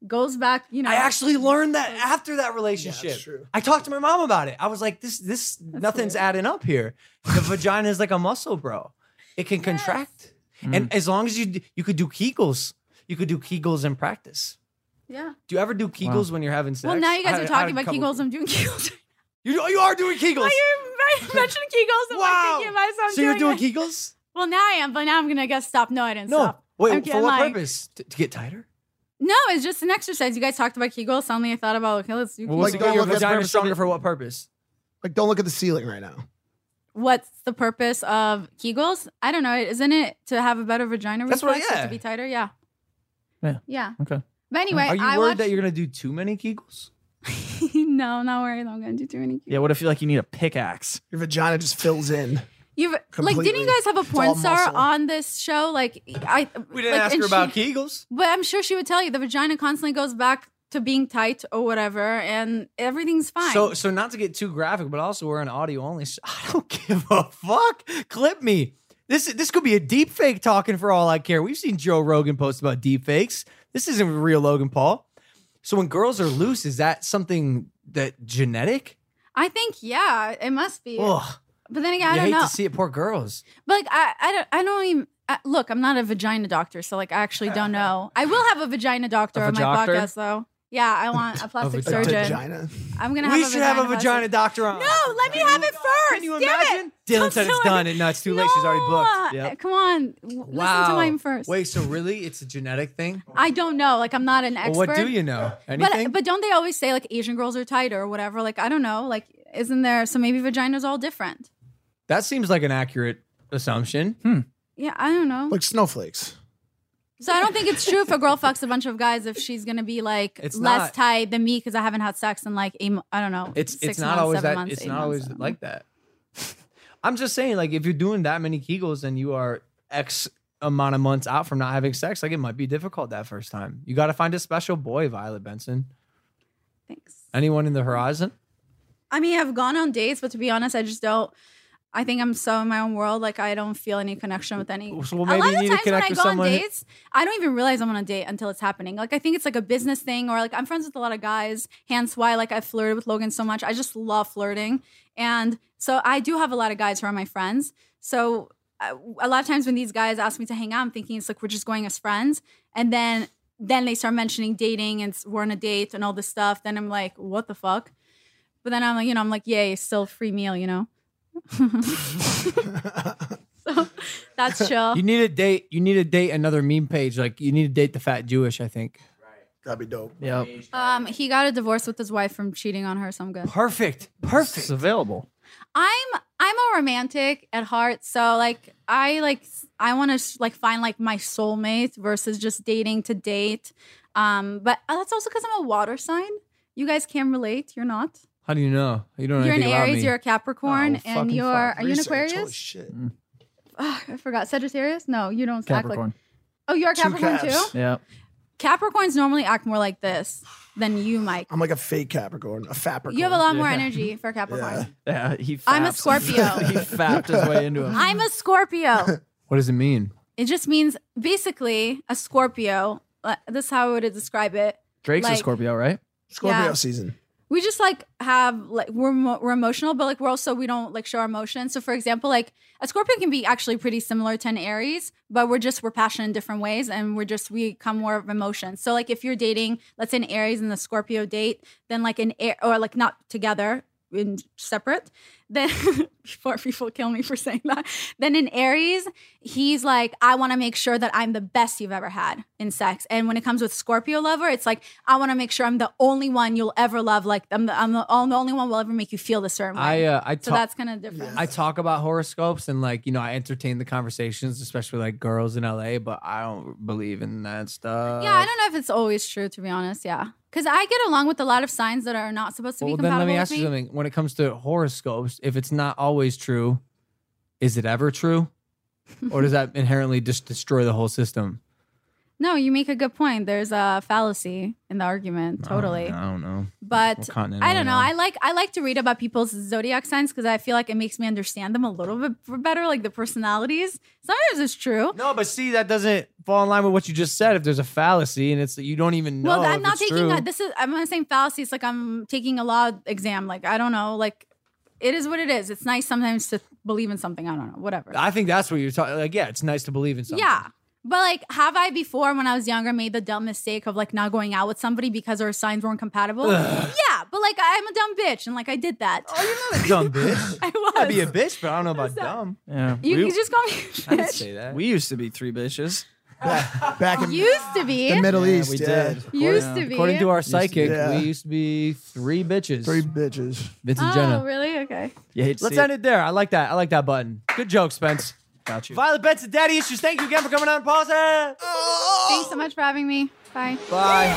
Speaker 5: goes back. You know.
Speaker 4: I actually learned that after that relationship. I talked to my mom about it. I was like, this, this, nothing's adding up here. The vagina is like a muscle, bro. It can contract,
Speaker 2: Mm.
Speaker 4: and as long as you d- you could do Kegels, you could do Kegels in practice.
Speaker 5: Yeah.
Speaker 4: Do you ever do Kegels when you're having sex?
Speaker 5: Well, now you
Speaker 4: I
Speaker 5: guys
Speaker 4: had-
Speaker 5: are
Speaker 4: I had
Speaker 5: talking
Speaker 4: a
Speaker 5: about
Speaker 4: couple-
Speaker 5: Kegels. I'm doing Kegels.
Speaker 4: You you are doing Kegels.
Speaker 5: I mentioned Kegels. I'm like thinking about myself
Speaker 4: so you're doing
Speaker 5: it.
Speaker 4: Kegels?
Speaker 5: Well, now I am, but now I'm gonna guess stop. No, I didn't
Speaker 4: No.
Speaker 5: stop.
Speaker 4: Wait,
Speaker 5: I'm
Speaker 4: for
Speaker 5: kidding,
Speaker 4: what
Speaker 5: lying.
Speaker 4: purpose? To, to get tighter?
Speaker 5: No, it's just an exercise. You guys talked about Kegels. Suddenly I thought about okay, let's do Kegels.
Speaker 3: Like, don't
Speaker 4: your
Speaker 3: look at the
Speaker 4: vagina
Speaker 3: purpose of
Speaker 4: stronger
Speaker 3: it.
Speaker 4: for what purpose?
Speaker 3: Like, don't look at the ceiling right now.
Speaker 5: What's the purpose of Kegels? I don't know. Isn't it to have a better vagina
Speaker 4: That's what-
Speaker 5: reflex? or
Speaker 4: yeah.
Speaker 5: To be tighter? Yeah.
Speaker 2: Yeah.
Speaker 5: Yeah.
Speaker 2: Okay.
Speaker 5: But anyway,
Speaker 4: are you
Speaker 5: I
Speaker 4: worried
Speaker 5: watched.
Speaker 4: that you're gonna do too many Kegels?
Speaker 5: no, not worried. I'm gonna do too many.
Speaker 2: Yeah, what if you like you need a pickaxe?
Speaker 3: Your vagina just fills in.
Speaker 5: You've like, didn't
Speaker 3: Completely.
Speaker 5: you guys have a
Speaker 3: It's
Speaker 5: porn
Speaker 3: all
Speaker 5: star
Speaker 3: muscle.
Speaker 5: on this show? Like, I
Speaker 4: We didn't
Speaker 5: like,
Speaker 4: ask
Speaker 5: and
Speaker 4: her about
Speaker 5: she-
Speaker 4: Kegels.
Speaker 5: But I'm sure she would tell you the vagina constantly goes back to being tight or whatever, and everything's fine.
Speaker 4: So, so not to get too graphic, but also we're an audio only. So I don't give a fuck. Clip me. This this could be a deep fake talking for all I care. We've seen Joe Rogan post about deep fakes. This isn't real Logan Paul. So when girls are loose, is that something that genetic?
Speaker 5: I think yeah, it must be.
Speaker 4: Ugh.
Speaker 5: But then again, I
Speaker 4: you
Speaker 5: don't
Speaker 4: hate
Speaker 5: know.
Speaker 4: to see it. Poor girls.
Speaker 5: But like I, I don't, I don't even I, look. I'm not a vagina doctor, so like I actually don't know. I will have a vagina doctor
Speaker 4: A
Speaker 5: on my
Speaker 4: vajoctor?
Speaker 5: podcast though. Yeah, I want a plastic
Speaker 4: vagina.
Speaker 5: surgeon.
Speaker 4: Vagina?
Speaker 5: I'm gonna.
Speaker 4: we
Speaker 5: have a
Speaker 4: should have a
Speaker 5: vagina plastic-
Speaker 4: vagina doctor on.
Speaker 5: No, let me have it first. Can you imagine?
Speaker 4: Dylan said it's done. and No, it's too late. She's already booked. Yep.
Speaker 5: Uh, Come on, w- listen to mine first.
Speaker 4: Wait, so really, it's a genetic thing?
Speaker 5: I don't know. Like I'm not an
Speaker 4: Well,
Speaker 5: expert.
Speaker 4: what do you know? Anything?
Speaker 5: But but don't they always say like Asian girls are tighter or whatever? Like I don't know. Like isn't there? So maybe vaginas all different.
Speaker 4: that seems like an accurate assumption. Hmm.
Speaker 5: Yeah, I don't know.
Speaker 3: Like snowflakes.
Speaker 5: So I don't think it's true if a girl fucks a bunch of guys if she's gonna be like
Speaker 4: It's
Speaker 5: less
Speaker 4: not.
Speaker 5: tight than me because I haven't had sex in like eight, mo- I don't know.
Speaker 4: It's
Speaker 5: six
Speaker 4: it's not
Speaker 5: months,
Speaker 4: always
Speaker 5: seven
Speaker 4: that.
Speaker 5: months,
Speaker 4: it's
Speaker 5: eight
Speaker 4: not
Speaker 5: months.
Speaker 4: always like that. I'm just saying, like, if you're doing that many Kegels and you are X amount of months out from not having sex, like, it might be difficult that first time. You got to find a special boy, Violet Benson.
Speaker 5: Thanks.
Speaker 4: Anyone in the horizon?
Speaker 5: I mean, I've gone on dates, but to be honest, I just don't. I think I'm so in my own world. Like I don't feel any connection with any.
Speaker 4: So maybe
Speaker 5: a lot
Speaker 4: you
Speaker 5: of
Speaker 4: need
Speaker 5: the
Speaker 4: to
Speaker 5: times when
Speaker 4: connect
Speaker 5: I
Speaker 4: with
Speaker 5: go on
Speaker 4: someone who-
Speaker 5: dates, I don't even realize I'm on a date until it's happening. Like I think it's like a business thing, or like I'm friends with a lot of guys. Hence why like I flirted with Logan so much. I just love flirting, and so I do have a lot of guys who are my friends. So uh, a lot of times when these guys ask me to hang out, I'm thinking it's like we're just going as friends, and then then they start mentioning dating and s- we're on a date and all this stuff. Then I'm like, what the fuck? But then I'm like, you know, I'm like, yay, still free meal, you know. so that's chill.
Speaker 4: You need to date. You need to date another meme page. Like, you need to date the fat Jewish. I think.
Speaker 3: That'd be dope.
Speaker 4: Yep.
Speaker 5: Um, he got a divorce with his wife from cheating on her, so I'm good.
Speaker 4: Perfect. Perfect. It's available.
Speaker 5: I'm I'm a romantic at heart, so like I like s- I want to like find like my soulmate versus just dating to date. Um, but uh, that's also because I'm a water sign. You guys can relate. You're not.
Speaker 4: How do you know? You don't know
Speaker 5: you're an
Speaker 4: anything about
Speaker 5: Aries.
Speaker 4: me.
Speaker 5: You're a Capricorn,
Speaker 4: Oh,
Speaker 5: and
Speaker 4: fucking
Speaker 5: you're
Speaker 4: fuck.
Speaker 5: are you an
Speaker 4: Research, holy
Speaker 5: Aquarius?
Speaker 3: shit.
Speaker 4: Mm.
Speaker 5: Ugh, I forgot Sagittarius. No, you don't act like.
Speaker 2: Capricorn.
Speaker 5: Oh, you're a Capricorn too.
Speaker 2: Yeah.
Speaker 5: Capricorns normally act more like this than you, Mike.
Speaker 3: I'm like a fake Capricorn, a Fapricorn.
Speaker 5: You have a lot more energy for Capricorn.
Speaker 2: Yeah, Uh, he. Faps.
Speaker 5: I'm a Scorpio.
Speaker 2: he fapped his way into him.
Speaker 5: I'm a Scorpio.
Speaker 4: What does it mean?
Speaker 5: It just means basically a Scorpio. uh, This is how I would describe it.
Speaker 2: Drake's a
Speaker 5: Like,
Speaker 2: Scorpio, right?
Speaker 5: Scorpio Yeah.
Speaker 3: season.
Speaker 5: We just like have like we're mo- we're emotional, but like we're also we don't like show our emotions. So for example, like a Scorpio can be actually pretty similar to an Aries, but we're just we're passionate in different ways, and we're just we come more of emotion. So like if you're dating, let's say an Aries and the Scorpio date, then like an air or like not together in separate, then before people kill me for saying that, then in Aries he's like, I want to make sure that I'm the best you've ever had in sex. And when it comes with Scorpio lover, it's like, I want to make sure I'm the only one you'll ever love. Like, I'm the, I'm the, I'm the only one will ever make you feel this certain
Speaker 4: I
Speaker 5: way.
Speaker 4: uh, I
Speaker 5: so
Speaker 4: talk-
Speaker 5: that's kind of different.
Speaker 4: I talk about horoscopes and like you know I entertain the conversations, especially with, like girls in LA. But I don't believe in that stuff.
Speaker 5: yeah, I don't know if it's always true, to be honest. Yeah. Because I get along with a lot of signs that are not supposed to
Speaker 4: well,
Speaker 5: be
Speaker 4: then
Speaker 5: compatible
Speaker 4: let me
Speaker 5: with
Speaker 4: ask
Speaker 5: me.
Speaker 4: you something. When it comes to horoscopes, if it's not always true, is it ever true, or does that inherently just destroy the whole system?
Speaker 5: No, you make a good point. There's a fallacy in the argument. Totally.
Speaker 4: I don't know.
Speaker 5: But
Speaker 4: What continent
Speaker 5: I
Speaker 4: are we
Speaker 5: don't know.
Speaker 4: on?
Speaker 5: I like I like to read about people's zodiac signs because I feel like it makes me understand them a little bit better, like the personalities. Sometimes it's true.
Speaker 4: No, but see, that doesn't fall in line with what you just said. If there's a fallacy and it's that you don't even know.
Speaker 5: well,
Speaker 4: if
Speaker 5: I'm not
Speaker 4: it's
Speaker 5: taking
Speaker 4: true.
Speaker 5: a, this is I'm not saying fallacy. It's like I'm taking a law exam. Like I don't know. Like it is what it is. It's nice sometimes to believe in something. I don't know. Whatever.
Speaker 4: I think that's what you're talking. Like, yeah, it's nice to believe in something.
Speaker 5: Yeah. But like, have I before when I was younger made the dumb mistake of like not going out with somebody because our signs weren't compatible?
Speaker 4: Ugh.
Speaker 5: Yeah, but like I'm a dumb bitch and like I did that.
Speaker 4: dumb bitch.
Speaker 5: I
Speaker 4: I'd be a bitch, but I don't know about dumb.
Speaker 2: Yeah.
Speaker 5: You
Speaker 2: we,
Speaker 5: can just call me a
Speaker 2: I didn't
Speaker 5: bitch.
Speaker 2: say that. We used to be three bitches.
Speaker 3: Back in
Speaker 5: Used to be.
Speaker 3: the Middle
Speaker 2: Yeah,
Speaker 3: East.
Speaker 2: we
Speaker 3: yeah.
Speaker 2: did.
Speaker 5: Used
Speaker 4: According-
Speaker 5: to be.
Speaker 4: According to our
Speaker 2: Used to be.
Speaker 4: psychic,
Speaker 2: Yeah.
Speaker 4: we used to be three bitches.
Speaker 3: Three bitches.
Speaker 4: Vince and
Speaker 5: Oh,
Speaker 4: Jenna.
Speaker 5: really? Okay.
Speaker 2: You hate to
Speaker 4: Let's
Speaker 2: see
Speaker 4: end it there. I like that. I like that button. Good joke, Spence.
Speaker 2: Got you.
Speaker 4: Violet Benson, Daddy Issues. Thank you again for coming on. Pause it.
Speaker 5: Thanks so much for having me. Bye.
Speaker 4: Bye.